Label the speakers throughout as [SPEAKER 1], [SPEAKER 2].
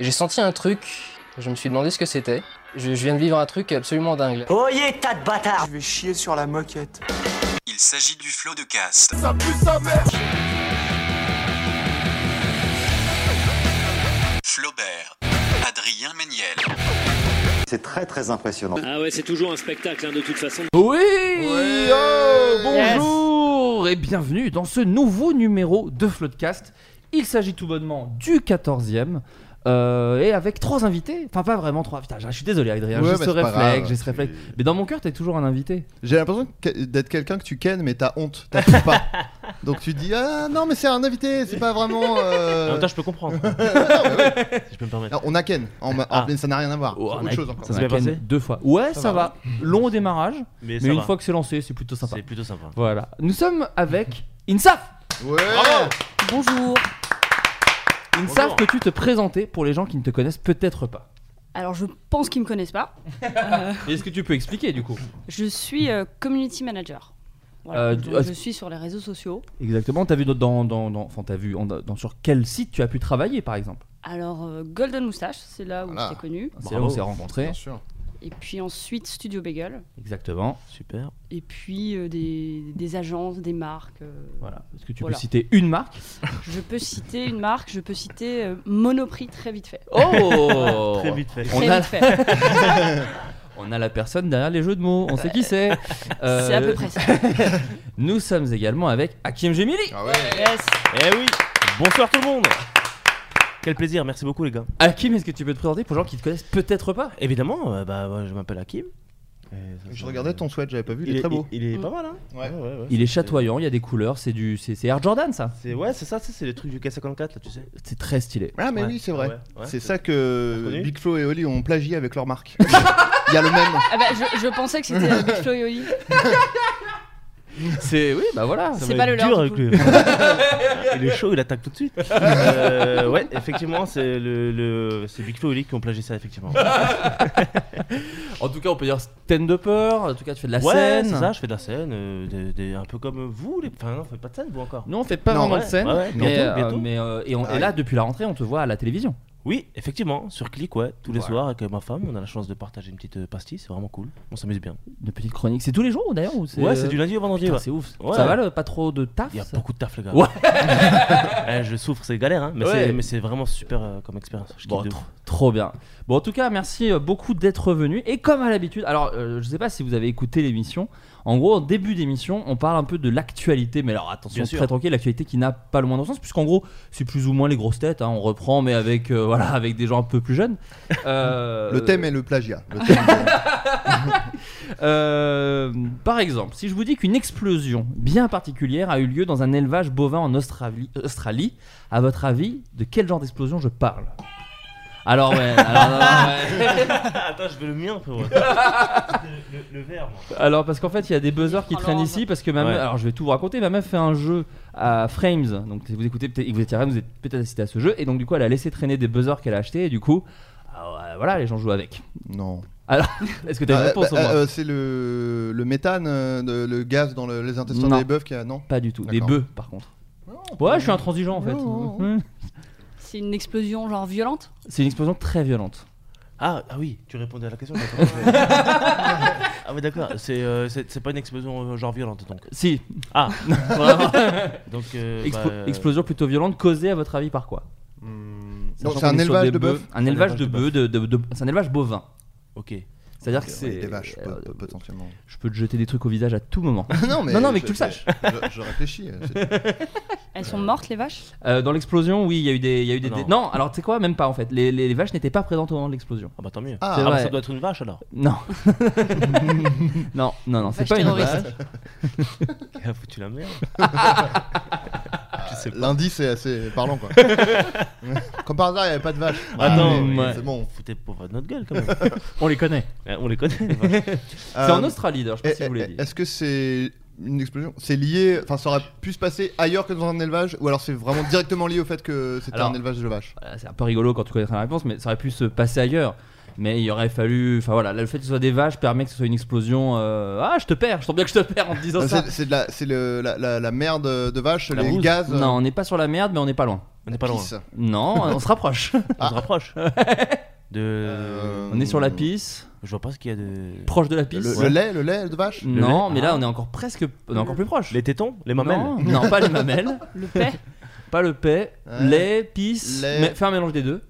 [SPEAKER 1] J'ai senti un truc, je me suis demandé ce que c'était. Je, je viens de vivre un truc absolument dingue.
[SPEAKER 2] Oyez, tas de bâtards
[SPEAKER 3] Je vais chier sur la moquette.
[SPEAKER 4] Il s'agit du flot de cast. Flaubert, Adrien Méniel,
[SPEAKER 5] C'est très très impressionnant.
[SPEAKER 6] Ah ouais, c'est toujours un spectacle, hein, de toute façon.
[SPEAKER 7] Oui oh, Bonjour et bienvenue dans ce nouveau numéro de Floodcast. Il s'agit tout bonnement du 14e. euh, et avec trois invités, enfin pas vraiment trois. Putain, je suis désolé, Adrien.
[SPEAKER 8] Ouais,
[SPEAKER 7] j'ai
[SPEAKER 8] mais
[SPEAKER 7] ce
[SPEAKER 8] c'est pas
[SPEAKER 7] réflexe,
[SPEAKER 8] grave,
[SPEAKER 7] j'ai ce
[SPEAKER 8] tu-
[SPEAKER 7] réflexe. Mais dans mon cœur, t'es toujours un invité.
[SPEAKER 8] J'ai l'impression que- d'être quelqu'un que tu kennes, mais t'as honte, t'assumes pas. Donc tu te dis ah non mais c'est un invité, c'est pas vraiment. euh,
[SPEAKER 9] En même temps, je peux comprendre.
[SPEAKER 8] Ah,
[SPEAKER 9] Si je peux me permettre.
[SPEAKER 8] non, on a ken, en- en-
[SPEAKER 9] Ah.
[SPEAKER 8] mais ça n'a rien à voir.
[SPEAKER 7] Oh,
[SPEAKER 8] c'est
[SPEAKER 7] on
[SPEAKER 8] autre
[SPEAKER 7] a-
[SPEAKER 8] chose encore.
[SPEAKER 9] Ça
[SPEAKER 7] ça m'a
[SPEAKER 9] s'est bien
[SPEAKER 7] ken
[SPEAKER 9] passé
[SPEAKER 7] deux fois. Ouais, ça,
[SPEAKER 8] Ça
[SPEAKER 7] va.
[SPEAKER 8] va.
[SPEAKER 7] Long au démarrage,
[SPEAKER 9] Mais,
[SPEAKER 7] mais
[SPEAKER 9] ça
[SPEAKER 7] une
[SPEAKER 9] va.
[SPEAKER 7] fois que c'est lancé, c'est plutôt sympa.
[SPEAKER 9] c'est plutôt sympa.
[SPEAKER 7] Voilà. Nous sommes avec Insaf.
[SPEAKER 8] Ouais.
[SPEAKER 7] Euh, Bonjour. Insaf,
[SPEAKER 9] Bonjour.
[SPEAKER 7] peux-tu te présenter pour les gens qui ne te connaissent peut-être pas
[SPEAKER 10] Alors, je pense qu'ils me connaissent pas. Euh,
[SPEAKER 7] Et Est-ce que tu peux expliquer du coup
[SPEAKER 10] Je suis euh, community manager. Voilà.
[SPEAKER 7] Euh,
[SPEAKER 10] Donc,
[SPEAKER 7] tu- ah,
[SPEAKER 10] je suis sur les réseaux sociaux.
[SPEAKER 7] Exactement. T'as vu dans, dans, dans- enfin t'as vu en- dans, sur quel site tu as pu travailler par exemple
[SPEAKER 10] Alors, euh, Golden Moustache, c'est là où
[SPEAKER 8] Voilà.
[SPEAKER 10] je t'ai connu.
[SPEAKER 7] C'est
[SPEAKER 9] Bravo.
[SPEAKER 7] là où on s'est rencontrés.
[SPEAKER 8] Bien sûr.
[SPEAKER 10] Et puis ensuite, Studio Bagel.
[SPEAKER 7] Exactement.
[SPEAKER 9] Super.
[SPEAKER 10] Et puis euh, des, des agences, des marques. euh.
[SPEAKER 7] Voilà. Est-ce que tu
[SPEAKER 10] Voilà.
[SPEAKER 7] peux citer une marque
[SPEAKER 10] Je peux citer une marque, je peux citer euh, Monoprix très vite fait.
[SPEAKER 7] Oh
[SPEAKER 9] Très vite fait.
[SPEAKER 7] On
[SPEAKER 10] Très
[SPEAKER 7] a-
[SPEAKER 10] vite fait.
[SPEAKER 7] On a la personne derrière les jeux de mots. On sait qui c'est. Euh,
[SPEAKER 10] C'est à peu près ça.
[SPEAKER 7] Nous sommes également avec Hakim Gemili.
[SPEAKER 8] Ah ouais.
[SPEAKER 10] Yes.
[SPEAKER 9] Eh oui Bonsoir tout le monde Quel plaisir, merci beaucoup les gars.
[SPEAKER 7] Hakim, est-ce que tu peux te présenter pour les gens qui te connaissent peut-être pas
[SPEAKER 9] Évidemment, euh, bah, moi, je m'appelle Hakim. Euh, ça,
[SPEAKER 8] Je
[SPEAKER 9] ça,
[SPEAKER 8] regardais
[SPEAKER 9] euh,
[SPEAKER 8] ton sweat, j'avais pas vu, il,
[SPEAKER 9] Il
[SPEAKER 8] est très beau.
[SPEAKER 9] Il, il est pas mal, hein
[SPEAKER 8] Ouais.
[SPEAKER 9] ouais.
[SPEAKER 7] Il est chatoyant, il y a des couleurs, c'est du, c'est c'est Air Jordan ça.
[SPEAKER 9] C'est- Ouais, c'est ça, tu sais, c'est les trucs du K54, là, tu sais.
[SPEAKER 7] C'est très stylé.
[SPEAKER 8] Ah mais
[SPEAKER 9] Ouais.
[SPEAKER 8] oui c'est vrai.
[SPEAKER 9] Ah ouais, ouais.
[SPEAKER 8] c'est ça
[SPEAKER 9] T'as
[SPEAKER 8] que
[SPEAKER 9] reconnu
[SPEAKER 8] Big Flo et Oli ont plagié avec leur marque. Il y a le même.
[SPEAKER 10] Ah bah, je, je pensais que c'était euh, Flo et Oli.
[SPEAKER 7] C'est oui, bah voilà.
[SPEAKER 9] Ça
[SPEAKER 10] C'est
[SPEAKER 9] va
[SPEAKER 10] pas
[SPEAKER 9] être
[SPEAKER 10] le leur,
[SPEAKER 9] dur
[SPEAKER 10] du
[SPEAKER 9] avec
[SPEAKER 10] coup.
[SPEAKER 9] lui. il est chaud, il attaque tout de suite. Euh, ouais, effectivement, c'est le, le- c'est Big Flo et Oli qui ont plagié ça, effectivement.
[SPEAKER 7] En tout cas, on peut dire stand-upper. En tout cas, tu fais de la
[SPEAKER 9] ouais,
[SPEAKER 7] scène.
[SPEAKER 9] c'est ça, je fais de la scène, euh, des- des- un peu comme vous, les. Enfin, non, faites pas de scène, vous encore.
[SPEAKER 7] Nous, on fait pas
[SPEAKER 8] Non,
[SPEAKER 7] vraiment
[SPEAKER 9] ouais,
[SPEAKER 7] de scène.
[SPEAKER 9] ouais, ouais,
[SPEAKER 7] mais,
[SPEAKER 9] bientôt,
[SPEAKER 7] euh,
[SPEAKER 9] bientôt.
[SPEAKER 7] mais, euh, et, on-
[SPEAKER 8] Ah
[SPEAKER 7] et là,
[SPEAKER 8] oui.
[SPEAKER 7] depuis la rentrée, on te voit à la télévision.
[SPEAKER 9] Oui, effectivement, sur Click, ouais, tous les
[SPEAKER 7] Voilà.
[SPEAKER 9] soirs avec euh, ma femme, on a la chance de partager une petite euh, pastille, c'est vraiment cool, on s'amuse bien.
[SPEAKER 7] De petites chroniques. C'est tous les jours ou d'ailleurs ou
[SPEAKER 9] Ouais, c'est du lundi au vendredi,
[SPEAKER 7] Putain,
[SPEAKER 9] ouais.
[SPEAKER 7] C'est ouf.
[SPEAKER 9] Ouais.
[SPEAKER 7] Ça va, le- pas trop de taf.
[SPEAKER 9] Il y a
[SPEAKER 7] ça
[SPEAKER 9] beaucoup de taf, les gars.
[SPEAKER 7] Ouais.
[SPEAKER 9] Eh, je souffre, c'est galère, hein, mais
[SPEAKER 7] Ouais.
[SPEAKER 9] c'est- mais c'est vraiment super euh, comme expérience. Je kiffe
[SPEAKER 7] Bon,
[SPEAKER 9] de
[SPEAKER 7] tr-
[SPEAKER 9] ouf.
[SPEAKER 7] trop bien. Bon, en tout cas, merci euh, beaucoup d'être venu. Et comme à l'habitude, alors euh, je sais pas si vous avez écouté l'émission. En gros, en début d'émission, on parle un peu de l'actualité. Mais alors, attention,
[SPEAKER 9] Bien sûr.
[SPEAKER 7] très tranquille, l'actualité qui n'a pas le moindre sens, puisqu'en gros, c'est plus ou moins les grosses têtes. hein, on reprend, mais avec euh, voilà, avec des gens un peu plus jeunes. Euh,
[SPEAKER 8] Le thème est le plagiat. Le thème-
[SPEAKER 7] Euh, par exemple, si je vous dis qu'une explosion bien particulière a eu lieu dans un élevage bovin en Australie, Australie, à votre avis, de quel genre d'explosion je parle Alors ouais, alors, non, non, ouais.
[SPEAKER 9] Attends, je veux le mien, frérot. le, le- le verre, moi.
[SPEAKER 7] Alors, parce qu'en fait, il y a des buzzers qui
[SPEAKER 10] Oh,
[SPEAKER 7] traînent
[SPEAKER 10] l'orbe.
[SPEAKER 7] ici parce que ma meuf,
[SPEAKER 9] Ouais.
[SPEAKER 7] alors je vais tout vous raconter, ma meuf fait un jeu à Frames, donc vous écoutez peut-être, vous étiez rien, vous êtes peut-être assisté à ce jeu et donc du coup elle a laissé traîner des buzzers qu'elle a achetés et du coup, ah, voilà, les gens jouent avec.
[SPEAKER 8] Non.
[SPEAKER 7] Est-ce que t'as une
[SPEAKER 8] Ah,
[SPEAKER 7] réponse
[SPEAKER 8] bah,
[SPEAKER 7] au moins
[SPEAKER 8] euh, c'est le, le méthane, euh, de- le gaz dans le- les intestins
[SPEAKER 7] Non.
[SPEAKER 8] des bœufs qui a. Non.
[SPEAKER 7] Pas du tout, des
[SPEAKER 8] D'accord. Oh,
[SPEAKER 7] bœufs par contre. Ouais, je suis intransigeant en fait.
[SPEAKER 8] Non.
[SPEAKER 7] Mmh.
[SPEAKER 10] C'est une explosion genre violente
[SPEAKER 7] C'est une explosion très violente.
[SPEAKER 9] Ah, ah oui, tu répondais à la question. j'attends. ah oui, d'accord. C'est euh, c'est c'est pas une explosion euh, genre violente donc.
[SPEAKER 7] Si.
[SPEAKER 9] Ah. Vraiment. donc. euh,
[SPEAKER 7] Explo-
[SPEAKER 9] bah, euh,
[SPEAKER 7] Explosion plutôt violente causée à votre avis par quoi
[SPEAKER 8] non,
[SPEAKER 7] Sachant
[SPEAKER 8] c'est un
[SPEAKER 7] qu'on est sur
[SPEAKER 8] élevage
[SPEAKER 7] des
[SPEAKER 8] de
[SPEAKER 7] bœufs-
[SPEAKER 8] bœuf
[SPEAKER 7] Un élevage de bœufs, de- de- de- c'est un élevage bovin.
[SPEAKER 9] Ok.
[SPEAKER 7] C'est-à-dire
[SPEAKER 8] Ok,
[SPEAKER 7] que
[SPEAKER 8] ouais,
[SPEAKER 7] c'est
[SPEAKER 8] des vaches,
[SPEAKER 7] euh,
[SPEAKER 8] pot- potentiellement.
[SPEAKER 7] Je peux te jeter des trucs au visage à tout moment.
[SPEAKER 8] non, mais
[SPEAKER 7] non, mais
[SPEAKER 8] je-
[SPEAKER 7] que tu le saches.
[SPEAKER 8] je- je réfléchis, c'est-
[SPEAKER 10] Elles sont mortes, les vaches
[SPEAKER 7] Euh, dans l'explosion, oui, il y a eu des, il y a eu des.
[SPEAKER 9] Ah Non.
[SPEAKER 7] des- Non, alors tu sais quoi, même pas en fait. Les, les- les vaches n'étaient pas présentes au moment de l'explosion.
[SPEAKER 9] Ah bah tant mieux.
[SPEAKER 7] C'est
[SPEAKER 9] Ah, bah,
[SPEAKER 7] vrai.
[SPEAKER 9] ça doit être une vache alors.
[SPEAKER 7] Non. non, non, non, c'est
[SPEAKER 10] Vache
[SPEAKER 7] pas une
[SPEAKER 10] terroriste.
[SPEAKER 7] vache.
[SPEAKER 9] Il a foutu la merde. Je sais pas.
[SPEAKER 8] L'indice est Ah, assez parlant, quoi. Comme par hasard, il n'y avait pas de vache.
[SPEAKER 9] Ah non,
[SPEAKER 8] mais
[SPEAKER 7] ouais.
[SPEAKER 8] c'est bon.
[SPEAKER 9] Foutez pour notre gueule quand même.
[SPEAKER 7] On les connaît.
[SPEAKER 9] Ouais, On les connaît. les vaches.
[SPEAKER 7] C'est en Australie, d'ailleurs, je sais pas si
[SPEAKER 8] Eh,
[SPEAKER 7] vous voulez
[SPEAKER 8] eh, Est-ce que c'est une explosion C'est lié. Enfin, ça aurait pu se passer ailleurs que dans un élevage Ou alors c'est vraiment directement lié au fait que c'était
[SPEAKER 7] Alors-
[SPEAKER 8] un élevage de vaches
[SPEAKER 7] Voilà, c'est un peu rigolo quand tu connais la réponse, mais ça aurait pu se passer ailleurs. Mais il aurait fallu. Enfin voilà, là, le fait que ce soit des vaches permet que ce soit une explosion. euh, Ah, je te perds, je sens bien que je te perds en te disant
[SPEAKER 8] Ah,
[SPEAKER 7] ça.
[SPEAKER 8] c'est- C'est de la, c'est le- la, la- la merde de vache,
[SPEAKER 9] La
[SPEAKER 8] les
[SPEAKER 9] bouse.
[SPEAKER 8] gaz. euh,
[SPEAKER 7] Non, on n'est pas sur la merde, mais on n'est pas loin.
[SPEAKER 9] On n'est pas loin.
[SPEAKER 8] pisse.
[SPEAKER 7] Non, on se rapproche.
[SPEAKER 9] On se rapproche. De.
[SPEAKER 8] Euh,
[SPEAKER 7] on est sur la pisse,
[SPEAKER 9] Je vois pas ce qu'il y a de.
[SPEAKER 7] proche de la
[SPEAKER 8] Le,
[SPEAKER 7] pisse.
[SPEAKER 8] le lait, le lait de vache
[SPEAKER 7] Non,
[SPEAKER 9] lait.
[SPEAKER 7] mais là
[SPEAKER 9] Ah.
[SPEAKER 7] on est encore presque. On est encore plus proche.
[SPEAKER 9] Les tétons, les mamelles.
[SPEAKER 7] Non, non, pas les mamelles,
[SPEAKER 10] Le paix
[SPEAKER 7] pas le paix,
[SPEAKER 8] Ouais.
[SPEAKER 7] lait, pisse.
[SPEAKER 8] Lait.
[SPEAKER 7] Mais, fais un mélange des deux.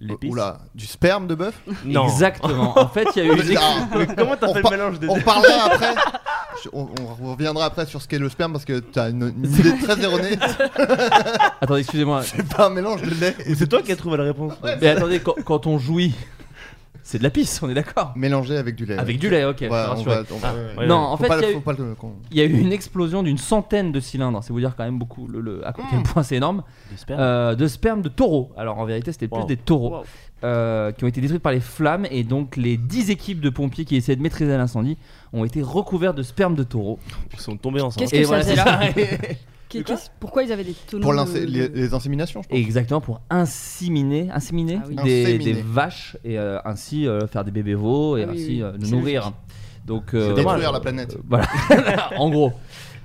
[SPEAKER 9] Les pistes.
[SPEAKER 8] Oula, du sperme de bœuf
[SPEAKER 9] Non.
[SPEAKER 7] Exactement. En fait, il y a eu une.
[SPEAKER 8] Ah,
[SPEAKER 9] Comment t'as
[SPEAKER 8] On
[SPEAKER 9] fait le
[SPEAKER 8] par-
[SPEAKER 9] mélange des
[SPEAKER 8] On
[SPEAKER 9] deux
[SPEAKER 8] parlera après. Je- On, on reviendra après sur ce qu'est le sperme parce que t'as une, une idée très erronée.
[SPEAKER 7] Attendez, excusez-moi.
[SPEAKER 8] C'est pas un mélange de lait et
[SPEAKER 9] C'est toi qui as trouvé la réponse.
[SPEAKER 7] Mais attendez, quand, quand on jouit, c'est de la pisse, on est d'accord.
[SPEAKER 8] mélangé avec du lait.
[SPEAKER 7] Avec du lait, ok.
[SPEAKER 8] Ouais,
[SPEAKER 7] je suis
[SPEAKER 8] on
[SPEAKER 7] rassuré. Ah,
[SPEAKER 8] va- on va-
[SPEAKER 9] ouais.
[SPEAKER 7] non,
[SPEAKER 8] Faut
[SPEAKER 7] en fait,
[SPEAKER 8] pas
[SPEAKER 7] il y
[SPEAKER 8] le-
[SPEAKER 7] a eu-
[SPEAKER 8] faut pas le. qu'on-
[SPEAKER 7] il y, a eu une explosion d'une centaine de cylindres. C'est vous dire quand même beaucoup le, le- à
[SPEAKER 8] Mm.
[SPEAKER 7] quel point c'est énorme.
[SPEAKER 9] Les spermes.
[SPEAKER 7] Euh, de sperme de taureaux. Alors en vérité, c'était plus
[SPEAKER 9] Wow.
[SPEAKER 7] des taureaux
[SPEAKER 9] Wow.
[SPEAKER 7] euh, qui ont été détruits par les flammes. Et donc, les 10 équipes de pompiers qui essayaient de maîtriser l'incendie ont été recouvertes de sperme de taureaux.
[SPEAKER 9] Ils sont tombés ensemble.
[SPEAKER 10] Qu'est-ce que
[SPEAKER 7] Et
[SPEAKER 10] ça
[SPEAKER 7] voilà,
[SPEAKER 10] faisait
[SPEAKER 7] c'est
[SPEAKER 10] là
[SPEAKER 7] ça.
[SPEAKER 10] Qu'est- qu'est-ce- Pourquoi ils avaient des tonneaux
[SPEAKER 8] Pour
[SPEAKER 10] de-
[SPEAKER 8] l'incé- les,
[SPEAKER 10] de-
[SPEAKER 8] les inséminations, je pense.
[SPEAKER 7] Exactement pour inséminer, inséminer
[SPEAKER 10] Ah oui.
[SPEAKER 7] des,
[SPEAKER 8] Inséminer.
[SPEAKER 7] des vaches et euh, ainsi euh, faire des bébés veaux et
[SPEAKER 10] Ah oui,
[SPEAKER 7] ainsi
[SPEAKER 10] oui.
[SPEAKER 7] euh, nous
[SPEAKER 10] C'est
[SPEAKER 7] nourrir. Donc euh,
[SPEAKER 8] détruire
[SPEAKER 7] voilà.
[SPEAKER 8] la planète.
[SPEAKER 7] Euh, voilà, en gros.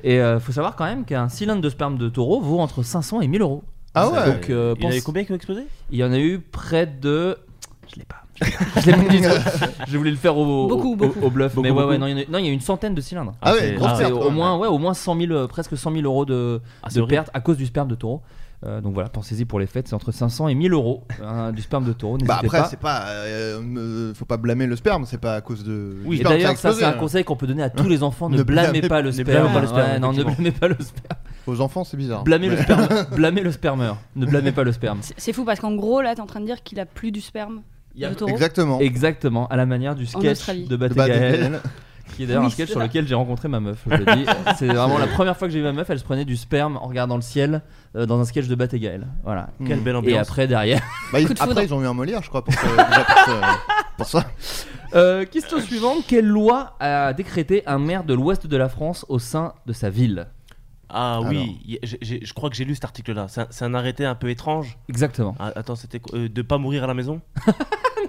[SPEAKER 7] Et euh, faut savoir quand même qu'un cylindre de sperme de taureau vaut entre 500 et 1000 euros.
[SPEAKER 8] Ah ouais
[SPEAKER 7] Donc, euh,
[SPEAKER 9] Il y en avait
[SPEAKER 7] pense-
[SPEAKER 9] combien qui ont explosé
[SPEAKER 7] Il y en a eu près de. Je l'ai pas. Je l'ai pas du tout. Je voulais le faire au, au-
[SPEAKER 10] Beaucoup,
[SPEAKER 7] au-
[SPEAKER 10] beaucoup.
[SPEAKER 7] au bluff. mais ouais,
[SPEAKER 9] Beaucoup,
[SPEAKER 7] ouais,
[SPEAKER 9] beaucoup.
[SPEAKER 7] non, il y en a- non, il y a eu une centaine de cylindres.
[SPEAKER 8] Ah ouais,
[SPEAKER 9] c'est-
[SPEAKER 8] grosse
[SPEAKER 9] ah,
[SPEAKER 7] C'est
[SPEAKER 8] perte.
[SPEAKER 7] au moins, ouais, au moins 100 000, euh, presque 100 000 euros de,
[SPEAKER 9] Ah, c'est
[SPEAKER 7] de
[SPEAKER 9] horrible.
[SPEAKER 7] pertes à cause du sperme de taureau. Euh, donc voilà, pensez-y pour les fêtes, c'est entre 500 et 1000 euros hein, du sperme de taureau.
[SPEAKER 8] Bah
[SPEAKER 7] n'hésitez
[SPEAKER 8] après,
[SPEAKER 7] pas.
[SPEAKER 8] c'est pas. euh, euh, faut pas blâmer le sperme, c'est pas à cause de.
[SPEAKER 7] Oui, et
[SPEAKER 8] du sperme qui a
[SPEAKER 7] d'ailleurs, ça, c'est
[SPEAKER 8] explosé,
[SPEAKER 7] un
[SPEAKER 8] hein.
[SPEAKER 7] conseil qu'on peut donner à tous les enfants ne,
[SPEAKER 8] Ne
[SPEAKER 7] blâmez,
[SPEAKER 8] blâmez-
[SPEAKER 7] pas le
[SPEAKER 9] ne
[SPEAKER 7] sperme.
[SPEAKER 9] blâmez pas le sperme,
[SPEAKER 7] Ouais, non, ne
[SPEAKER 9] effectivement.
[SPEAKER 7] blâmez pas le sperme.
[SPEAKER 8] Aux enfants, c'est bizarre.
[SPEAKER 7] Blâmez le sperme. Blâmez le spermeur. Ne blâmez pas le sperme.
[SPEAKER 10] C'est- C'est fou parce qu'en gros, là, t'es en train de dire qu'il a plus du sperme.
[SPEAKER 7] Il y a-
[SPEAKER 10] Le taureau.
[SPEAKER 8] Exactement.
[SPEAKER 7] Exactement, à la manière du sketch
[SPEAKER 10] Australie.
[SPEAKER 7] de Bat
[SPEAKER 8] Bah, des-
[SPEAKER 7] qui est d'ailleurs un
[SPEAKER 10] Oui,
[SPEAKER 7] sketch
[SPEAKER 10] c'est
[SPEAKER 7] sur
[SPEAKER 10] vrai.
[SPEAKER 7] lequel j'ai rencontré ma meuf. je le dis. c'est vraiment la première fois que j'ai vu ma meuf, elle se prenait du sperme en regardant le ciel euh, dans un sketch de Bat et Gaël. Voilà.
[SPEAKER 8] Hmm.
[SPEAKER 9] Quelle belle
[SPEAKER 7] Et
[SPEAKER 9] ambiance.
[SPEAKER 7] après, derrière.
[SPEAKER 8] Bah, ils-
[SPEAKER 10] Coup de foudre.
[SPEAKER 8] après, ils ont eu un Molière, je crois, pour, que- déjà pour que- pour ça.
[SPEAKER 7] Euh, question suivante quelle loi a décrété un maire de l'ouest de la France au sein de sa ville
[SPEAKER 9] Ah
[SPEAKER 8] Alors.
[SPEAKER 9] oui, y- j'ai- j'ai- je crois que j'ai lu cet article-là. C'est un- c'est un arrêté un peu étrange.
[SPEAKER 7] Exactement.
[SPEAKER 9] Ah, attends, c'était quoi euh, de pas mourir à la maison
[SPEAKER 7] non,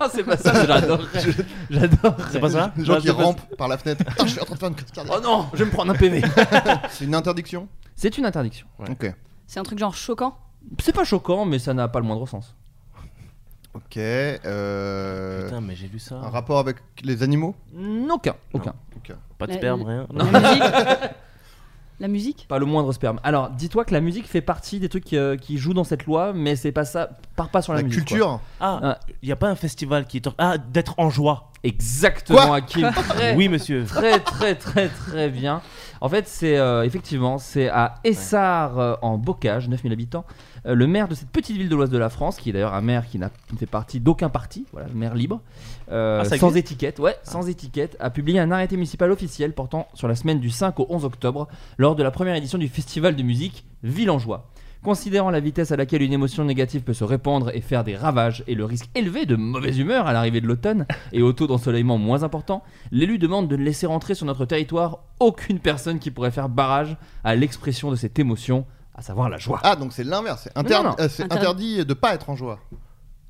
[SPEAKER 7] Ah, c'est pas ça, j'adore. J'adore.
[SPEAKER 9] C'est pas ça
[SPEAKER 8] Les gens
[SPEAKER 9] Ah,
[SPEAKER 8] qui
[SPEAKER 9] c'est pas-
[SPEAKER 8] rampent par la fenêtre. Putain, je suis en train de faire une crise cardiaque.
[SPEAKER 7] Oh non, je vais me prendre un PV.
[SPEAKER 8] C'est une interdiction
[SPEAKER 7] c'est une interdiction.
[SPEAKER 8] Ok.
[SPEAKER 10] C'est un truc genre choquant.
[SPEAKER 7] C'est pas choquant, mais ça n'a pas le moindre sens.
[SPEAKER 8] Ok. euh,
[SPEAKER 9] Putain, mais j'ai lu ça.
[SPEAKER 8] Un rapport avec les animaux
[SPEAKER 7] Aucun, aucun.
[SPEAKER 8] Ok.
[SPEAKER 7] hein.
[SPEAKER 9] Pas de
[SPEAKER 10] La-
[SPEAKER 9] sperme, rien.
[SPEAKER 10] La musique. La musique
[SPEAKER 7] Pas le moindre sperme. Alors, dis-toi que la musique fait partie des trucs euh, qui jouent dans cette loi, mais c'est pas ça. Part pas sur la,
[SPEAKER 8] La
[SPEAKER 7] musique. quoi.
[SPEAKER 8] culture
[SPEAKER 9] Ah,
[SPEAKER 7] Ah.
[SPEAKER 9] il y a pas un festival qui est or- ah d'être en joie.
[SPEAKER 7] Exactement,
[SPEAKER 8] Quoi
[SPEAKER 7] Hakim. Très,
[SPEAKER 9] Oui, monsieur.
[SPEAKER 7] très, très, très, très bien. En fait, c'est euh, effectivement, c'est à Essard euh, en Bocage, 9000 habitants, euh, le maire de cette petite ville de l'ouest de la France, qui est d'ailleurs un maire qui n'a qui ne fait partie d'aucun parti, voilà, le maire libre, euh,
[SPEAKER 9] Ah, ça
[SPEAKER 7] sans
[SPEAKER 9] existe
[SPEAKER 7] étiquette, ouais, sans étiquette, a publié un arrêté municipal officiel portant sur la semaine du 5 au 11 octobre, lors de la première édition du festival de musique Villangeois. Considérant la vitesse à laquelle une émotion négative peut se répandre et faire des ravages et le risque élevé de mauvaise humeur à l'arrivée de l'automne et au taux d'ensoleillement moins important, l'élu demande de ne laisser entrer sur notre territoire aucune personne qui pourrait faire barrage à l'expression de cette émotion, à savoir la joie.
[SPEAKER 8] Ah, donc c'est l'inverse. C'est
[SPEAKER 7] Non, non,
[SPEAKER 8] inter-
[SPEAKER 7] non.
[SPEAKER 8] euh, c'est
[SPEAKER 10] Inter-
[SPEAKER 8] interdit de pas être en joie.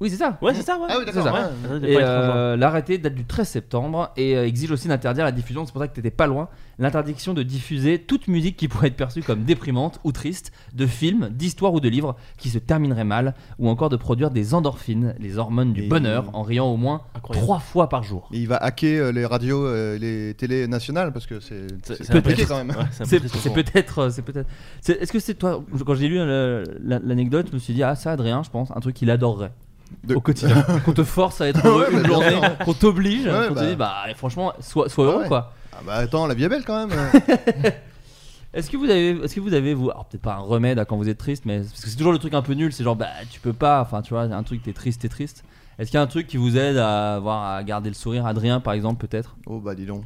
[SPEAKER 7] Oui, c'est ça.
[SPEAKER 9] Ouais, c'est ça, ouais. Ah oui, d'accord,
[SPEAKER 7] C'est ça.
[SPEAKER 9] ouais. Ça doit
[SPEAKER 7] Et
[SPEAKER 9] pas être trop
[SPEAKER 7] euh, l'arrêté date du 13 septembre et euh, exige aussi d'interdire la diffusion, c'est pour ça que t'étais pas loin, l'interdiction de diffuser toute musique qui pourrait être perçue comme déprimante ou triste, de films, d'histoires ou de livres qui se termineraient mal, ou encore de produire des endorphines, les hormones du
[SPEAKER 8] Et-
[SPEAKER 7] bonheur, en riant au moins trois fois par jour.
[SPEAKER 8] Et il va hacker euh, les radios, euh, les télés nationales parce que c'est c'est
[SPEAKER 7] Peut-être.
[SPEAKER 8] compliqué quand même.
[SPEAKER 7] C'est c'est peut-être, euh, c'est peut-être. c'est- Est-ce que c'est toi je- Quand j'ai lu euh, la- l'anecdote, je me suis dit ah ça Adrien, je pense un truc qu'il adorerait. Au quotidien, qu'on te force à être heureux
[SPEAKER 8] Ouais,
[SPEAKER 7] une
[SPEAKER 8] bah,
[SPEAKER 7] journée,
[SPEAKER 8] bien sûr.
[SPEAKER 7] qu'on t'oblige,
[SPEAKER 8] Ouais,
[SPEAKER 7] qu'on te
[SPEAKER 8] bah.
[SPEAKER 7] dise bah franchement, sois, sois
[SPEAKER 8] Ah
[SPEAKER 7] heureux
[SPEAKER 8] ouais.
[SPEAKER 7] quoi.
[SPEAKER 8] Ah bah attends, la vie est belle quand même.
[SPEAKER 7] Est-ce que vous avez, est-ce que vous avez vous, alors peut-être pas un remède à quand vous êtes triste, mais parce que c'est toujours le truc un peu nul, c'est genre bah tu peux pas, enfin tu vois, un truc t'es triste, t'es triste. Est-ce qu'il y a un truc qui vous aide à avoir à garder le sourire, Adrien par exemple peut-être
[SPEAKER 8] Oh bah dis donc.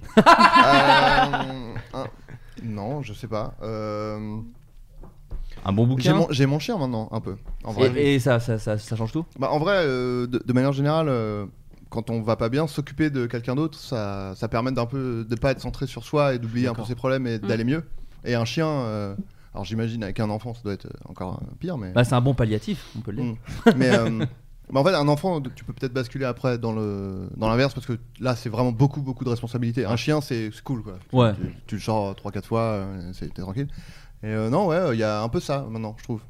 [SPEAKER 8] Euh, un- Non, je sais pas. Euh,
[SPEAKER 7] Un bon
[SPEAKER 8] J'ai
[SPEAKER 7] bouquin.
[SPEAKER 8] mon, j'ai mon chien maintenant, un peu. En vrai.
[SPEAKER 7] Et, et ça, ça, ça, ça change tout.
[SPEAKER 8] Bah, en vrai, euh, de, de manière générale, euh, quand on va pas bien, s'occuper de quelqu'un d'autre, ça, ça permet d'un peu de pas être centré sur soi et d'oublier un peu
[SPEAKER 9] D'accord.
[SPEAKER 8] ses problèmes et d'aller mieux. Et un chien, euh, alors j'imagine avec un enfant, ça doit être encore euh, pire, mais.
[SPEAKER 7] Bah c'est un bon palliatif, on peut le dire.
[SPEAKER 8] Mm. mais, euh, mais en fait, un enfant, tu peux peut-être basculer après dans le dans l'inverse parce que là, c'est vraiment beaucoup beaucoup de responsabilités. Un chien, c'est c'est cool quoi. Tu-
[SPEAKER 7] Ouais.
[SPEAKER 8] Tu, tu le sors 3-4 fois, euh, c'est t'es tranquille. Et euh, non, ouais, il y a un peu ça maintenant, je trouve.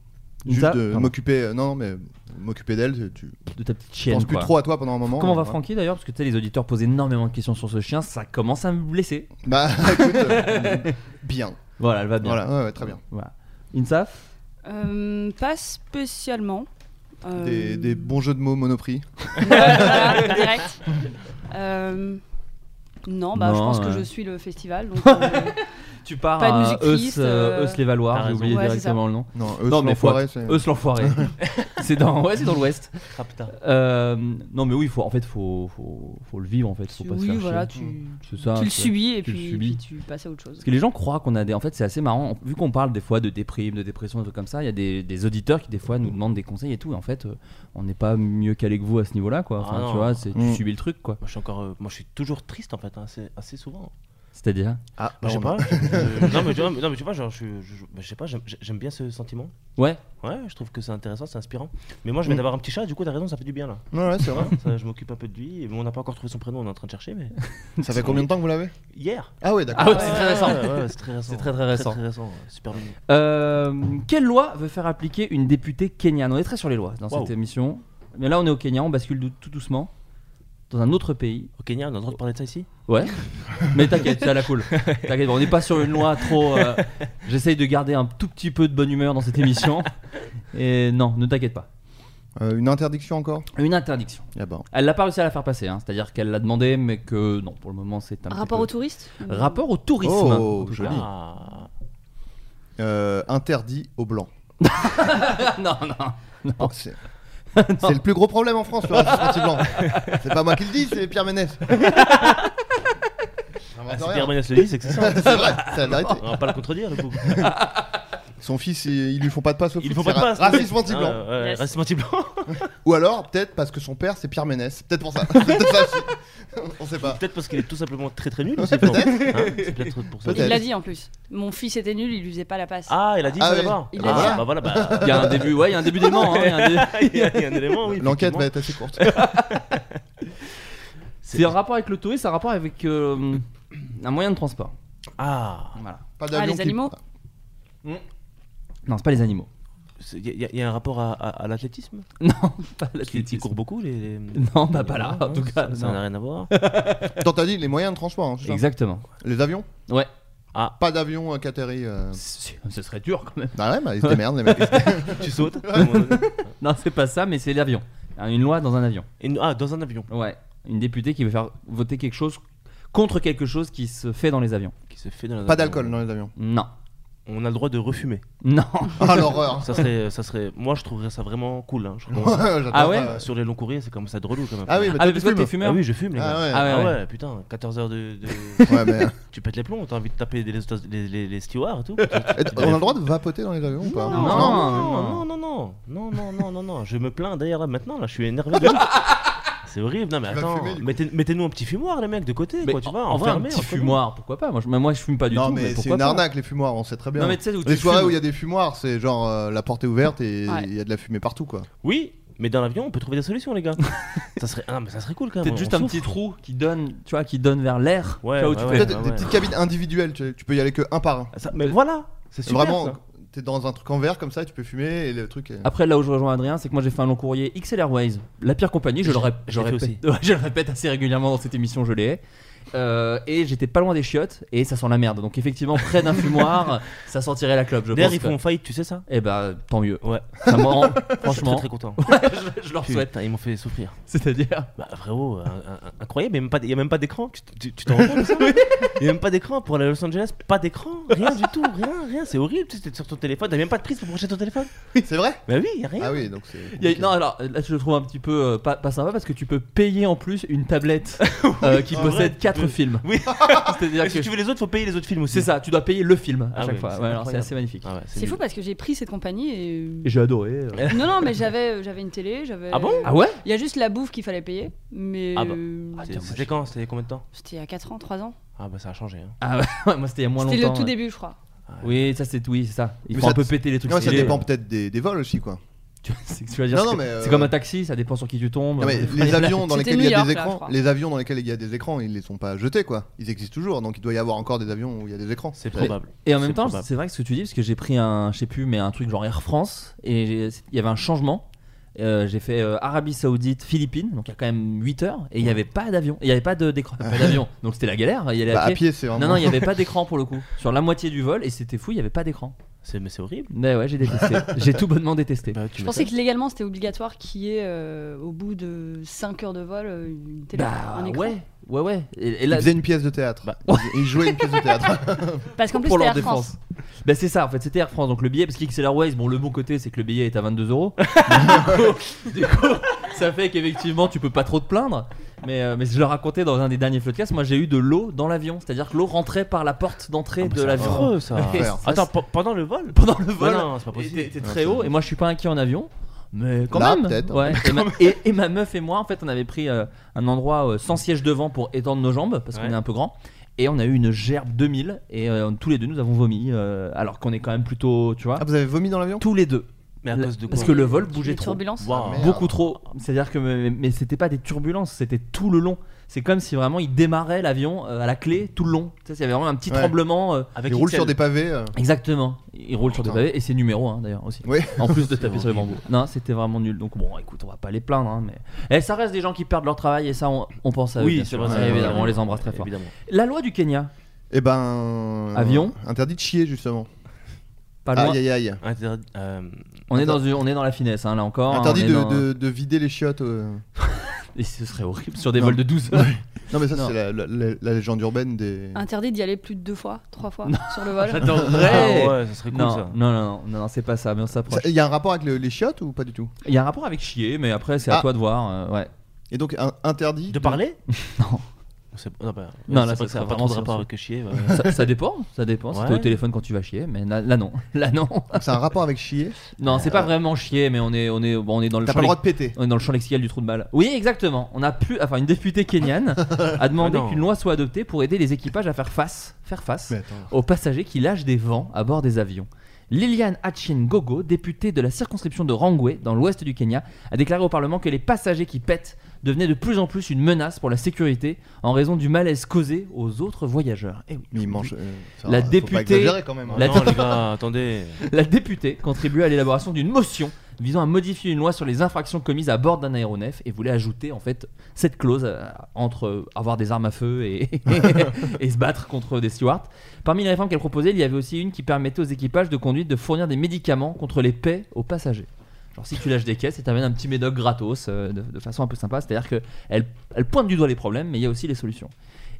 [SPEAKER 8] Juste
[SPEAKER 7] Ça-
[SPEAKER 8] de
[SPEAKER 7] pardon.
[SPEAKER 8] m'occuper, euh, non, non, mais m'occuper d'elle, tu
[SPEAKER 7] de ta petite chienne,
[SPEAKER 8] penses plus
[SPEAKER 7] quoi.
[SPEAKER 8] trop à toi pendant un moment. euh,
[SPEAKER 7] Comment va
[SPEAKER 8] voilà.
[SPEAKER 7] Francky d'ailleurs Parce que tu sais, les auditeurs posent énormément de questions sur ce chien, ça commence à me blesser.
[SPEAKER 8] Bah écoute, euh, bien.
[SPEAKER 7] Voilà, elle va bien.
[SPEAKER 8] Voilà, ouais, ouais, très bien.
[SPEAKER 7] Voilà. Insaf
[SPEAKER 10] Euh, pas spécialement. Euh,
[SPEAKER 8] Des, des bons jeux de mots Monoprix.
[SPEAKER 10] voilà, direct. Euh, non, bah, je
[SPEAKER 7] Non,
[SPEAKER 10] pense que
[SPEAKER 7] ouais.
[SPEAKER 10] je suis le festival. Donc, euh,
[SPEAKER 7] Tu pars
[SPEAKER 10] Pas de
[SPEAKER 7] à
[SPEAKER 10] musique triste,
[SPEAKER 7] Ah, Eus, euh,
[SPEAKER 10] euh,
[SPEAKER 7] Eus les Valois,
[SPEAKER 9] T'as
[SPEAKER 7] j'ai
[SPEAKER 9] raison.
[SPEAKER 7] oublié
[SPEAKER 10] Ouais, c'est
[SPEAKER 7] directement le nom.
[SPEAKER 8] Non, Eus
[SPEAKER 7] mais faut-
[SPEAKER 8] l'enfoiré, c'est-
[SPEAKER 7] Eus l'enfoiré. c'est dans, ouais, c'est dans l'Ouest.
[SPEAKER 9] Ah, putain.
[SPEAKER 7] Euh, non mais oui, faut, en fait, faut, faut, faut le vivre en fait, faut pas se
[SPEAKER 10] oui,
[SPEAKER 7] faire
[SPEAKER 10] voilà,
[SPEAKER 7] chier.
[SPEAKER 10] tu,
[SPEAKER 7] C'est ça,
[SPEAKER 10] tu le
[SPEAKER 7] c'est-
[SPEAKER 10] subis et
[SPEAKER 7] tu le
[SPEAKER 10] puis,
[SPEAKER 7] subis.
[SPEAKER 10] puis tu passes à autre chose.
[SPEAKER 7] Parce que les gens croient qu'on a des. En fait, c'est assez marrant. Vu qu'on parle des fois de déprime, de dépression, des trucs comme ça, il y a des, des auditeurs qui des fois nous demandent des conseils et tout. Et en fait, euh, on n'est pas mieux calé que vous à ce niveau-là, quoi. Enfin,
[SPEAKER 9] Ah non.
[SPEAKER 7] tu vois, c'est-
[SPEAKER 8] Mm.
[SPEAKER 7] tu subis le truc, quoi.
[SPEAKER 9] Moi je suis encore, euh, moi je suis toujours triste en fait, hein, assez, assez souvent.
[SPEAKER 7] C'est-à-dire.
[SPEAKER 8] Ah,
[SPEAKER 9] Bah, je sais
[SPEAKER 8] on-
[SPEAKER 9] pas. je- je- non, mais, tu vois- non, mais tu vois, genre, je, suis- je- bah, je sais pas, j'aime- j'aime bien ce sentiment.
[SPEAKER 7] Ouais.
[SPEAKER 9] Ouais, je trouve que c'est intéressant, c'est inspirant. Mais moi, je viens
[SPEAKER 8] Mm.
[SPEAKER 9] d'avoir un petit chat, du coup, t'as raison, ça fait du bien là. Hein,
[SPEAKER 8] Ouais, ouais, c'est vrai.
[SPEAKER 9] Ça, je m'occupe un peu de lui. Et bon, on n'a pas encore trouvé son prénom, on est en train de chercher, mais
[SPEAKER 8] Ça fait combien de temps que vous l'avez
[SPEAKER 9] hier.
[SPEAKER 8] Ah ouais,
[SPEAKER 7] Ah
[SPEAKER 8] d'accord.
[SPEAKER 7] ouais, c'est très récent.
[SPEAKER 9] Ouais, ouais, ouais, c'est très récent.
[SPEAKER 7] C'est très, très récent.
[SPEAKER 9] Très, récent, ouais, super mignon.
[SPEAKER 7] Euh, quelle loi veut faire appliquer une députée kenyane On est très sur les lois dans
[SPEAKER 9] Wow.
[SPEAKER 7] cette émission. Mais là, on est au Kenya, on bascule dou- tout doucement dans un autre pays.
[SPEAKER 9] Au Kenya, on a le droit de parler de ça ici
[SPEAKER 7] Ouais. Mais t'inquiète, c'est à la cool. T'inquiète, on n'est pas sur une loi trop. euh, J'essaye de garder un tout petit peu de bonne humeur dans cette émission. Et non, ne t'inquiète pas.
[SPEAKER 8] Euh, une interdiction encore
[SPEAKER 7] Une interdiction.
[SPEAKER 8] Ah bah.
[SPEAKER 7] Elle n'a pas réussi à la faire passer, hein. c'est-à-dire qu'elle l'a demandé, mais que non, pour le moment c'est un petit
[SPEAKER 10] Rapport
[SPEAKER 7] peu-
[SPEAKER 10] aux touristes
[SPEAKER 7] rapport au tourisme.
[SPEAKER 8] Oh,
[SPEAKER 7] en tout cas.
[SPEAKER 8] joli.
[SPEAKER 9] Ah.
[SPEAKER 8] Euh, interdit aux blancs.
[SPEAKER 7] non, non.
[SPEAKER 8] Donc, C'est c'est le plus gros problème en France, le racisme anti-blanc. C'est pas moi qui le dis, c'est Pierre Ménès.
[SPEAKER 9] Ah,
[SPEAKER 8] J'invente
[SPEAKER 9] si
[SPEAKER 8] rien.
[SPEAKER 9] Pierre Ménès le dit, c'est que c'est ça.
[SPEAKER 8] c'est vrai, c'est la vérité.
[SPEAKER 9] On va pas le contredire, du coup.
[SPEAKER 8] Son fils, il- ils lui font pas de passe au
[SPEAKER 9] Ils font
[SPEAKER 8] foot,
[SPEAKER 9] pas de
[SPEAKER 8] c'est ra-
[SPEAKER 9] passe.
[SPEAKER 8] Racisme anti-blanc.
[SPEAKER 9] Ah, ouais, ouais,
[SPEAKER 10] Yes.
[SPEAKER 9] Racisme anti-blanc.
[SPEAKER 8] Ou alors, peut-être parce que son père, c'est Pierre Ménès. Peut-être pour ça. C'est peut-être ça aussi. On sait pas.
[SPEAKER 9] Peut-être parce qu'il est tout simplement très très nul. aussi, Florent. Hein, C'est peut-être pour ça.
[SPEAKER 10] Il
[SPEAKER 8] Peut-être.
[SPEAKER 10] l'a dit en plus. Mon fils était nul, il lui faisait pas la passe.
[SPEAKER 9] Ah, il a dit
[SPEAKER 8] Ah
[SPEAKER 9] ça
[SPEAKER 8] oui.
[SPEAKER 9] d'abord.
[SPEAKER 10] Il
[SPEAKER 9] Ah,
[SPEAKER 10] a dit ça.
[SPEAKER 9] Bah voilà, bah.
[SPEAKER 7] Il y a un début, ouais, il y a un début d'élément. hein, il y a un dé-
[SPEAKER 9] il y a il y a un élément, oui.
[SPEAKER 8] L'enquête va
[SPEAKER 9] effectivement.
[SPEAKER 8] être assez courte.
[SPEAKER 7] C'est un rapport avec le tourisme, c'est un rapport avec euh, un moyen de transport.
[SPEAKER 9] Ah.
[SPEAKER 7] Voilà.
[SPEAKER 8] Pas
[SPEAKER 10] Ah,
[SPEAKER 8] d'avion
[SPEAKER 10] les
[SPEAKER 8] qui-
[SPEAKER 10] animaux
[SPEAKER 7] Non, c'est pas les animaux.
[SPEAKER 9] Il y, a- y a un rapport à, à- à l'athlétisme
[SPEAKER 7] Non, pas
[SPEAKER 9] Qui qui
[SPEAKER 7] l'athlétisme.
[SPEAKER 9] court beaucoup les. les-
[SPEAKER 7] Non, bah pas là, en tout cas.
[SPEAKER 9] Ça- Ça
[SPEAKER 7] non.
[SPEAKER 9] n'a rien à voir.
[SPEAKER 8] Attends, t'as dit les moyens de transport. hein, c'est ça
[SPEAKER 7] Exactement.
[SPEAKER 8] Les avions
[SPEAKER 7] Ouais.
[SPEAKER 9] Ah.
[SPEAKER 8] Pas d'avion euh, qui atterrit. euh.
[SPEAKER 7] C'est- Ce serait dur quand même.
[SPEAKER 8] Ah ouais, bah ils se démerdent, les mecs. Ils se-
[SPEAKER 9] tu sautes.
[SPEAKER 7] Non, c'est pas ça, mais c'est l'avion. Hein, Une loi dans un avion.
[SPEAKER 9] Et nous- ah, dans un avion
[SPEAKER 7] Ouais. Une députée qui veut faire voter quelque chose contre quelque chose qui se fait dans les avions.
[SPEAKER 9] qui se fait dans un
[SPEAKER 8] Pas
[SPEAKER 9] avion.
[SPEAKER 8] d'alcool dans les avions.
[SPEAKER 7] Non.
[SPEAKER 9] On a le droit de refumer.
[SPEAKER 7] Non.
[SPEAKER 8] Ah, l'horreur.
[SPEAKER 9] Ça serait, ça serait. Moi, je trouverais ça vraiment cool. hein, je trouve.
[SPEAKER 8] J'adore
[SPEAKER 7] Ah ouais
[SPEAKER 8] ça,
[SPEAKER 9] Sur les longs courriers, c'est comme ça de relou quand même.
[SPEAKER 8] Ah oui, mais
[SPEAKER 7] Ah,
[SPEAKER 8] toi,
[SPEAKER 7] mais
[SPEAKER 8] tu
[SPEAKER 7] parce que t'es
[SPEAKER 8] fumes.
[SPEAKER 7] fumeur
[SPEAKER 9] Ah oui, je fume. Les
[SPEAKER 8] Ah
[SPEAKER 9] gars.
[SPEAKER 8] ouais.
[SPEAKER 7] Ah ouais,
[SPEAKER 9] Ah
[SPEAKER 7] ouais.
[SPEAKER 9] ouais, putain, 14 heures de. de-
[SPEAKER 8] Ouais, mais.
[SPEAKER 9] tu pètes les plombs, t'as envie de taper les, les, les, les stewards et tout. Tu- tu-
[SPEAKER 8] Et
[SPEAKER 9] tu-
[SPEAKER 8] On a le droit de vapoter dans les avions ou pas
[SPEAKER 9] Non,
[SPEAKER 7] Non,
[SPEAKER 9] non, non, non, non, non, non, non, non, non. Je me plains d'ailleurs là maintenant, là, je suis énervé de ouf. C'est horrible, non mais
[SPEAKER 8] vas
[SPEAKER 9] attends,
[SPEAKER 8] fumer, du coup.
[SPEAKER 9] mettez- mettez-nous un petit fumoir les mecs de côté,
[SPEAKER 7] Mais
[SPEAKER 9] quoi, tu
[SPEAKER 7] en-
[SPEAKER 9] vois,
[SPEAKER 7] en vrai, un
[SPEAKER 9] enfermé,
[SPEAKER 7] petit
[SPEAKER 9] entre nous.
[SPEAKER 7] fumoir, pourquoi pas moi je, moi, je fume pas du
[SPEAKER 8] Non,
[SPEAKER 7] tout.
[SPEAKER 8] mais c'est
[SPEAKER 7] pourquoi
[SPEAKER 8] une
[SPEAKER 7] pas hein.
[SPEAKER 8] arnaque, les fumoirs, on sait très bien.
[SPEAKER 7] Non, mais tu sais, où
[SPEAKER 8] Les
[SPEAKER 7] tu
[SPEAKER 8] soirées
[SPEAKER 7] fumes.
[SPEAKER 8] où il y a des fumoirs, c'est genre euh, la porte est ouverte et il
[SPEAKER 10] Ouais.
[SPEAKER 8] y a de la fumée partout, quoi.
[SPEAKER 9] Oui, Mais dans l'avion, on peut trouver des solutions, les gars. ça serait, ah, mais ça serait cool quand même.
[SPEAKER 7] Peut-être juste
[SPEAKER 9] on
[SPEAKER 7] un
[SPEAKER 9] souffre.
[SPEAKER 7] petit trou qui donne, tu vois, qui donne vers l'air.
[SPEAKER 9] Ouais,
[SPEAKER 7] Tu vois
[SPEAKER 9] ouais,
[SPEAKER 7] où tu
[SPEAKER 9] ouais,
[SPEAKER 7] fais-
[SPEAKER 9] ouais,
[SPEAKER 8] Des petites cabines individuelles, tu, tu peux y aller que un par un.
[SPEAKER 9] Ah, mais voilà, c'est super,
[SPEAKER 8] Vraiment,
[SPEAKER 9] ça.
[SPEAKER 8] t'es dans un truc en verre comme ça, tu peux fumer et le truc. est-
[SPEAKER 7] Après, là où je rejoins Adrien, c'est que moi j'ai fait un long courrier XL Airways, la pire compagnie, je, le, rép-
[SPEAKER 9] Je
[SPEAKER 7] je
[SPEAKER 9] l'ai fait
[SPEAKER 7] répète, Ouais, je le répète assez régulièrement dans cette émission, je l'ai. Euh, et j'étais pas loin des chiottes et ça sent la merde. Donc effectivement, près d'un fumoir, ça sentirait la clope, je
[SPEAKER 9] D'ailleurs,
[SPEAKER 7] pense.
[SPEAKER 9] ils
[SPEAKER 7] quoi.
[SPEAKER 9] font faillite, tu sais ça
[SPEAKER 7] Eh bah, tant mieux.
[SPEAKER 9] Ouais.
[SPEAKER 7] Ça me rend,
[SPEAKER 9] Je suis très,
[SPEAKER 7] franchement.
[SPEAKER 9] très content.
[SPEAKER 7] Ouais, je, je leur
[SPEAKER 9] Putain,
[SPEAKER 7] souhaite.
[SPEAKER 9] Ils m'ont fait souffrir.
[SPEAKER 7] C'est-à-dire
[SPEAKER 9] Bah frérot, euh, un- un- incroyable, il n'y a même pas d'écran. Tu tu- tu t'en rends compte de ça Il n'y a même pas d'écran pour aller à Los Angeles, pas d'écran, rien du tout, rien, rien, c'est horrible. Tu es sur ton téléphone, t'as même pas de prise pour brancher ton téléphone.
[SPEAKER 8] C'est vrai
[SPEAKER 9] Bah oui, il a rien.
[SPEAKER 8] Ah oui, donc c'est.
[SPEAKER 7] Il y a- non, alors là, je le trouve un petit peu euh, pas, pas sympa parce que tu peux payer en plus une tablette euh, qui
[SPEAKER 9] en vrai,
[SPEAKER 7] possède
[SPEAKER 9] tu
[SPEAKER 7] 4
[SPEAKER 9] peux.
[SPEAKER 7] films.
[SPEAKER 9] Oui.
[SPEAKER 7] C'est-à-dire
[SPEAKER 9] Et si
[SPEAKER 7] que-
[SPEAKER 9] tu veux les autres, faut payer les autres films aussi.
[SPEAKER 7] C'est ça, tu dois payer le film à
[SPEAKER 9] Ah
[SPEAKER 7] chaque
[SPEAKER 9] ouais,
[SPEAKER 7] fois.
[SPEAKER 9] c'est
[SPEAKER 7] Ouais, alors, C'est
[SPEAKER 9] incroyable.
[SPEAKER 7] assez magnifique.
[SPEAKER 9] Ah ouais, c'est
[SPEAKER 10] C'est fou
[SPEAKER 9] nul.
[SPEAKER 10] parce que j'ai pris cette compagnie et.
[SPEAKER 7] Et J'ai adoré. euh.
[SPEAKER 10] non, non, mais j'avais, euh, j'avais une télé, j'avais.
[SPEAKER 9] Ah bon
[SPEAKER 7] Ah ouais
[SPEAKER 10] Il y a juste la bouffe qu'il fallait payer, mais.
[SPEAKER 9] Ah bah.
[SPEAKER 10] euh,
[SPEAKER 9] Ah, C'était c'était quand C'était combien de temps
[SPEAKER 10] C'était il y a 4 ans, 3 ans.
[SPEAKER 9] Ah bah ça a changé. hein.
[SPEAKER 7] Ah ouais, moi c'était il y a moins
[SPEAKER 10] C'était
[SPEAKER 7] longtemps.
[SPEAKER 10] le tout
[SPEAKER 7] ouais.
[SPEAKER 10] début, je crois.
[SPEAKER 7] Oui, ça c'est oui, c'est ça. Il
[SPEAKER 8] Mais
[SPEAKER 7] faut
[SPEAKER 8] ça-
[SPEAKER 7] un peu péter les trucs.
[SPEAKER 8] Non, ça
[SPEAKER 7] stylés. hein.
[SPEAKER 8] dépend peut-être des, des vols aussi, quoi.
[SPEAKER 7] Tu vois, c'est que tu vas dire,
[SPEAKER 8] Non,
[SPEAKER 7] c'est
[SPEAKER 8] non,
[SPEAKER 7] que-
[SPEAKER 8] mais, euh,
[SPEAKER 7] c'est comme un taxi, ça dépend sur qui tu tombes.
[SPEAKER 8] Non, mais les avions dans
[SPEAKER 10] C'était
[SPEAKER 8] lesquels il y a
[SPEAKER 10] New
[SPEAKER 8] des
[SPEAKER 10] York, là, je
[SPEAKER 8] écrans,
[SPEAKER 10] crois.
[SPEAKER 8] les avions dans lesquels il y a des écrans, ils les sont pas jetés, quoi. Ils existent toujours, donc il doit y avoir encore des avions où il y a des écrans.
[SPEAKER 9] C'est
[SPEAKER 8] Ça-
[SPEAKER 9] probable.
[SPEAKER 7] Et en
[SPEAKER 9] C'est
[SPEAKER 7] même temps,
[SPEAKER 9] probable.
[SPEAKER 7] c'est vrai que ce que tu dis, parce que j'ai pris un, je sais plus, mais un truc genre Air France, et j'ai- il y avait un changement. Euh, j'ai fait euh, Arabie Saoudite, Philippines, donc il y a quand même 8 heures, et il n'y avait pas d'avion, il n'y avait pas de- d'écran, pas d'avion, donc c'était la galère. Il y allait
[SPEAKER 8] Bah,
[SPEAKER 7] à
[SPEAKER 8] à
[SPEAKER 7] pied.
[SPEAKER 8] pied, c'est vraiment.
[SPEAKER 7] Non, non, il n'y avait pas d'écran pour le coup, sur la moitié du vol, et c'était fou, il n'y avait pas d'écran.
[SPEAKER 9] C'est- Mais c'est horrible.
[SPEAKER 7] Mais ouais, j'ai détesté, j'ai tout bonnement détesté.
[SPEAKER 9] Bah, tu
[SPEAKER 10] Je
[SPEAKER 9] m'étonnes.
[SPEAKER 10] pensais que légalement c'était obligatoire qu'il y ait euh, au bout de 5 heures de vol euh, une télé,
[SPEAKER 7] Bah
[SPEAKER 10] un écran.
[SPEAKER 7] ouais, ouais, ouais. Et, et
[SPEAKER 8] Il
[SPEAKER 7] là, Bah.
[SPEAKER 8] faisait une pièce de théâtre. Il jouait une pièce de théâtre.
[SPEAKER 10] Parce qu'en plus
[SPEAKER 7] pour
[SPEAKER 10] c'était
[SPEAKER 7] leur
[SPEAKER 10] Air
[SPEAKER 7] défense.
[SPEAKER 10] France.
[SPEAKER 7] Bah c'est ça, en fait, c'était Air France. Donc le billet, parce qu'XL Airways, bon, le bon côté, c'est que le billet est à 22 euros. Du coup- du coup, ça fait qu'effectivement, tu peux pas trop te plaindre. Mais, euh, mais je le racontais dans un des derniers podcasts, moi j'ai eu de l'eau dans l'avion. C'est-à-dire que l'eau rentrait par la porte d'entrée
[SPEAKER 9] Ah, bah,
[SPEAKER 7] de
[SPEAKER 9] c'est
[SPEAKER 7] l'avion.
[SPEAKER 9] affreux, ça.
[SPEAKER 7] Et
[SPEAKER 8] Faire.
[SPEAKER 7] ça,
[SPEAKER 9] Attends, pe- pendant le vol
[SPEAKER 7] pendant le vol,
[SPEAKER 9] Bah non, c'est pas
[SPEAKER 7] et t'es
[SPEAKER 9] possible.
[SPEAKER 7] t'es très haut. Et moi, je suis pas inquiet en avion. Mais quand
[SPEAKER 8] Là,
[SPEAKER 7] même,
[SPEAKER 8] peut-être.
[SPEAKER 7] Ouais,
[SPEAKER 9] Bah,
[SPEAKER 7] et, ma, et- et ma meuf et moi, en fait, on avait pris euh, un endroit euh, sans siège devant pour étendre nos jambes parce qu'on
[SPEAKER 9] Ouais.
[SPEAKER 7] est un peu grand. Et on a eu une gerbe 2000 et euh, tous les deux nous avons vomi euh, alors qu'on est quand même plutôt, tu vois,
[SPEAKER 8] Ah, vous avez vomi dans l'avion
[SPEAKER 7] tous les deux.
[SPEAKER 9] Mais à
[SPEAKER 7] La-
[SPEAKER 9] cause de quoi
[SPEAKER 7] parce que le vol bougeait
[SPEAKER 10] Les
[SPEAKER 7] trop.
[SPEAKER 10] turbulences.
[SPEAKER 9] Waouh.
[SPEAKER 8] Merde.
[SPEAKER 7] Beaucoup trop. C'est-à-dire que mais, mais c'était pas des turbulences, c'était tout le long. C'est comme si vraiment il démarrait l'avion euh, à la clé tout le long. Tu sais, il y avait vraiment un petit
[SPEAKER 8] Ouais.
[SPEAKER 7] tremblement. euh,
[SPEAKER 9] Avec
[SPEAKER 8] Il roule
[SPEAKER 9] XL.
[SPEAKER 8] sur des pavés. euh.
[SPEAKER 7] Exactement. Il roule sur des
[SPEAKER 8] Putain.
[SPEAKER 7] pavés et c'est numéro 1 d'ailleurs aussi.
[SPEAKER 8] Oui.
[SPEAKER 7] En plus de taper sur les bambous. Non, c'était vraiment nul. Donc bon, écoute, on va pas les plaindre. hein, mais... Eh, ça reste des gens qui perdent leur travail et ça, on, on pense à eux.
[SPEAKER 9] Oui,
[SPEAKER 7] bien
[SPEAKER 9] c'est
[SPEAKER 7] sûr.
[SPEAKER 9] vrai,
[SPEAKER 7] Ouais,
[SPEAKER 9] c'est vrai.
[SPEAKER 7] évidemment, on les embrasse très fort.
[SPEAKER 9] Évidemment.
[SPEAKER 7] La loi du Kenya,
[SPEAKER 8] Eh ben.
[SPEAKER 7] Avion
[SPEAKER 8] Interdit de chier, justement.
[SPEAKER 7] pas loin.
[SPEAKER 8] Aïe aïe aïe.
[SPEAKER 9] Interdit- euh,
[SPEAKER 7] On, est dans, une- on est dans la finesse hein, là encore. hein,
[SPEAKER 8] Interdit
[SPEAKER 7] on est
[SPEAKER 8] de,
[SPEAKER 7] dans-
[SPEAKER 8] de- de vider les chiottes. euh.
[SPEAKER 7] Et ce serait horrible sur des
[SPEAKER 8] Non.
[SPEAKER 7] vols de 12 heures.
[SPEAKER 8] Non, mais ça,
[SPEAKER 7] Non.
[SPEAKER 8] c'est la, la- la- la légende urbaine des.
[SPEAKER 10] Interdit d'y aller plus de deux fois, trois fois sur le vol.
[SPEAKER 7] J'adorerais.
[SPEAKER 9] Ah ouais, ça serait cool
[SPEAKER 7] non,
[SPEAKER 9] ça.
[SPEAKER 7] non, non, non, non, c'est pas ça, mais on s'approche.
[SPEAKER 8] Ça- Il y a un rapport avec le- les chiottes ou pas du tout
[SPEAKER 7] Il y a un rapport avec chier, mais après c'est à
[SPEAKER 8] Ah.
[SPEAKER 7] toi de voir. euh, ouais.
[SPEAKER 8] Et donc, un- interdit.
[SPEAKER 9] De parler
[SPEAKER 7] Non.
[SPEAKER 9] On sait- Non, bah,
[SPEAKER 7] Non,
[SPEAKER 9] c'est pas
[SPEAKER 7] là, ça
[SPEAKER 9] que ça a
[SPEAKER 7] serait
[SPEAKER 9] pas
[SPEAKER 7] vraiment
[SPEAKER 9] trop de rapport
[SPEAKER 7] sur-
[SPEAKER 9] avec chier. ouais.
[SPEAKER 7] ça, ça dépend, ça dépend. Si t'es au
[SPEAKER 9] Ouais.
[SPEAKER 7] téléphone quand tu vas chier, mais là, là, non, là non.
[SPEAKER 8] Donc, C'est un rapport avec chier. Euh,
[SPEAKER 7] Non, c'est pas vraiment chier, mais on est, on est, bon, on est dans le
[SPEAKER 8] T'as
[SPEAKER 7] champ
[SPEAKER 8] pas le droit
[SPEAKER 7] lex-
[SPEAKER 8] de péter.
[SPEAKER 7] on est dans le champ lexical du trou de balle. Oui, exactement. On a pu, enfin, une députée kenyane a demandé
[SPEAKER 9] Ah non.
[SPEAKER 7] qu'une loi soit adoptée pour aider les équipages à faire face, faire face
[SPEAKER 8] Mais attends.
[SPEAKER 7] aux passagers qui lâchent des vents à bord des avions. Liliane Achin Gogo, députée de la circonscription de Rangwe, dans l'ouest du Kenya, a déclaré au Parlement que les passagers qui pètent devenaient de plus en plus une menace pour la sécurité en raison du malaise causé aux autres voyageurs. Eh oui.
[SPEAKER 8] Mais il mange. euh, ça,
[SPEAKER 7] La
[SPEAKER 8] faut pas
[SPEAKER 7] députée-
[SPEAKER 8] exagérer quand même. hein.
[SPEAKER 7] La-
[SPEAKER 9] Non, les gars, attendez.
[SPEAKER 7] La députée contribue à l'élaboration d'une motion visant à modifier une loi sur les infractions commises à bord d'un aéronef et voulait ajouter en fait cette clause euh, entre euh, avoir des armes à feu et, et se battre contre des stewards. Parmi les réformes qu'elle proposait, il y avait aussi une qui permettait aux équipages de conduite de fournir des médicaments contre les paix aux passagers. Genre si tu lâches des caisses, et t'amènes un petit médoc gratos euh, de, de façon un peu sympa, c'est-à-dire qu'elle elle pointe du doigt les problèmes, mais il y a aussi les solutions.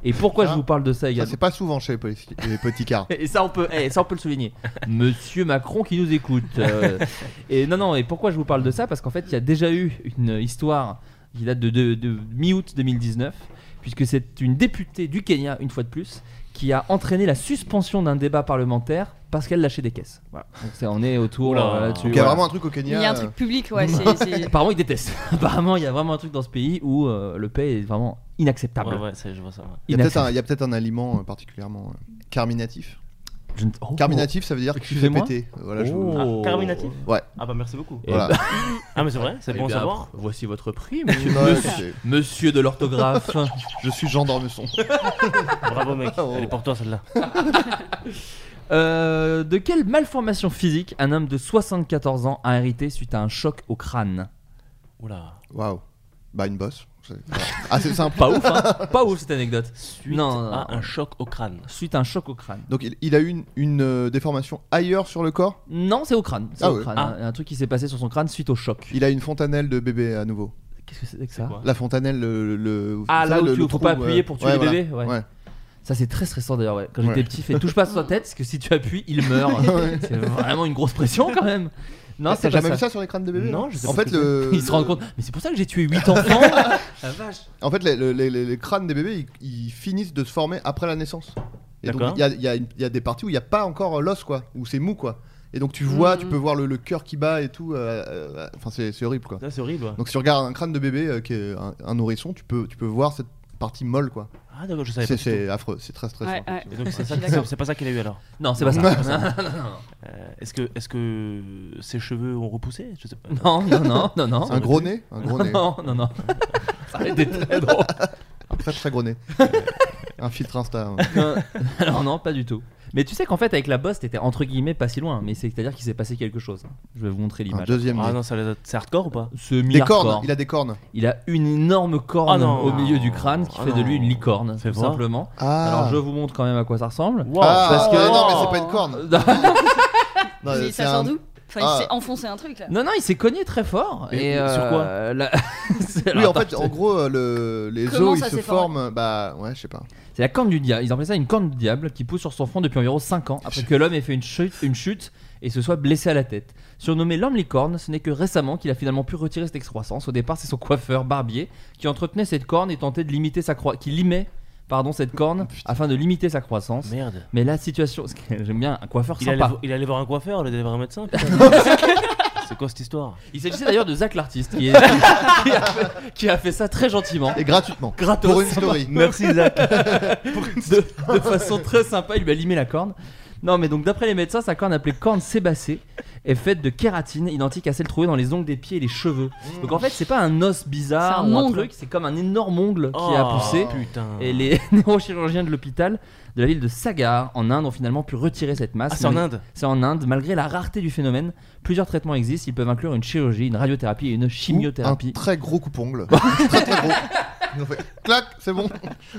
[SPEAKER 7] Et pourquoi
[SPEAKER 8] Ça,
[SPEAKER 7] je vous parle de ça
[SPEAKER 8] Ça,
[SPEAKER 7] également
[SPEAKER 8] c'est pas souvent chez les, policiers- les petits cars.
[SPEAKER 7] et ça, on peut, eh, ça, on peut le souligner. Monsieur Macron qui nous écoute. euh, et non, non, et pourquoi je vous parle de ça Parce qu'en fait, il y a déjà eu une histoire qui date de, de- de mi-août 2019, puisque c'est une députée du Kenya, une fois de plus, qui a entraîné la suspension d'un débat parlementaire parce qu'elle lâchait des caisses. Voilà. Donc, c'est- on est autour
[SPEAKER 9] Oula.
[SPEAKER 7] euh, là-dessus,
[SPEAKER 8] Donc, il y a
[SPEAKER 7] voilà.
[SPEAKER 8] vraiment un truc au
[SPEAKER 10] Il
[SPEAKER 8] Kenya.
[SPEAKER 10] y a un
[SPEAKER 8] euh,
[SPEAKER 10] truc public, ouais. c'est- c'est-
[SPEAKER 7] Apparemment, ils détestent. Apparemment, il y a vraiment un truc dans ce pays où euh, le paix est vraiment inacceptable.
[SPEAKER 9] Ouais, ouais, ça, je vois ça. ouais.
[SPEAKER 8] Il y a peut-être
[SPEAKER 7] Inacceptable.
[SPEAKER 8] un, il y a peut-être un aliment euh, particulièrement euh, carminatif.
[SPEAKER 7] Je ne- oh.
[SPEAKER 8] Carminatif, ça veut dire que tu fais
[SPEAKER 7] Excusez-moi
[SPEAKER 8] péter. Voilà, je
[SPEAKER 9] Oh.
[SPEAKER 8] vous-
[SPEAKER 9] Ah, carminatif
[SPEAKER 8] Ouais.
[SPEAKER 9] Ah bah merci beaucoup.
[SPEAKER 8] Et Voilà.
[SPEAKER 2] bah-
[SPEAKER 9] Ah, mais c'est vrai, c'est
[SPEAKER 2] Eh
[SPEAKER 9] bon à
[SPEAKER 2] bien,
[SPEAKER 9] savoir.
[SPEAKER 2] pr- Voici votre prix, monsieur,
[SPEAKER 8] Ouais,
[SPEAKER 2] monsieur,
[SPEAKER 8] ok.
[SPEAKER 2] monsieur de l'orthographe.
[SPEAKER 8] Je suis Jean Dormesson.
[SPEAKER 9] Bravo mec, elle est pour toi celle-là.
[SPEAKER 7] Euh, de quelle malformation physique un homme de 74 ans a hérité suite à un choc au crâne
[SPEAKER 9] Oula.
[SPEAKER 8] Waouh. Bah, une bosse. C'est- Ah, c'est simple.
[SPEAKER 7] Pas ouf, hein Pas ouf cette anecdote.
[SPEAKER 9] Suite à ah, un choc au crâne.
[SPEAKER 7] Suite à un choc au crâne.
[SPEAKER 8] Donc, il, il a eu une, une, euh, déformation ailleurs sur le corps
[SPEAKER 7] Non, c'est au crâne. C'est
[SPEAKER 8] Ah,
[SPEAKER 7] au
[SPEAKER 8] ouais.
[SPEAKER 7] crâne. Un- Un truc qui s'est passé sur son crâne suite au choc.
[SPEAKER 8] Il a une fontanelle de bébé à nouveau.
[SPEAKER 7] Qu'est-ce que c'est que ça
[SPEAKER 8] La fontanelle, le. le-
[SPEAKER 7] Ah,
[SPEAKER 8] ça,
[SPEAKER 7] là où
[SPEAKER 8] le-
[SPEAKER 7] tu
[SPEAKER 8] le
[SPEAKER 7] faut
[SPEAKER 8] trou,
[SPEAKER 7] pas
[SPEAKER 8] ouais.
[SPEAKER 7] appuyer pour tuer
[SPEAKER 8] Ouais,
[SPEAKER 7] les
[SPEAKER 8] voilà.
[SPEAKER 7] bébés ouais. Ça, c'est très stressant d'ailleurs. ouais. Quand
[SPEAKER 8] Ouais.
[SPEAKER 7] j'étais petit, fais touche pas sur sa tête parce que si tu appuies, il meurt.
[SPEAKER 8] Ouais.
[SPEAKER 7] c'est vraiment une grosse pression quand même. Non,
[SPEAKER 8] T'as
[SPEAKER 7] c'est pas
[SPEAKER 8] jamais vu ça sur les crânes de bébés
[SPEAKER 7] Non,
[SPEAKER 8] là
[SPEAKER 7] je sais
[SPEAKER 8] hein En
[SPEAKER 7] pas
[SPEAKER 8] fait,
[SPEAKER 7] ce que c'est.
[SPEAKER 8] le-
[SPEAKER 7] Ils se rendent compte. Mais c'est pour ça que j'ai tué 8 enfants. La vache.
[SPEAKER 8] En fait, les, les- les- les crânes des bébés, ils, ils finissent de se former après la naissance. Et donc,
[SPEAKER 9] D'accord.
[SPEAKER 8] il y a, il y a une- il y a des parties où il n'y a pas encore euh, l'os, quoi, où c'est mou, quoi. Et donc, tu
[SPEAKER 7] Hmm.
[SPEAKER 8] vois, tu peux voir le, le cœur qui bat et tout. euh, euh, Enfin, c'est- c'est horrible, quoi.
[SPEAKER 9] Ça Ah, c'est horrible.
[SPEAKER 8] Donc, si tu regardes un crâne de bébé euh, qui est un, un nourrisson, tu peux, tu peux voir cette partie molle, quoi.
[SPEAKER 9] Ah d'accord, je savais
[SPEAKER 8] C'est-
[SPEAKER 9] pas. du
[SPEAKER 8] C'est affreux, c'est très
[SPEAKER 9] tout.
[SPEAKER 8] stressant. effectivement.
[SPEAKER 9] Et donc c'est ça-
[SPEAKER 8] Ouais.
[SPEAKER 9] c'est- c'est pas ça qu'il a eu alors.
[SPEAKER 7] Non, c'est pas ça. Non, non, non, non.
[SPEAKER 9] Euh, Est-ce que, est que ses cheveux ont repoussé Je sais pas.
[SPEAKER 7] Non, non, non, non, non.
[SPEAKER 9] Ça
[SPEAKER 8] Un
[SPEAKER 9] aurait
[SPEAKER 8] gros
[SPEAKER 9] pu.
[SPEAKER 8] nez Un gros nez.
[SPEAKER 7] Non, non, non. Ça aurait été très drôle.
[SPEAKER 8] Un très très gros nez. un filtre Insta. hein.
[SPEAKER 7] Euh, Alors non, pas du tout. Mais tu sais qu'en fait, avec la bosse, t'étais entre guillemets pas si loin. Mais c'est-à-dire qu'il s'est passé quelque chose. Je vais vous montrer l'image.
[SPEAKER 8] Un deuxième
[SPEAKER 9] Ah
[SPEAKER 8] nez.
[SPEAKER 9] non, ça les a- c'est hardcore ou pas
[SPEAKER 7] Ce
[SPEAKER 8] Des
[SPEAKER 7] milliard
[SPEAKER 8] cornes,
[SPEAKER 7] corps.
[SPEAKER 8] il a des cornes.
[SPEAKER 7] Il a une énorme
[SPEAKER 9] Ah
[SPEAKER 7] corne
[SPEAKER 9] non.
[SPEAKER 7] au milieu du crâne qui
[SPEAKER 9] Ah
[SPEAKER 7] fait de
[SPEAKER 9] non.
[SPEAKER 7] lui une licorne,
[SPEAKER 9] Fais
[SPEAKER 7] tout
[SPEAKER 9] voir.
[SPEAKER 7] simplement.
[SPEAKER 8] Ah.
[SPEAKER 7] Alors je vous montre quand même à quoi ça ressemble.
[SPEAKER 9] Wow.
[SPEAKER 8] Ah,
[SPEAKER 7] Parce que-
[SPEAKER 8] ouais, non, mais c'est pas une corne. Non,
[SPEAKER 10] Mais
[SPEAKER 8] c'est
[SPEAKER 10] ça sort
[SPEAKER 8] un-
[SPEAKER 10] d'où Enfin,
[SPEAKER 8] Ah.
[SPEAKER 10] il s'est enfoncé un truc là.
[SPEAKER 7] Non, non, il s'est cogné très fort.
[SPEAKER 9] Mais-
[SPEAKER 7] Et,
[SPEAKER 9] mais sur quoi
[SPEAKER 7] euh, la- C'est-
[SPEAKER 8] Oui,
[SPEAKER 7] alors,
[SPEAKER 8] en fait,
[SPEAKER 7] attends,
[SPEAKER 8] en gros, euh, le- les
[SPEAKER 10] Comment
[SPEAKER 8] os, ils
[SPEAKER 10] ça
[SPEAKER 8] se
[SPEAKER 10] s'est formé
[SPEAKER 8] forment. Bah, ouais, je sais pas.
[SPEAKER 7] C'est la corne du diable. Ils appellent ça une corne du diable qui pousse sur son front depuis environ 5 ans après que l'homme ait fait une chute, une chute et se soit blessé à la tête. Surnommé l'homme licorne, ce n'est que récemment qu'il a finalement pu retirer cette excroissance. Au départ, c'est son coiffeur barbier qui entretenait cette corne et tentait de limiter sa croissance. qui limait pardon cette corne afin de limiter sa croissance.
[SPEAKER 9] Merde.
[SPEAKER 7] Mais la situation, parce que j'aime bien un coiffeur
[SPEAKER 9] Il allait,
[SPEAKER 7] sympa.
[SPEAKER 9] vo- il allait voir un coiffeur, il allait voir un médecin. putain. c'est quoi cette histoire
[SPEAKER 7] Il s'agissait d'ailleurs de Zach l'artiste qui, est- qui a fait, qui a fait ça très gentiment.
[SPEAKER 8] Et gratuitement.
[SPEAKER 7] Gratos.
[SPEAKER 8] Pour une story.
[SPEAKER 9] Merci Zach.
[SPEAKER 7] de, de façon très sympa, il lui a limé la corne. Non, mais donc d'après les médecins, sa corne appelée corne sébacée est faite de kératine identique à celle trouvée dans les ongles des pieds et les cheveux.
[SPEAKER 8] Mmh.
[SPEAKER 7] Donc en fait, c'est pas un os bizarre
[SPEAKER 10] C'est un
[SPEAKER 7] ou un
[SPEAKER 10] ongle.
[SPEAKER 7] truc, c'est comme un énorme ongle qui a
[SPEAKER 9] Oh,
[SPEAKER 7] poussé.
[SPEAKER 9] Putain.
[SPEAKER 7] Et les neurochirurgiens de l'hôpital de la ville de Sagar en Inde ont finalement pu retirer cette masse.
[SPEAKER 9] Ah, c'est en
[SPEAKER 7] Mais-
[SPEAKER 9] Inde
[SPEAKER 7] C'est en Inde. Malgré la rareté du phénomène, plusieurs traitements existent. Ils peuvent inclure une chirurgie, une radiothérapie et une
[SPEAKER 8] Un
[SPEAKER 7] chimiothérapie.
[SPEAKER 8] très gros coupongle. très très gros. Ils ont fait clac, c'est bon.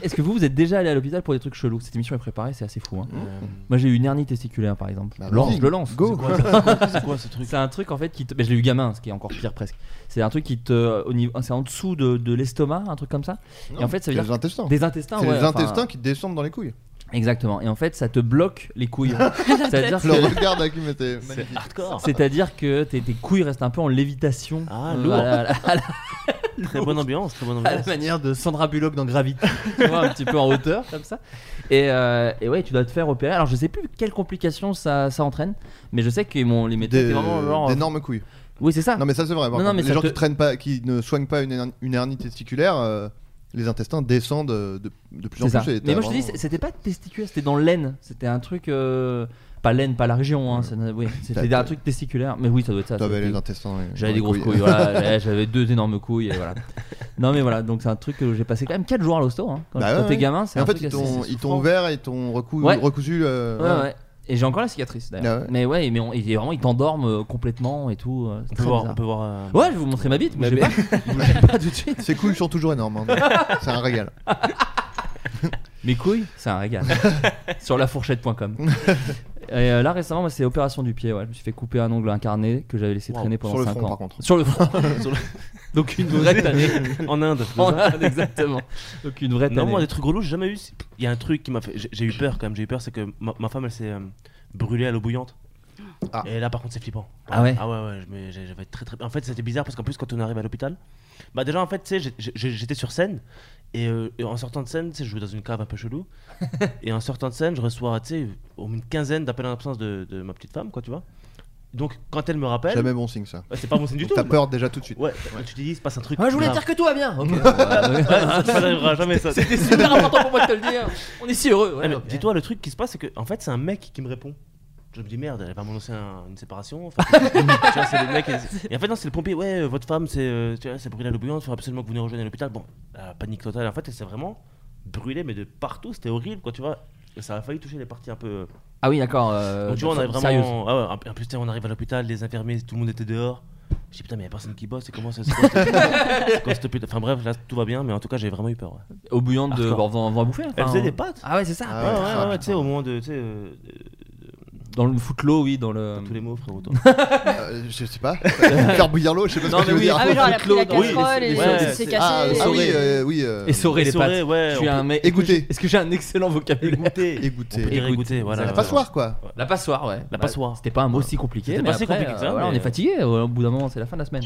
[SPEAKER 7] Est-ce que vous, vous êtes déjà allé à l'hôpital pour des trucs chelous Cette émission est préparée, c'est assez fou. hein. Moi j'ai eu une hernie testiculaire par exemple.
[SPEAKER 8] Bah,
[SPEAKER 7] lance,
[SPEAKER 8] vas-y,
[SPEAKER 7] je le lance.
[SPEAKER 8] go.
[SPEAKER 7] C'est
[SPEAKER 9] Ouais,
[SPEAKER 7] quoi
[SPEAKER 9] Euh, C'est quoi- c'est quoi ce truc
[SPEAKER 7] C'est un truc en fait qui te. Mais je l'ai eu gamin, ce qui est encore pire presque. C'est un truc qui te. euh, Au niveau... C'est en dessous de, de l'estomac, un truc comme ça. et en fait ça veut
[SPEAKER 8] C'est
[SPEAKER 7] dire.
[SPEAKER 8] les intestins.
[SPEAKER 7] Des intestins,
[SPEAKER 8] C'est
[SPEAKER 7] ouais.
[SPEAKER 8] les
[SPEAKER 7] enfin,
[SPEAKER 8] intestins qui descendent dans les couilles.
[SPEAKER 7] Exactement. Et en fait ça te bloque les couilles. C'est-à-dire
[SPEAKER 8] Le
[SPEAKER 7] que.
[SPEAKER 8] regard d'Akim était magnifique.
[SPEAKER 9] Hardcore.
[SPEAKER 7] C'est-à-dire que tes, tes couilles restent un peu en lévitation.
[SPEAKER 9] Ah,
[SPEAKER 7] Euh,
[SPEAKER 9] lourd.
[SPEAKER 7] à la- à la- à la-
[SPEAKER 9] Très bonne ambiance, très bonne
[SPEAKER 7] à la
[SPEAKER 9] ambiance.
[SPEAKER 7] manière de Sandra Bullock dans Gravity, tu vois, un petit peu en hauteur comme ça. Et, euh, et ouais, tu dois te faire opérer. Alors je sais plus quelles complications ça, ça entraîne, mais je sais que mon, les médecins étaient
[SPEAKER 8] Des-
[SPEAKER 7] vraiment genre.
[SPEAKER 8] D'énormes couilles.
[SPEAKER 7] Oui, c'est ça.
[SPEAKER 8] Non mais ça c'est vrai. par
[SPEAKER 7] Non, non,
[SPEAKER 8] contre.
[SPEAKER 7] mais
[SPEAKER 8] les
[SPEAKER 7] ça
[SPEAKER 8] gens
[SPEAKER 7] te-
[SPEAKER 8] qui, traînent pas, qui ne soignent pas une, her- une hernie testiculaire, euh, les intestins descendent euh, de, de plus en
[SPEAKER 7] C'est ça.
[SPEAKER 8] plus. et t'as
[SPEAKER 7] Mais moi je te dis,
[SPEAKER 8] vraiment-
[SPEAKER 7] c'est- c'était pas testiculaire, c'était dans l'aine. C'était un truc. euh, Pas l'aine, pas la région. Hein. ça n'a- oui, c'était
[SPEAKER 8] T'as-
[SPEAKER 7] un truc testiculaire. Mais oui, ça doit être ça. ça doit
[SPEAKER 8] T'avais
[SPEAKER 7] être-
[SPEAKER 8] les intestins. dans les- dans
[SPEAKER 7] J'avais
[SPEAKER 8] les
[SPEAKER 7] des grosses couilles, voilà, j'avais- j'avais deux énormes couilles, et voilà. Non mais voilà, donc c'est un truc que j'ai passé quand même 4 jours à l'hosto. hein. Quand,
[SPEAKER 8] Bah
[SPEAKER 7] quand
[SPEAKER 8] ouais,
[SPEAKER 7] t'es
[SPEAKER 8] ouais.
[SPEAKER 7] gamin, c'est
[SPEAKER 8] Et
[SPEAKER 7] un
[SPEAKER 8] en fait
[SPEAKER 7] truc
[SPEAKER 8] ils
[SPEAKER 7] assez
[SPEAKER 8] t'ont- ils t'ont
[SPEAKER 7] souffrant.
[SPEAKER 8] ouvert, ils t'ont recou-
[SPEAKER 7] Ouais.
[SPEAKER 8] recousu. euh,
[SPEAKER 7] Ouais, ouais. Et j'ai encore la cicatrice d'ailleurs.
[SPEAKER 8] Ah ouais.
[SPEAKER 7] Mais ouais, mais on- et vraiment, ils t'endorment euh, complètement et tout. euh, c'est
[SPEAKER 9] On peut
[SPEAKER 7] très
[SPEAKER 9] voir.
[SPEAKER 7] bizarre.
[SPEAKER 9] On peut voir euh,
[SPEAKER 7] Ouais, je vais vous montrer ma bite, mais
[SPEAKER 8] Ma
[SPEAKER 7] je sais pas. Je vous le dis pas tout de suite.
[SPEAKER 8] Ces couilles sont toujours énormes. hein. c'est un régal.
[SPEAKER 7] Mes couilles, c'est un régal. Sur lafourchette.com. Et euh, là récemment, moi, c'est opération du pied. Ouais. Je me suis fait couper un ongle incarné que j'avais laissé
[SPEAKER 9] Wow.
[SPEAKER 7] traîner
[SPEAKER 8] Sur
[SPEAKER 7] pendant
[SPEAKER 8] le
[SPEAKER 7] 5
[SPEAKER 8] front,
[SPEAKER 7] ans.
[SPEAKER 8] par contre.
[SPEAKER 7] Sur le front. Sur le- Donc une vraie tannée.
[SPEAKER 9] en Inde. c'est
[SPEAKER 7] En
[SPEAKER 9] ça
[SPEAKER 7] Inde, exactement. Donc une vraie tannée.
[SPEAKER 9] Non, moi, des trucs relous, j'ai jamais eu. Il y a un truc qui m'a fait. J'ai j'ai eu peur quand même, j'ai eu peur, c'est que ma, ma femme, elle s'est euh, brûlée à l'eau bouillante.
[SPEAKER 8] Ah.
[SPEAKER 9] Et là, par contre, c'est flippant.
[SPEAKER 7] Ah ouais
[SPEAKER 9] Ah ouais, ouais, je me- j'ai- j'avais très très. En fait, c'était bizarre parce qu'en plus, quand on arrive à l'hôpital, bah déjà, en fait, tu sais, j'ai- j'ai- j'étais sur scène et, euh, et en sortant de scène, tu sais, je jouais dans une cave un peu chelou. et en sortant de scène, je reçois, tu sais, au moins une quinzaine d'appels en absence de, de ma petite femme, quoi, tu vois. Donc quand elle me rappelle.
[SPEAKER 8] Jamais bon signe ça.
[SPEAKER 9] Ouais, c'est pas bon signe du
[SPEAKER 8] Donc
[SPEAKER 9] tout.
[SPEAKER 8] T'as peur déjà tout de suite.
[SPEAKER 9] Ouais, bah, tu te dis, il se passe un truc.
[SPEAKER 1] Ouais, Ah, je voulais
[SPEAKER 9] grave.
[SPEAKER 1] dire que tout va bien. Ok.
[SPEAKER 9] Ouais, ouais, ça ça n'arrivera jamais ça.
[SPEAKER 1] C'était super important pour moi de te le dire. On est si heureux. Ouais,
[SPEAKER 9] Ah, mais
[SPEAKER 1] ok.
[SPEAKER 9] Dis-toi, le truc qui se passe, c'est que en fait, c'est un mec qui me répond. Je me dis merde, elle va m'annoncer un- une séparation. Enfin, tu vois, c'est le mec. Et en fait, non, c'est le pompier. Ouais, euh, votre femme, c'est euh, tu vois, c'est brûlé à l'obéissance. Il faut absolument que vous nous rejoigniez à l'hôpital. Bon, la panique totale. En fait, elle s'est vraiment brûlée, mais de partout. C'était horrible, quoi, tu vois. Et Ça a failli toucher les parties un peu.
[SPEAKER 1] Ah oui, d'accord, euh,
[SPEAKER 9] Donc, tu vois, on avait vraiment.
[SPEAKER 1] sérieuse.
[SPEAKER 9] Ah ouais, en plus, tu sais, on arrive à l'hôpital, les infirmiers, tout le monde était dehors. Je dis putain, mais y a personne qui bosse. C'est comment ça se passe quoi, cette putain- Enfin, bref, là, tout va bien, mais en tout cas, j'ai vraiment eu peur. ouais.
[SPEAKER 7] Au bouillon de
[SPEAKER 9] Hardcore.
[SPEAKER 7] Bordeaux, on va bouffer.
[SPEAKER 9] Elle
[SPEAKER 7] enfin, hein.
[SPEAKER 9] faisait
[SPEAKER 7] on-
[SPEAKER 9] des pâtes.
[SPEAKER 1] Ah ouais, c'est ça.
[SPEAKER 9] Ah ouais, ouais, ouais, tu sais, au moment de. tu sais, euh,
[SPEAKER 7] Dans le footlo, oui, dans le.
[SPEAKER 9] Tous les mots, frérot. toi.
[SPEAKER 8] Euh, je sais pas. Faire bouillir l'eau, je sais pas
[SPEAKER 7] Non,
[SPEAKER 8] ce que
[SPEAKER 7] mais
[SPEAKER 8] tu veux
[SPEAKER 7] oui.
[SPEAKER 8] dire.
[SPEAKER 7] Ah, mais genre, elle a pris la
[SPEAKER 8] Claude, oui,
[SPEAKER 7] casserole
[SPEAKER 8] les-
[SPEAKER 7] et
[SPEAKER 8] les-
[SPEAKER 7] elle
[SPEAKER 8] ouais,
[SPEAKER 7] s'est
[SPEAKER 8] c'est-
[SPEAKER 7] cassée.
[SPEAKER 8] Ah oui,
[SPEAKER 7] Essorée,
[SPEAKER 8] euh, oui. euh,
[SPEAKER 7] Essorée les
[SPEAKER 9] essorée,
[SPEAKER 7] pâtes.
[SPEAKER 9] ouais,
[SPEAKER 7] Je suis
[SPEAKER 9] on
[SPEAKER 7] un
[SPEAKER 9] peut-
[SPEAKER 7] mec.
[SPEAKER 8] Écoutez.
[SPEAKER 7] Est-ce que j'ai un excellent vocabulaire
[SPEAKER 9] Écoutez.
[SPEAKER 8] Écoutez.
[SPEAKER 9] On peut dire écoutez, voilà.
[SPEAKER 8] La passoire, quoi.
[SPEAKER 7] La passoire, ouais.
[SPEAKER 9] La
[SPEAKER 7] Bah,
[SPEAKER 9] passoire.
[SPEAKER 7] C'était pas un mot si compliqué.
[SPEAKER 9] C'était
[SPEAKER 7] mais
[SPEAKER 9] pas si
[SPEAKER 7] après,
[SPEAKER 9] compliqué que ça,
[SPEAKER 7] euh, voilà,
[SPEAKER 9] mais-
[SPEAKER 7] On est fatigué. euh, Au bout d'un moment, c'est la fin de la semaine.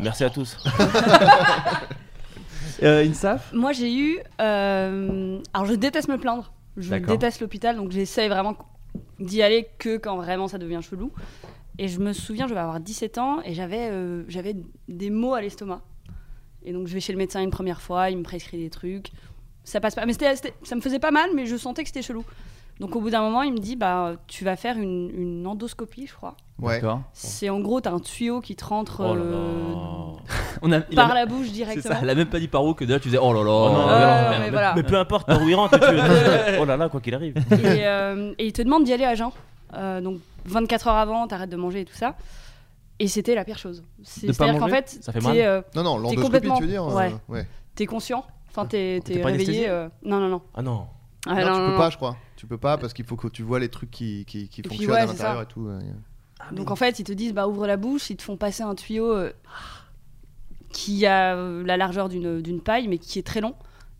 [SPEAKER 9] Merci à tous.
[SPEAKER 7] Euh, Insaf
[SPEAKER 10] Moi, j'ai eu. euh, Alors, je déteste me plaindre. Je
[SPEAKER 7] D'accord.
[SPEAKER 10] déteste l'hôpital, donc j'essaye vraiment d'y aller que quand vraiment ça devient chelou. Et je me souviens, je vais avoir 17 ans et j'avais euh, j'avais des maux à l'estomac. Et donc, je vais chez le médecin une première fois, il me prescrit des trucs. Ça passe pas. Mais c'était- c'était- ça me faisait pas mal, mais je sentais que c'était chelou. Donc, au bout d'un moment, il me dit bah, Tu vas faire une, une endoscopie, je crois.
[SPEAKER 8] Ouais.
[SPEAKER 7] D'accord.
[SPEAKER 10] C'est en gros, t'as un tuyau qui te rentre
[SPEAKER 9] Oh là là.
[SPEAKER 10] euh,
[SPEAKER 7] On a, il a-
[SPEAKER 10] par la bouche
[SPEAKER 7] C'est
[SPEAKER 10] directement.
[SPEAKER 7] ça, elle a même pas dit par où que déjà tu faisais oh là là.
[SPEAKER 9] Oh non,
[SPEAKER 7] euh,
[SPEAKER 9] ouais,
[SPEAKER 7] merde,
[SPEAKER 10] ouais,
[SPEAKER 7] merde.
[SPEAKER 10] voilà.
[SPEAKER 9] Mais peu importe par où il rentre, tu veux- Oh là là, quoi qu'il arrive.
[SPEAKER 10] et, euh, et il te demande d'y aller à jeun. Euh, donc 24 heures avant, t'arrêtes de manger et tout ça. Et c'était la pire chose. C'est-
[SPEAKER 7] De pas
[SPEAKER 10] C'est-à-dire qu'en
[SPEAKER 7] manger
[SPEAKER 10] fait,
[SPEAKER 9] Ça fait
[SPEAKER 10] t'es,
[SPEAKER 9] mal
[SPEAKER 10] euh,
[SPEAKER 8] Non, non,
[SPEAKER 10] t'es
[SPEAKER 8] l'endoscopie,
[SPEAKER 10] complètement-
[SPEAKER 8] tu veux dire euh,
[SPEAKER 10] ouais.
[SPEAKER 8] ouais.
[SPEAKER 10] T'es conscient. Enfin, t'es t'es
[SPEAKER 9] Oh, T'es pas
[SPEAKER 10] réveillé.
[SPEAKER 9] anesthésié
[SPEAKER 10] euh, Non, non, non.
[SPEAKER 9] Ah non.
[SPEAKER 10] Ah,
[SPEAKER 8] Non, tu
[SPEAKER 10] non,
[SPEAKER 8] peux
[SPEAKER 10] non.
[SPEAKER 8] pas, je crois. Tu peux pas parce qu'il faut que tu vois les trucs qui, qui, qui
[SPEAKER 10] puis,
[SPEAKER 8] fonctionnent
[SPEAKER 10] ouais,
[SPEAKER 8] à
[SPEAKER 10] c'est
[SPEAKER 8] l'intérieur
[SPEAKER 10] ça.
[SPEAKER 8] et tout. euh,
[SPEAKER 9] Ah,
[SPEAKER 10] Donc en fait, ils te disent bah ouvre la bouche, ils te font passer un tuyau euh, qui a euh, la largeur d'une d'une paille, mais qui est très long.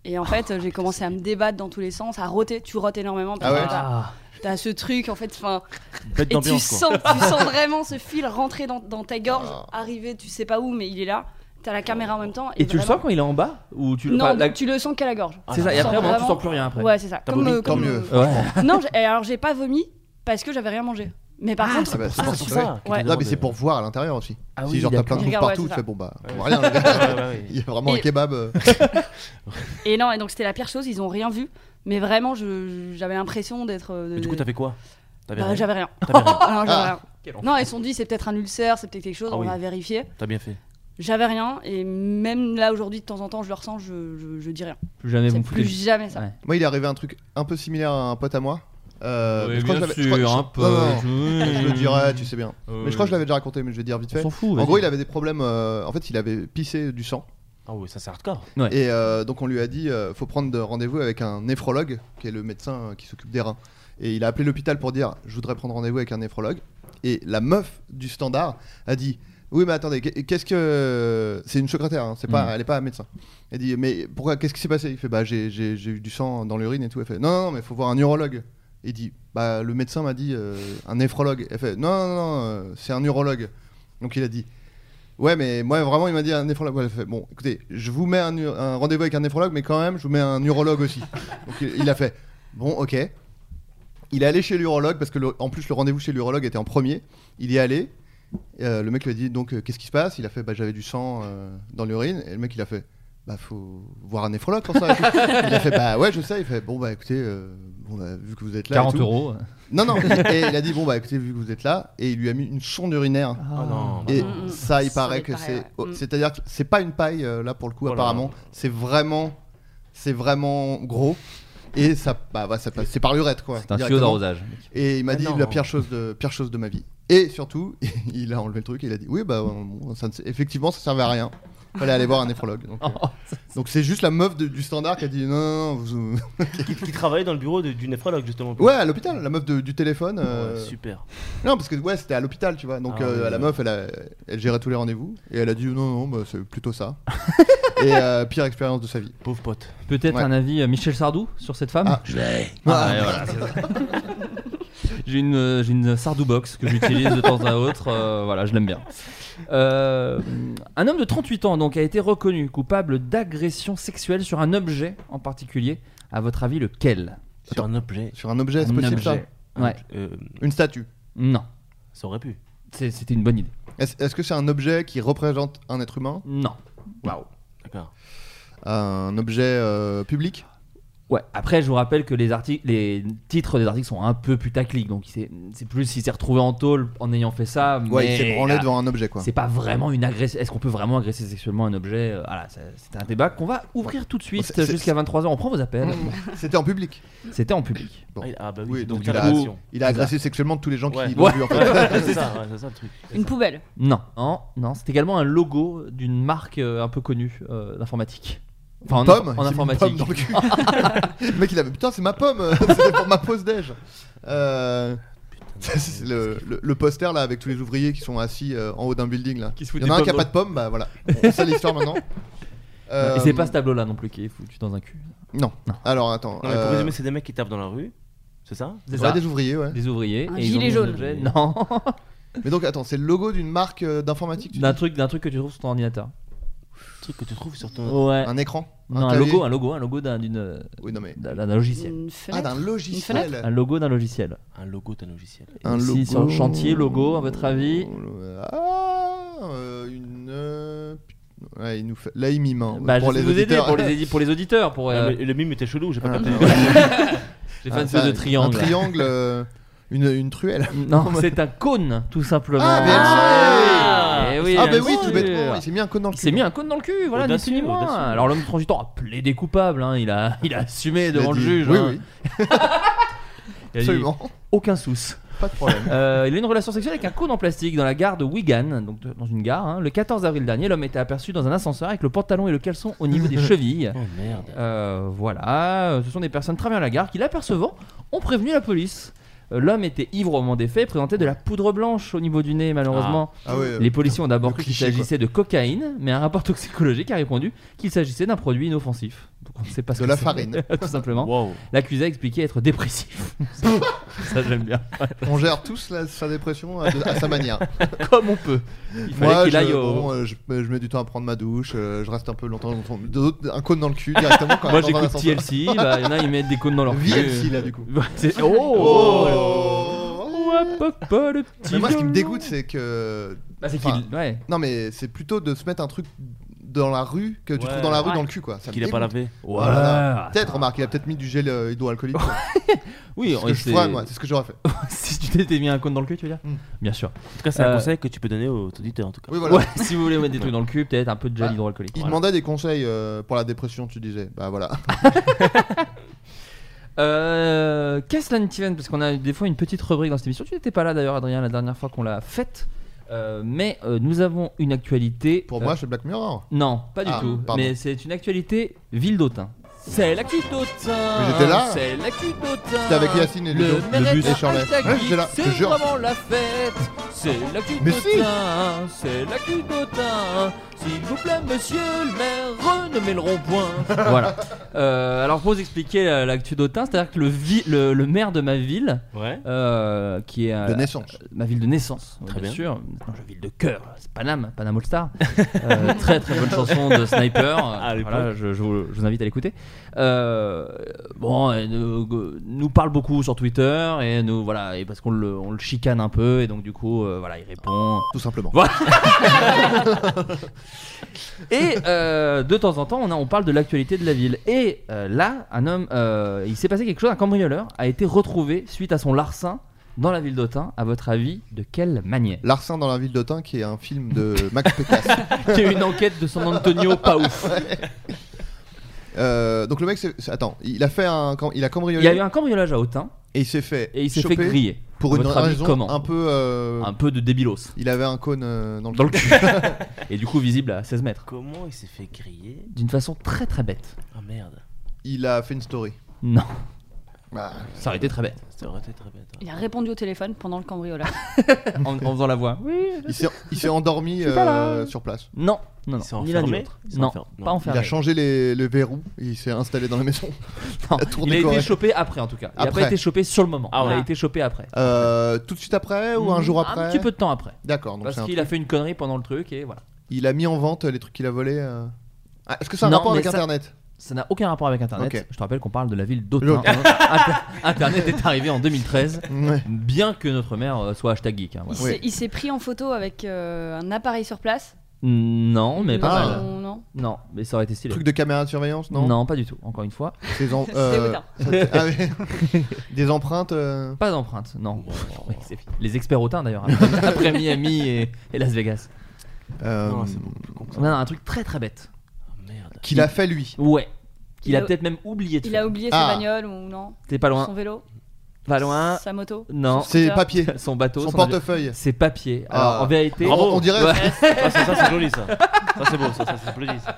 [SPEAKER 10] Et en fait, j'ai commencé à me débattre dans tous les sens, à roter. Tu rotes énormément parce
[SPEAKER 8] Ah ouais.
[SPEAKER 10] que t'as-
[SPEAKER 7] Ah,
[SPEAKER 10] t'as ce truc en fait. Enfin,
[SPEAKER 9] Bête
[SPEAKER 10] Et tu
[SPEAKER 9] d'ambiance, quoi.
[SPEAKER 10] sens, tu sens vraiment ce fil rentrer dans, dans ta gorge,
[SPEAKER 8] Ah.
[SPEAKER 10] arriver, tu sais pas où, mais il est là. T'as la caméra en même temps. Et,
[SPEAKER 7] Et, tu le
[SPEAKER 10] Ah, vraiment-
[SPEAKER 7] sens quand il est en bas ou tu le-
[SPEAKER 10] Non,
[SPEAKER 7] enfin, la-
[SPEAKER 10] tu le sens qu'à la gorge.
[SPEAKER 7] C'est ça. Et
[SPEAKER 10] Tu
[SPEAKER 7] après,
[SPEAKER 10] sens
[SPEAKER 7] vraiment, tu
[SPEAKER 10] vraiment-
[SPEAKER 7] sens plus rien après.
[SPEAKER 10] Ouais, c'est ça.
[SPEAKER 9] T'as
[SPEAKER 10] Comme,
[SPEAKER 9] vomi,
[SPEAKER 10] euh,
[SPEAKER 8] Tant
[SPEAKER 10] comme-
[SPEAKER 8] mieux.
[SPEAKER 7] Ouais.
[SPEAKER 10] non, j'ai- alors j'ai pas vomi parce que j'avais rien mangé. Mais par contre,
[SPEAKER 8] Ah bah,
[SPEAKER 9] Ah, c'est pour ça.
[SPEAKER 10] Ouais.
[SPEAKER 8] Non, mais c'est pour voir à l'intérieur aussi.
[SPEAKER 7] Ah oui,
[SPEAKER 8] si genre t'as
[SPEAKER 7] d'accord.
[SPEAKER 8] plein de trucs
[SPEAKER 10] Regarde, ouais,
[SPEAKER 8] partout, tu
[SPEAKER 10] c'est ça.
[SPEAKER 8] fais bon bah, on
[SPEAKER 9] Ouais.
[SPEAKER 8] voit rien, les gars.
[SPEAKER 9] Ouais, ouais, ouais.
[SPEAKER 8] Il y a vraiment un
[SPEAKER 10] Et-
[SPEAKER 8] kebab. euh,
[SPEAKER 10] et non, et donc c'était la pire chose, ils ont rien vu. Mais vraiment, je- j'avais l'impression d'être. euh,
[SPEAKER 9] Mais du coup, t'as fait quoi T'avais
[SPEAKER 10] Bah,
[SPEAKER 9] rien.
[SPEAKER 10] J'avais rien.
[SPEAKER 9] T'avais rien.
[SPEAKER 10] Ah, non, j'avais
[SPEAKER 8] Ah.
[SPEAKER 10] rien. Non, ils se sont dit c'est peut-être un ulcère, c'est peut-être quelque chose,
[SPEAKER 9] Ah
[SPEAKER 10] on
[SPEAKER 9] oui.
[SPEAKER 10] va vérifier.
[SPEAKER 9] T'as bien fait.
[SPEAKER 10] J'avais rien, et même là aujourd'hui, de temps en temps, je le ressens, je, je, je dis rien.
[SPEAKER 7] Plus jamais
[SPEAKER 10] C'est
[SPEAKER 7] vous
[SPEAKER 10] plus
[SPEAKER 7] foutez.
[SPEAKER 10] jamais ça.
[SPEAKER 7] Ouais.
[SPEAKER 8] Moi, il est arrivé un truc un peu similaire à un pote à moi. Euh, mais je crois que je l'avais- je crois- je-
[SPEAKER 7] peu.
[SPEAKER 8] non, non, non,
[SPEAKER 7] oui.
[SPEAKER 8] Je le dirais, tu sais bien. Mais je crois que je l'avais déjà raconté, mais je vais dire vite
[SPEAKER 7] On
[SPEAKER 8] fait.
[SPEAKER 7] s'en fout.
[SPEAKER 8] En gros, il avait des problèmes. euh, en fait, il avait pissé du sang.
[SPEAKER 9] Ah oui, ça c'est hardcore.
[SPEAKER 7] Ouais.
[SPEAKER 8] Et euh, donc, on lui a dit euh, faut prendre de- rendez-vous avec un néphrologue, qui est le médecin euh, qui s'occupe des reins. Et il a appelé l'hôpital pour dire je voudrais prendre rendez-vous avec un néphrologue. Et la meuf du standard a dit oui, mais attendez, qu'est- qu'est-ce que. C'est une secrétaire, hein, c'est pas,
[SPEAKER 7] Mm.
[SPEAKER 8] elle est pas médecin. Elle dit mais pourquoi Qu'est-ce qui s'est passé Il fait bah j'ai j'ai- j'ai eu du sang dans l'urine et tout. Elle fait non, non, non, mais faut voir un urologue. Il dit bah le médecin m'a dit euh, un néphrologue. Elle fait non, non, non, euh, c'est un urologue. Donc il a dit Ouais, mais moi vraiment, il m'a dit un néphrologue. Ouais, elle fait, bon, écoutez, je vous mets un, u- un rendez-vous avec un néphrologue, mais quand même, je vous mets un urologue aussi. Donc il, il a fait bon, ok. Il est allé chez l'urologue parce que le- en plus le rendez-vous chez l'urologue était en premier. Il y est allé. Euh, le mec lui a dit donc euh, qu'est-ce qui se passe Il a fait bah j'avais du sang euh, dans l'urine et le mec il a fait bah faut voir un néphrologue pour ça. et tout. il a fait bah ouais je sais. Il fait bon bah écoutez euh, bon, bah, vu que vous êtes là. et
[SPEAKER 7] 40
[SPEAKER 8] tout-
[SPEAKER 7] euros.
[SPEAKER 8] Non non. il- et il a dit bon bah écoutez vu que vous êtes là et il lui a mis une sonde urinaire.
[SPEAKER 9] Ah non. bah
[SPEAKER 8] Et
[SPEAKER 9] non.
[SPEAKER 10] Mm, mm.
[SPEAKER 8] ça, il
[SPEAKER 10] Ça,
[SPEAKER 8] paraît
[SPEAKER 10] il
[SPEAKER 8] que
[SPEAKER 10] paraît,
[SPEAKER 8] c'est.
[SPEAKER 10] ouais.
[SPEAKER 8] oh,
[SPEAKER 10] Mm.
[SPEAKER 8] C'est-à-dire que c'est pas une paille euh, là pour le coup,
[SPEAKER 9] Oh là
[SPEAKER 8] apparemment.
[SPEAKER 9] là.
[SPEAKER 8] C'est vraiment, c'est vraiment gros. Et ça, bah, bah, ça passe. C'est par l'urette, quoi.
[SPEAKER 7] C'est un tuyau
[SPEAKER 8] directement.
[SPEAKER 7] d'arrosage.
[SPEAKER 8] Et il m'a
[SPEAKER 9] Ah
[SPEAKER 8] dit
[SPEAKER 9] non.
[SPEAKER 8] la pire chose de pire chose de ma vie. Et surtout, il a enlevé le truc. Et il a dit oui, bah bon, ça ne- effectivement, ça servait à rien. Fallait aller voir un néphrologue. Donc, euh,
[SPEAKER 9] Oh,
[SPEAKER 8] donc c'est juste la meuf de- du standard qui a dit non, non, non, vous-
[SPEAKER 9] Qui, qui travaillait dans le bureau de- du néphrologue justement.
[SPEAKER 8] ouais, à l'hôpital, la meuf de- du téléphone. euh,
[SPEAKER 9] Ouais, super.
[SPEAKER 8] Non, parce que ouais, c'était à l'hôpital, tu vois. Donc
[SPEAKER 9] Ah
[SPEAKER 8] euh,
[SPEAKER 9] ouais.
[SPEAKER 8] la meuf, elle, a- elle gérait tous les rendez-vous et elle a dit non, non, bah, c'est plutôt ça. et euh, pire expérience de sa vie.
[SPEAKER 9] Pauvre pote.
[SPEAKER 7] Peut-être
[SPEAKER 8] Ouais.
[SPEAKER 7] un avis euh, Michel Sardou sur cette femme
[SPEAKER 8] Ah.
[SPEAKER 7] Ah, ouais, voilà, c'est ça. J'ai une, euh, j'ai une Sardou box que j'utilise de temps à autre. euh, voilà, je l'aime bien. Euh, un homme de 38 ans donc a été reconnu coupable d'agression sexuelle sur un objet en particulier. À votre avis, lequel
[SPEAKER 9] Sur un objet.
[SPEAKER 8] Sur un objet, c'est
[SPEAKER 7] Un
[SPEAKER 8] possible
[SPEAKER 7] objet.
[SPEAKER 8] ça
[SPEAKER 7] Ouais.
[SPEAKER 9] Euh,
[SPEAKER 8] Une statue.
[SPEAKER 7] Non.
[SPEAKER 9] ça aurait pu.
[SPEAKER 7] c'est- c'était une bonne idée.
[SPEAKER 8] Est-ce est-ce que c'est un objet qui représente un être humain
[SPEAKER 7] Non.
[SPEAKER 8] Waouh.
[SPEAKER 9] D'accord.
[SPEAKER 8] Un objet euh, public
[SPEAKER 7] Ouais, après je vous rappelle que les articles, les titres des articles sont un peu putaclic, donc c'est c'est plus s'il s'est retrouvé en tôle en ayant fait ça.
[SPEAKER 8] Ouais, il
[SPEAKER 7] mais,
[SPEAKER 8] s'est branlé
[SPEAKER 7] ah,
[SPEAKER 8] devant un objet, quoi.
[SPEAKER 7] C'est pas vraiment une agression. Est-ce qu'on peut vraiment agresser sexuellement un objet Euh, Voilà, ça- c'est un débat qu'on va ouvrir tout de suite
[SPEAKER 8] c'est- Mmh.
[SPEAKER 7] jusqu'à 23h. On prend vos appels.
[SPEAKER 8] C'était en public.
[SPEAKER 7] C'était en public.
[SPEAKER 8] Bon.
[SPEAKER 9] Ah bah oui,
[SPEAKER 8] oui,
[SPEAKER 9] c'est
[SPEAKER 8] donc
[SPEAKER 9] une
[SPEAKER 8] il a,
[SPEAKER 9] agression.
[SPEAKER 8] il a
[SPEAKER 7] C'est
[SPEAKER 8] agressé
[SPEAKER 7] ça.
[SPEAKER 8] sexuellement tous les gens
[SPEAKER 7] Ouais.
[SPEAKER 8] qui l'ont vu en fait.
[SPEAKER 9] c'est ça, ouais, c'est ça le truc.
[SPEAKER 10] Une poubelle.
[SPEAKER 7] Non, non, non. C'est également un logo d'une marque euh, un peu connue euh, d'informatique. Enfin, en,
[SPEAKER 8] pomme, il
[SPEAKER 7] en
[SPEAKER 8] s'est mis une
[SPEAKER 7] informatique.
[SPEAKER 8] pomme dans le cul. le mec il avait putain c'est ma pomme, euh, c'était pour ma pause déj. Euh, c'est le, le- le poster là avec tous les ouvriers qui sont assis euh, en haut d'un building là.
[SPEAKER 7] Qui se
[SPEAKER 8] il
[SPEAKER 7] foutent
[SPEAKER 8] y en a
[SPEAKER 7] des
[SPEAKER 8] un qui a
[SPEAKER 7] pommes
[SPEAKER 8] pas de
[SPEAKER 7] dans le-
[SPEAKER 8] pomme, bah voilà. C'est ça l'histoire maintenant. Euh,
[SPEAKER 7] Et c'est pas ce tableau-là non plus qui est foutu dans un cul.
[SPEAKER 8] Non. Alors attends.
[SPEAKER 9] Non, mais
[SPEAKER 8] euh,
[SPEAKER 9] pour résumer, c'est des mecs qui tapent dans la rue, c'est ça
[SPEAKER 7] C'est
[SPEAKER 8] ouais,
[SPEAKER 7] ça.
[SPEAKER 8] des ouvriers ouais.
[SPEAKER 7] Des ouvriers.
[SPEAKER 10] Un
[SPEAKER 7] et ils ont
[SPEAKER 10] gilet
[SPEAKER 7] mis
[SPEAKER 10] jaune.
[SPEAKER 7] objet- Non.
[SPEAKER 8] Mais donc attends, c'est le logo d'une marque euh, d'informatique tu
[SPEAKER 7] D'un truc, d'un truc que tu trouves sur ton ordinateur.
[SPEAKER 9] Le truc que tu trouves sur ton.
[SPEAKER 7] Ouais.
[SPEAKER 8] dis euh, Un écran
[SPEAKER 7] Non, un
[SPEAKER 8] clavier
[SPEAKER 7] logo, un logo, un logo d'un d'une-
[SPEAKER 8] Oui, non, mais-
[SPEAKER 7] d'un d'un logiciel.
[SPEAKER 10] Une
[SPEAKER 8] Ah
[SPEAKER 10] fenêtre.
[SPEAKER 8] d'un
[SPEAKER 10] Une
[SPEAKER 8] logiciel.
[SPEAKER 10] fenêtre
[SPEAKER 7] Un logo d'un logiciel.
[SPEAKER 9] Un logo d'un logiciel.
[SPEAKER 8] Un
[SPEAKER 7] Si, sur le chantier, logo, à votre avis
[SPEAKER 8] Ah, euh, une. euh, put- ouais, il nous fait... Là, il mime. hein,
[SPEAKER 7] Bah,
[SPEAKER 8] pour
[SPEAKER 7] je
[SPEAKER 8] les
[SPEAKER 7] sais vous aider
[SPEAKER 8] auditeurs.
[SPEAKER 7] pour les, édi- pour les auditeurs. Pour,
[SPEAKER 9] Ah,
[SPEAKER 7] euh,
[SPEAKER 9] mais le mime était chelou, j'ai pas
[SPEAKER 8] Ah,
[SPEAKER 9] capté.
[SPEAKER 7] J'ai fait
[SPEAKER 8] Ah,
[SPEAKER 7] une espèce de
[SPEAKER 8] un-
[SPEAKER 7] triangle.
[SPEAKER 8] Un triangle, euh, une, une truelle.
[SPEAKER 7] Non, c'est un cône, tout simplement.
[SPEAKER 8] Ah, bien
[SPEAKER 7] Ah, eh oui,
[SPEAKER 8] ah,
[SPEAKER 7] un
[SPEAKER 8] bah oui,
[SPEAKER 7] cône.
[SPEAKER 8] tout bêtement. Il s'est mis un cône dans le
[SPEAKER 7] Il
[SPEAKER 8] cul.
[SPEAKER 7] s'est mis un cône dans le cul, voilà, ni plus
[SPEAKER 9] Audacieux,
[SPEAKER 7] ni moins.
[SPEAKER 9] audacieux.
[SPEAKER 7] Alors l'homme transitant a plaidé coupable, hein, il, a, il a assumé
[SPEAKER 8] Il a
[SPEAKER 7] devant le
[SPEAKER 8] dit,
[SPEAKER 7] juge.
[SPEAKER 8] Oui,
[SPEAKER 7] hein.
[SPEAKER 8] oui,
[SPEAKER 7] Il a dit,
[SPEAKER 8] absolument.
[SPEAKER 7] Aucun souce.
[SPEAKER 8] Pas de problème.
[SPEAKER 7] Euh, il a une relation sexuelle avec un cône en plastique dans la gare de Wigan, donc de- dans une gare. hein. Le 14 avril dernier, l'homme était aperçu dans un ascenseur avec le pantalon et le caleçon au niveau des chevilles.
[SPEAKER 9] Oh merde.
[SPEAKER 7] Euh, voilà, euh, ce sont des personnes traversant la gare qui, l'apercevant, ont prévenu la police. Euh, L'homme était ivre au moment des faits, présentait de la poudre blanche au niveau du nez, malheureusement.
[SPEAKER 8] Ah ouais, euh,
[SPEAKER 7] Les policiers ont d'abord
[SPEAKER 8] le
[SPEAKER 7] cru qu'il
[SPEAKER 8] cliché, quoi.
[SPEAKER 7] s'agissait de cocaïne, mais un rapport toxicologique a répondu qu'il s'agissait d'un produit inoffensif. Donc on ne sait pas ce
[SPEAKER 8] De
[SPEAKER 7] que
[SPEAKER 8] la
[SPEAKER 7] c'est.
[SPEAKER 8] farine.
[SPEAKER 7] Tout simplement.
[SPEAKER 9] Wow.
[SPEAKER 7] L'accusé a expliqué être dépressif. ça, j'aime bien.
[SPEAKER 8] On gère tous la- sa dépression à, de- à sa manière.
[SPEAKER 7] Comme on peut. Il fallait
[SPEAKER 8] Moi,
[SPEAKER 7] qu'il
[SPEAKER 8] je,
[SPEAKER 7] aille au-
[SPEAKER 8] bon, euh, je, euh, je mets du temps à prendre ma douche. euh, je reste un peu longtemps. longtemps- d'autres- Un cône dans le cul directement. Quand
[SPEAKER 7] Moi
[SPEAKER 8] j'écoute
[SPEAKER 7] j'écoute TLC, bah, il y en a ils mettent des cônes dans leur cul.
[SPEAKER 8] VLC, là, du coup.
[SPEAKER 7] Bah, c'est- Oh, Hop, hop, hop, le petit
[SPEAKER 8] Mais moi, ce qui
[SPEAKER 7] violon.
[SPEAKER 8] me dégoûte, c'est que.
[SPEAKER 7] Bah, c'est
[SPEAKER 8] enfin,
[SPEAKER 7] qu'il. Ouais.
[SPEAKER 8] Non, mais c'est plutôt de se mettre un truc dans la rue que tu
[SPEAKER 9] Ouais.
[SPEAKER 8] trouves dans la rue
[SPEAKER 10] Ouais.
[SPEAKER 8] dans le cul, quoi. Ça me
[SPEAKER 9] Qu'il a pas
[SPEAKER 8] dégoûte.
[SPEAKER 9] lavé.
[SPEAKER 8] Voilà. Peut-être, remarque, il a peut-être mis du gel euh, hydroalcoolique. quoi.
[SPEAKER 7] Oui,
[SPEAKER 8] C'est ce
[SPEAKER 7] on
[SPEAKER 8] que je ferais, moi, c'est ce que j'aurais fait.
[SPEAKER 7] si tu t'étais mis un cône dans le cul, tu veux dire
[SPEAKER 8] Mm.
[SPEAKER 7] Bien sûr.
[SPEAKER 9] En tout cas, c'est un
[SPEAKER 7] Euh,
[SPEAKER 9] conseil que tu peux donner aux auditeurs en tout cas.
[SPEAKER 8] Oui, voilà.
[SPEAKER 7] Ouais, si vous voulez mettre des trucs dans le cul, peut-être un peu de gel
[SPEAKER 8] Bah,
[SPEAKER 7] hydroalcoolique.
[SPEAKER 8] Il
[SPEAKER 7] Voilà.
[SPEAKER 8] demandait des conseils euh, pour la dépression, tu disais. Bah voilà.
[SPEAKER 7] Euh, Qu'est-ce là, Nitivane Parce qu'on a des fois une petite rubrique dans cette émission. Tu n'étais pas là d'ailleurs, Adrien, la dernière fois qu'on l'a faite. Euh, mais euh, nous avons une actualité.
[SPEAKER 8] Pour
[SPEAKER 7] euh,
[SPEAKER 8] moi, c'est Black Mirror.
[SPEAKER 7] Non, pas du
[SPEAKER 8] Ah,
[SPEAKER 7] tout.
[SPEAKER 8] pardon.
[SPEAKER 7] Mais c'est une actualité ville d'Autun. C'est l'actu d'Autun.
[SPEAKER 8] Mais j'étais là.
[SPEAKER 7] C'est l'actu d'Autun.
[SPEAKER 8] C'était avec Yacine et
[SPEAKER 7] le
[SPEAKER 8] Ludo.
[SPEAKER 7] maire
[SPEAKER 8] Le bus.
[SPEAKER 7] est un
[SPEAKER 8] Et Shirley.
[SPEAKER 7] hashtag
[SPEAKER 8] Ouais,
[SPEAKER 7] geek,
[SPEAKER 8] j'étais là, je te
[SPEAKER 7] C'est
[SPEAKER 8] jure.
[SPEAKER 7] vraiment la fête. C'est l'actu
[SPEAKER 8] Mais
[SPEAKER 7] d'Autun. C'est l'actu d'Autun. S'il vous plaît, monsieur le maire, renommez le rond-point. voilà. Euh, alors pour vous expliquer euh, l'actu d'Autun, c'est-à-dire que le, vi- le, le maire de ma ville,
[SPEAKER 9] Ouais.
[SPEAKER 7] euh, qui est euh,
[SPEAKER 8] De naissance.
[SPEAKER 7] ma ville de naissance,
[SPEAKER 9] Très
[SPEAKER 7] bien,
[SPEAKER 9] bien.
[SPEAKER 7] sûr. Maintenant, je ville de cœur, c'est Paname, Paname All Star. Euh, très très bonne chanson de Sniper.
[SPEAKER 9] À l'époque.
[SPEAKER 7] Voilà, je, je vous, je vous invite à l'écouter. Euh, bon, elle nous, nous parle beaucoup sur Twitter et nous voilà et parce qu'on le, on le chicane un peu et donc du coup euh, voilà il répond.
[SPEAKER 8] Tout simplement.
[SPEAKER 7] Voilà. Et euh, de temps en temps, on, a- on parle de l'actualité de la ville. Et euh, là, un homme, euh, il s'est passé quelque chose. Un cambrioleur a été retrouvé suite à son larcin dans la ville d'Autun. À votre avis, de quelle manière
[SPEAKER 8] Larcin dans la ville d'Autun, qui est un film de Max Pécasse.
[SPEAKER 7] Qui est une enquête de San Antonio, pas ouf.
[SPEAKER 8] Euh, donc le mec, c'est- c'est- attends, il a fait un, cam- il a
[SPEAKER 7] Il y
[SPEAKER 8] cambriolé
[SPEAKER 7] a eu un cambriolage à Autun
[SPEAKER 8] et il s'est fait
[SPEAKER 7] et il s'est fait
[SPEAKER 8] choper
[SPEAKER 7] griller.
[SPEAKER 8] pour
[SPEAKER 7] À
[SPEAKER 8] une
[SPEAKER 7] votre avis,
[SPEAKER 8] raison
[SPEAKER 7] comment
[SPEAKER 8] un peu. euh,
[SPEAKER 7] Un peu de débilos
[SPEAKER 8] Il avait un cône euh, dans le.
[SPEAKER 7] dans le cul. et du coup, visible à 16 mètres.
[SPEAKER 9] Comment il s'est fait griller
[SPEAKER 7] D'une façon très très bête.
[SPEAKER 9] Ah merde.
[SPEAKER 8] Il a fait une story.
[SPEAKER 7] Non,
[SPEAKER 8] Bah,
[SPEAKER 7] ça aurait été très bête.
[SPEAKER 9] Ça aurait été très bête. hein.
[SPEAKER 10] Il a répondu au téléphone pendant le cambriolage.
[SPEAKER 7] En, en faisant la voix. Oui.
[SPEAKER 8] il s'est- il s'est endormi
[SPEAKER 7] suis pas
[SPEAKER 8] euh,
[SPEAKER 7] là.
[SPEAKER 8] sur place.
[SPEAKER 7] Non, non,
[SPEAKER 9] Il s'est
[SPEAKER 7] non. Ni l'un ni
[SPEAKER 9] enfermé
[SPEAKER 7] l'autre.
[SPEAKER 9] Il s'est
[SPEAKER 7] Non,
[SPEAKER 9] enfermé.
[SPEAKER 7] pas
[SPEAKER 9] Non.
[SPEAKER 8] Il a
[SPEAKER 7] enfermé.
[SPEAKER 8] changé les, le verrou, il s'est installé dans la maison.
[SPEAKER 7] Non,
[SPEAKER 8] La tour
[SPEAKER 7] il a
[SPEAKER 8] décorée.
[SPEAKER 7] été chopé après en tout cas. Il n'a
[SPEAKER 8] Après.
[SPEAKER 7] pas été chopé sur le moment.
[SPEAKER 9] Ah
[SPEAKER 7] Il a
[SPEAKER 9] ouais.
[SPEAKER 7] été chopé après. Mm,
[SPEAKER 8] Euh, tout de suite après ou un jour après
[SPEAKER 7] Un petit peu de temps après.
[SPEAKER 8] D'accord, donc
[SPEAKER 7] Parce
[SPEAKER 8] c'est un
[SPEAKER 7] qu'il
[SPEAKER 8] truc-
[SPEAKER 7] a fait une connerie pendant le truc et voilà.
[SPEAKER 8] il a mis en vente les trucs qu'il a volés. euh. Ah, Est-ce que ça a un
[SPEAKER 7] Non,
[SPEAKER 8] rapport
[SPEAKER 7] mais
[SPEAKER 8] avec
[SPEAKER 7] ça-
[SPEAKER 8] internet
[SPEAKER 7] Ça n'a aucun rapport avec Internet.
[SPEAKER 8] Ok.
[SPEAKER 7] Je te rappelle qu'on parle de la ville d'Autun.
[SPEAKER 8] L'Autun.
[SPEAKER 7] Inter- Internet est arrivé en 2013,
[SPEAKER 8] Ouais.
[SPEAKER 7] bien que notre mère euh, soit hashtag geek. hein,
[SPEAKER 10] Il
[SPEAKER 7] voilà.
[SPEAKER 10] s'est- il s'est pris en photo avec euh, un appareil sur place.
[SPEAKER 7] Non, mais pas
[SPEAKER 10] Ah.
[SPEAKER 7] mal.
[SPEAKER 10] Non.
[SPEAKER 7] non, mais ça aurait été stylé.
[SPEAKER 8] Truc de caméra de surveillance, non
[SPEAKER 7] Non, pas du tout, encore une fois.
[SPEAKER 8] Des, em-
[SPEAKER 10] C'est
[SPEAKER 8] euh,
[SPEAKER 10] Autun.
[SPEAKER 8] ça- ah oui. Des empreintes. euh,
[SPEAKER 7] Pas d'empreinte, non. Oui, c'est fini. Les experts autun d'ailleurs, après- après Miami et, et Las Vegas.
[SPEAKER 8] euh,
[SPEAKER 9] Non, c'est beaucoup plus con que ça. Ah,
[SPEAKER 7] On a un truc très très bête.
[SPEAKER 9] Merde.
[SPEAKER 8] Qu'il a fait lui.
[SPEAKER 7] Ouais. Qu'il
[SPEAKER 10] Il
[SPEAKER 7] a
[SPEAKER 10] a-
[SPEAKER 7] peut-être même oublié de
[SPEAKER 10] Il
[SPEAKER 7] faire.
[SPEAKER 10] a oublié
[SPEAKER 8] Ah.
[SPEAKER 10] ses bagnoles ou non
[SPEAKER 7] T'es pas
[SPEAKER 10] Son
[SPEAKER 7] loin.
[SPEAKER 10] vélo
[SPEAKER 7] Pas loin.
[SPEAKER 10] Sa moto
[SPEAKER 7] Non.
[SPEAKER 10] Son
[SPEAKER 8] C'est
[SPEAKER 10] scooter
[SPEAKER 8] papier.
[SPEAKER 7] Son bateau.
[SPEAKER 8] Son
[SPEAKER 7] avion.
[SPEAKER 8] portefeuille.
[SPEAKER 7] C'est papier. Alors,
[SPEAKER 8] Ah.
[SPEAKER 7] en vérité. oh.
[SPEAKER 8] Bravo. On dirait-
[SPEAKER 7] Ouais.
[SPEAKER 9] Ah, ça, ça, c'est joli ça. Ça c'est beau, ça, ça c'est joli. ça.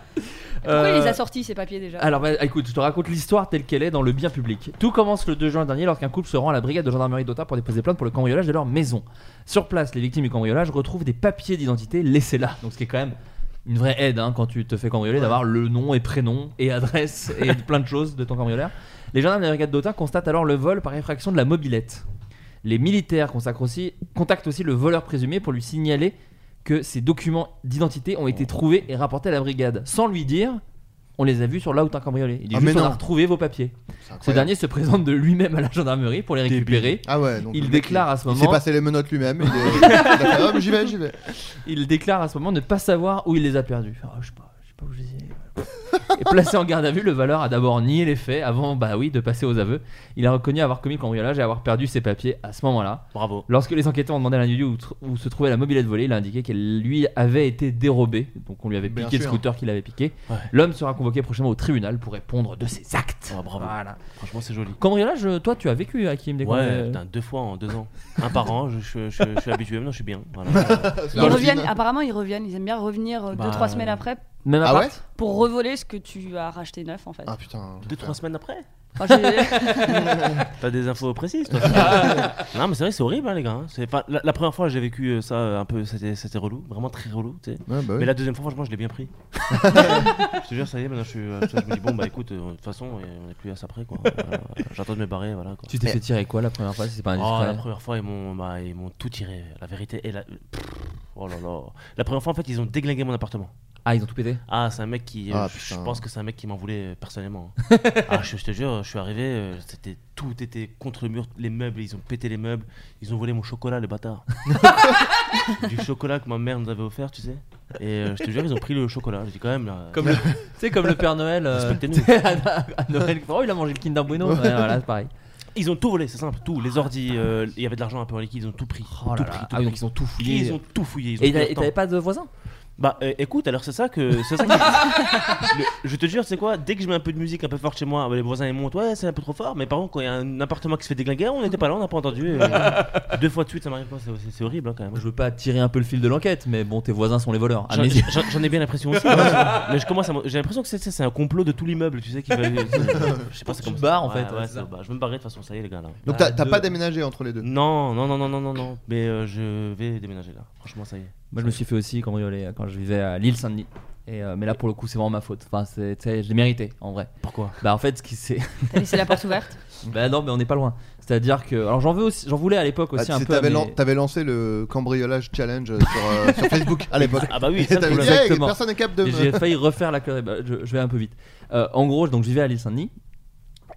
[SPEAKER 10] Pourquoi il les
[SPEAKER 7] Euh,
[SPEAKER 10] a sortis ces papiers déjà
[SPEAKER 7] Alors bah, écoute, je te raconte l'histoire telle qu'elle est dans le bien public. Tout commence le 2 juin dernier lorsqu'un couple se rend à la brigade de gendarmerie d'Autun pour déposer plainte pour le cambriolage de leur maison. Sur place, les victimes du cambriolage retrouvent des papiers d'identité laissés là, donc ce qui est quand même une vraie aide hein, quand tu te fais cambrioler d'avoir le nom et prénom et adresse et plein de choses de ton cambrioleur. Les gendarmes de la brigade d'Autun constatent alors le vol par effraction de la mobilette. Les militaires consacrent aussi, contactent aussi le voleur présumé pour lui signaler que ses documents d'identité ont été trouvés et rapportés à la brigade, sans lui dire on les a vus sur là où t'as cambriolé. Il dit
[SPEAKER 8] Ah,
[SPEAKER 7] juste
[SPEAKER 8] mais
[SPEAKER 7] on a
[SPEAKER 8] non.
[SPEAKER 7] retrouvé vos papiers.
[SPEAKER 8] incroyable.
[SPEAKER 7] Ce dernier se présente de lui-même à la gendarmerie pour les récupérer.
[SPEAKER 8] Ah ouais. donc
[SPEAKER 7] Il
[SPEAKER 8] le mec,
[SPEAKER 7] déclare à ce
[SPEAKER 8] Il
[SPEAKER 7] moment-
[SPEAKER 8] s'est passé les menottes lui-même. Il est- il a fait, Hop, j'y vais, j'y vais.
[SPEAKER 7] Il déclare à ce moment ne pas savoir où il les a perdus. Ah, je sais pas, je sais pas où je les ai. Et placé en garde à vue, le valeur a d'abord nié les faits avant, bah oui, de passer aux aveux. Il a reconnu avoir commis le cambriolage et avoir perdu ses papiers à ce moment-là.
[SPEAKER 9] Bravo.
[SPEAKER 7] Lorsque les enquêteurs ont demandé à l'individu où, tr- où se trouvait la mobilette volée, il a indiqué qu'elle lui avait été dérobée, donc on lui avait
[SPEAKER 8] Bien
[SPEAKER 7] piqué
[SPEAKER 8] sûr.
[SPEAKER 7] le scooter qu'il avait piqué.
[SPEAKER 9] Ouais.
[SPEAKER 7] L'homme sera convoqué prochainement au tribunal pour répondre de ses actes.
[SPEAKER 9] Oh, bravo.
[SPEAKER 7] Voilà.
[SPEAKER 9] Franchement, c'est joli.
[SPEAKER 7] Cambriolage, toi, tu as vécu Hakim des
[SPEAKER 9] Ouais,
[SPEAKER 7] cambriolages. euh,
[SPEAKER 9] putain, deux fois hein. en deux ans. Un par an, je, je- je- je suis habitué, maintenant je suis bien. Voilà.
[SPEAKER 10] Ils reviennent, apparemment ils reviennent, ils aiment bien revenir 2-3
[SPEAKER 9] Bah, euh,
[SPEAKER 10] semaines après
[SPEAKER 7] Même
[SPEAKER 8] Ah
[SPEAKER 7] appart
[SPEAKER 8] ouais
[SPEAKER 10] pour revoler ce que tu as racheté neuf en fait.
[SPEAKER 8] Ah putain.
[SPEAKER 9] Deux, trois semaines après
[SPEAKER 10] Enfin, j'ai-
[SPEAKER 9] T'as des infos précises, toi Non, mais c'est vrai, que c'est horrible, hein, les gars. hein. C'est- enfin, la, la première fois, j'ai vécu euh, ça euh, un peu, c'était c'était relou, vraiment très relou, tu sais.
[SPEAKER 8] Ouais, bah oui.
[SPEAKER 9] Mais la deuxième fois, franchement, je l'ai bien pris. je te jure, ça y est, maintenant je, suis, euh, je me dis, bon, bah écoute, euh, de toute façon, euh, on est plus à ça après, quoi. Voilà, J'attends de me barrer, voilà. Quoi.
[SPEAKER 7] Tu t'es fait tirer quoi la première fois si c'est pas
[SPEAKER 9] Oh, la
[SPEAKER 7] indiscret
[SPEAKER 9] première fois, ils m'ont bah, ils m'ont tout tiré. La vérité et la. Pff, oh là là. La première fois, en fait, ils ont déglingué mon appartement.
[SPEAKER 7] Ah, ils ont tout pété
[SPEAKER 9] Ah, c'est un mec qui. euh,
[SPEAKER 8] Ah,
[SPEAKER 9] je
[SPEAKER 8] putain.
[SPEAKER 9] pense que c'est un mec qui m'en voulait euh, personnellement. ah, je, je te jure, je suis arrivé, euh, c'était tout était contre le mur, les meubles, ils ont pété les meubles, ils ont volé mon chocolat, les bâtards. du chocolat que ma mère nous avait offert, tu sais. Et euh, je te jure, ils ont pris le chocolat. J'ai dit quand même là.
[SPEAKER 7] Comme le, tu sais, comme le Père Noël. euh,
[SPEAKER 9] Respectez-nous.
[SPEAKER 7] à, à Noël, oh, il a mangé le Kinder Bueno. Ouais, voilà, c'est pareil.
[SPEAKER 9] Ils ont tout volé, c'est simple, tout. Les ordi, euh, il y avait de l'argent un peu en liquide, ils ont tout pris.
[SPEAKER 7] Oh
[SPEAKER 9] tout
[SPEAKER 7] là
[SPEAKER 9] pris,
[SPEAKER 7] là.
[SPEAKER 9] tout
[SPEAKER 7] Ah, donc
[SPEAKER 9] pris.
[SPEAKER 7] ils ont tout fouillé.
[SPEAKER 9] Ils ont tout fouillé. Ils ont
[SPEAKER 7] Et
[SPEAKER 9] pris
[SPEAKER 7] t'as-
[SPEAKER 9] leur
[SPEAKER 7] et
[SPEAKER 9] temps.
[SPEAKER 7] t'avais pas de voisins
[SPEAKER 9] Bah euh, écoute, alors c'est ça que. C'est ça que- Le- je te jure, c'est quoi Dès que je mets un peu de musique un peu forte chez moi, bah, les voisins ils montent, ouais, c'est un peu trop fort, mais par contre, quand il y a un appartement qui se fait déglinguer, on n'était pas là, on n'a pas entendu. et, euh, deux fois de suite, ça m'arrive pas, c'est- c'est c'est horrible hein, quand même.
[SPEAKER 7] Je veux pas tirer un peu le fil de l'enquête, mais bon, tes voisins sont les voleurs. À
[SPEAKER 9] J'en-
[SPEAKER 7] mes yeux.
[SPEAKER 9] J'en j'en ai bien l'impression aussi. hein, mais je commence à m'en- J'ai l'impression que c'est- c'est c'est un complot de tout l'immeuble, tu sais, qui va. Je sais pas,
[SPEAKER 7] Tu
[SPEAKER 9] c'est comme
[SPEAKER 7] te
[SPEAKER 9] ça.
[SPEAKER 7] barres, en
[SPEAKER 9] Ouais,
[SPEAKER 7] fait,
[SPEAKER 9] ouais,
[SPEAKER 7] c'est
[SPEAKER 9] c'est-
[SPEAKER 7] ça.
[SPEAKER 9] bah, je vais me barrer de toute façon, ça y est, les gars là.
[SPEAKER 8] Donc t'as
[SPEAKER 7] Ah,
[SPEAKER 8] t'as
[SPEAKER 7] deux.
[SPEAKER 8] pas déménagé entre les deux.
[SPEAKER 9] Non, non, non, non, non, non, non, mais euh, je vais déménager là. Franchement, ça y est.
[SPEAKER 7] Moi, je me suis fait aussi cambrioler euh, quand je vivais à l'île Saint-Denis. Et, euh, mais là, pour le coup, c'est vraiment ma faute. Enfin, c'est- tu sais, je l'ai mérité en vrai.
[SPEAKER 9] Pourquoi
[SPEAKER 7] Bah, en fait, ce qui s'est.
[SPEAKER 10] T'as laissé la porte ouverte
[SPEAKER 7] bah, non, mais on n'est pas loin. C'est-à-dire que. Alors, j'en veux aussi- j'en voulais à l'époque
[SPEAKER 8] Ah,
[SPEAKER 7] aussi un
[SPEAKER 8] c'est-
[SPEAKER 7] peu. à
[SPEAKER 8] T'avais
[SPEAKER 7] mes-
[SPEAKER 8] lan- t'avais lancé le cambriolage challenge euh, sur, euh, sur Facebook à l'époque.
[SPEAKER 9] Ah bah oui,
[SPEAKER 8] Et
[SPEAKER 9] c'est ça le
[SPEAKER 8] t'avais dit,
[SPEAKER 9] problème.
[SPEAKER 8] Hey,
[SPEAKER 7] Exactement.
[SPEAKER 8] personne n'est capable de.
[SPEAKER 7] Et
[SPEAKER 8] me-
[SPEAKER 7] J'ai failli refaire la connerie. Bah, je, je vais un peu vite. Euh, en gros, donc je vivais à l'île Saint-Denis.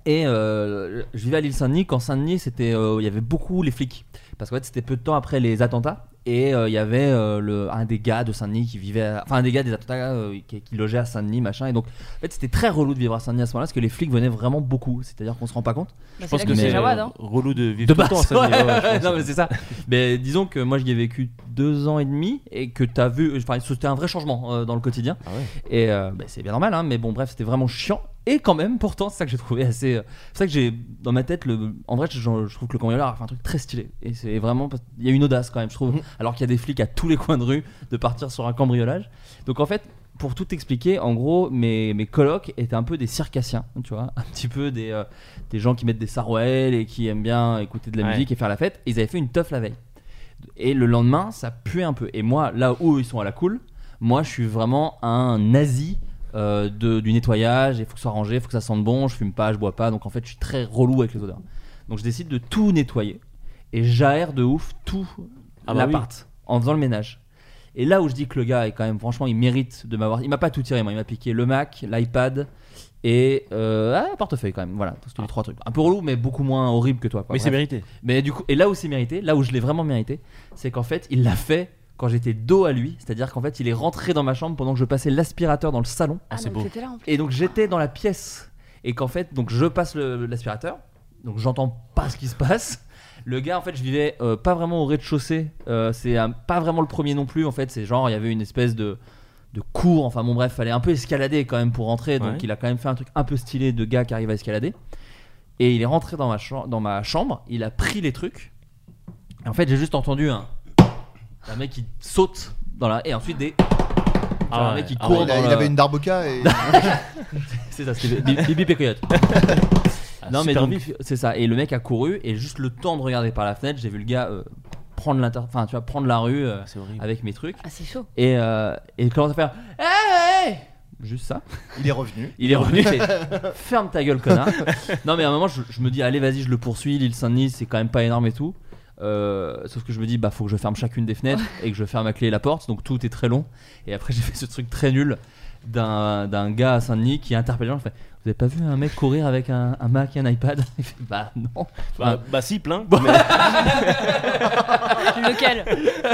[SPEAKER 7] Et euh, je vivais à l'île Saint-Denis quand Saint-Denis, c'était, euh, il y avait beaucoup les flics. Parce qu'en fait, c'était peu de temps après les attentats. Et euh, il y avait euh, le, un des gars de Saint-Denis qui vivait. à- Enfin, un des gars des attentats euh, qui, qui logeait à Saint-Denis, machin. Et donc, en fait, c'était très relou de vivre à Saint-Denis à ce moment-là parce que les flics venaient vraiment beaucoup. C'est-à-dire qu'on se rend pas compte.
[SPEAKER 10] Bah,
[SPEAKER 9] Je
[SPEAKER 10] C'est
[SPEAKER 9] pense
[SPEAKER 10] là
[SPEAKER 9] que
[SPEAKER 10] que
[SPEAKER 7] Mais-
[SPEAKER 9] c'est
[SPEAKER 10] c'est
[SPEAKER 9] euh,
[SPEAKER 10] Jawad. hein.
[SPEAKER 9] relou de vivre
[SPEAKER 7] De
[SPEAKER 9] tout le
[SPEAKER 7] base,
[SPEAKER 9] temps, ça,
[SPEAKER 7] ouais.
[SPEAKER 9] mais, ouais, je pense,
[SPEAKER 7] non
[SPEAKER 9] ouais.
[SPEAKER 7] mais c'est ça. Mais disons que moi j'y ai vécu deux ans et demi et que t'as vu, enfin c'était un vrai changement euh, dans le quotidien.
[SPEAKER 9] Ah ouais.
[SPEAKER 7] Et euh, bah, c'est bien normal, hein, mais bon bref c'était vraiment chiant. Et quand même, pourtant c'est ça que j'ai trouvé assez. euh, c'est ça que j'ai dans ma tête le. En vrai je, je trouve que le cambrioleur a fait un truc très stylé et c'est vraiment parce- il y a une audace quand même je
[SPEAKER 9] Mhm.
[SPEAKER 7] trouve. Alors qu'il y a des flics à tous les coins de rue de partir sur un cambriolage. Donc en fait pour tout expliquer, en gros, mes, mes colocs étaient un peu des circassiens, tu vois, un petit peu des, euh, des gens qui mettent des sarouels et qui aiment bien écouter de la
[SPEAKER 9] Ouais.
[SPEAKER 7] musique et faire la fête. Et ils avaient fait une teuf la veille. Et le lendemain, ça puait un peu. Et moi, là où ils sont à la cool, moi, je suis vraiment un nazi. euh, de- du nettoyage, il faut que ce soit rangé, il faut que ça sente bon, je fume pas, je bois pas, donc en fait je suis très relou avec les odeurs. Donc je décide de tout nettoyer et j'aère de ouf tout
[SPEAKER 9] Ah bah oui.
[SPEAKER 7] l'appart en faisant le ménage. Et là où je dis que le gars est quand même, franchement, il mérite de m'avoir. Il m'a pas tout tiré, moi. Il m'a piqué le Mac, l'iPad et euh, ah, portefeuille quand même. Voilà, parce que les trois trucs. Un peu relou, mais beaucoup moins horrible que toi. quoi.
[SPEAKER 9] Mais c'est
[SPEAKER 7] Bref.
[SPEAKER 9] mérité.
[SPEAKER 7] Mais du coup, et là où c'est mérité, là où je l'ai vraiment mérité, c'est qu'en fait, il l'a fait quand j'étais dos à lui. C'est-à-dire qu'en fait, il est rentré dans ma chambre pendant que je passais l'aspirateur dans le salon.
[SPEAKER 10] Ah,
[SPEAKER 9] c'est
[SPEAKER 10] donc
[SPEAKER 9] beau.
[SPEAKER 10] t'étais là, en plus.
[SPEAKER 7] Et donc j'étais dans la pièce. Et qu'en fait, donc je passe le- l'aspirateur. Donc j'entends pas ce qui se passe. Le gars, en fait, je vivais euh, pas vraiment au rez-de-chaussée. Euh, c'est un- pas vraiment le premier non plus. En fait, c'est genre, il y avait une espèce de, de cours. Enfin bon, bref, fallait un peu escalader quand même pour rentrer. Donc
[SPEAKER 9] Ouais.
[SPEAKER 7] il a quand même fait un truc un peu stylé de gars qui arrive à escalader. Et il est rentré dans ma, cham- dans ma chambre. Il a pris les trucs. Et en fait, j'ai juste entendu un. Un mec qui saute dans la. Et ensuite des.
[SPEAKER 9] Ah
[SPEAKER 7] un
[SPEAKER 9] ouais.
[SPEAKER 7] mec qui
[SPEAKER 9] Ah
[SPEAKER 7] court
[SPEAKER 9] ouais.
[SPEAKER 7] dans
[SPEAKER 9] Il a-
[SPEAKER 7] le-
[SPEAKER 9] il avait une
[SPEAKER 8] darboka et-
[SPEAKER 7] c'est ça, c'était Bi- Bibi Pécoyote.
[SPEAKER 9] Ah,
[SPEAKER 7] non, mais
[SPEAKER 9] super
[SPEAKER 7] donc, c'est ça. Et le mec a couru, et juste le temps de regarder par la fenêtre, j'ai vu le gars euh, prendre, l'inter- enfin, tu vois, prendre la rue euh, avec mes trucs.
[SPEAKER 10] Ah, c'est chaud.
[SPEAKER 7] Et, euh, et il commence à faire Hey juste ça.
[SPEAKER 8] Il est revenu.
[SPEAKER 7] Il est revenu. il fait, Ferme ta gueule, connard. non, mais à un moment, je, je me dis, allez, vas-y, je le poursuis. L'île Saint-Denis, c'est quand même pas énorme et tout. Euh, sauf que je me dis, bah, faut que je ferme chacune des fenêtres et que je ferme à clé la porte. Donc tout est très long. Et après, j'ai fait ce truc très nul d'un d'un gars à Saint-Denis qui interpelle les gens. il fait, Vous avez pas vu un mec courir avec un, un Mac et un iPad Il fait, Bah, non.
[SPEAKER 9] Bah, bah, si, plein.
[SPEAKER 7] Bon.
[SPEAKER 9] mais-
[SPEAKER 10] Lequel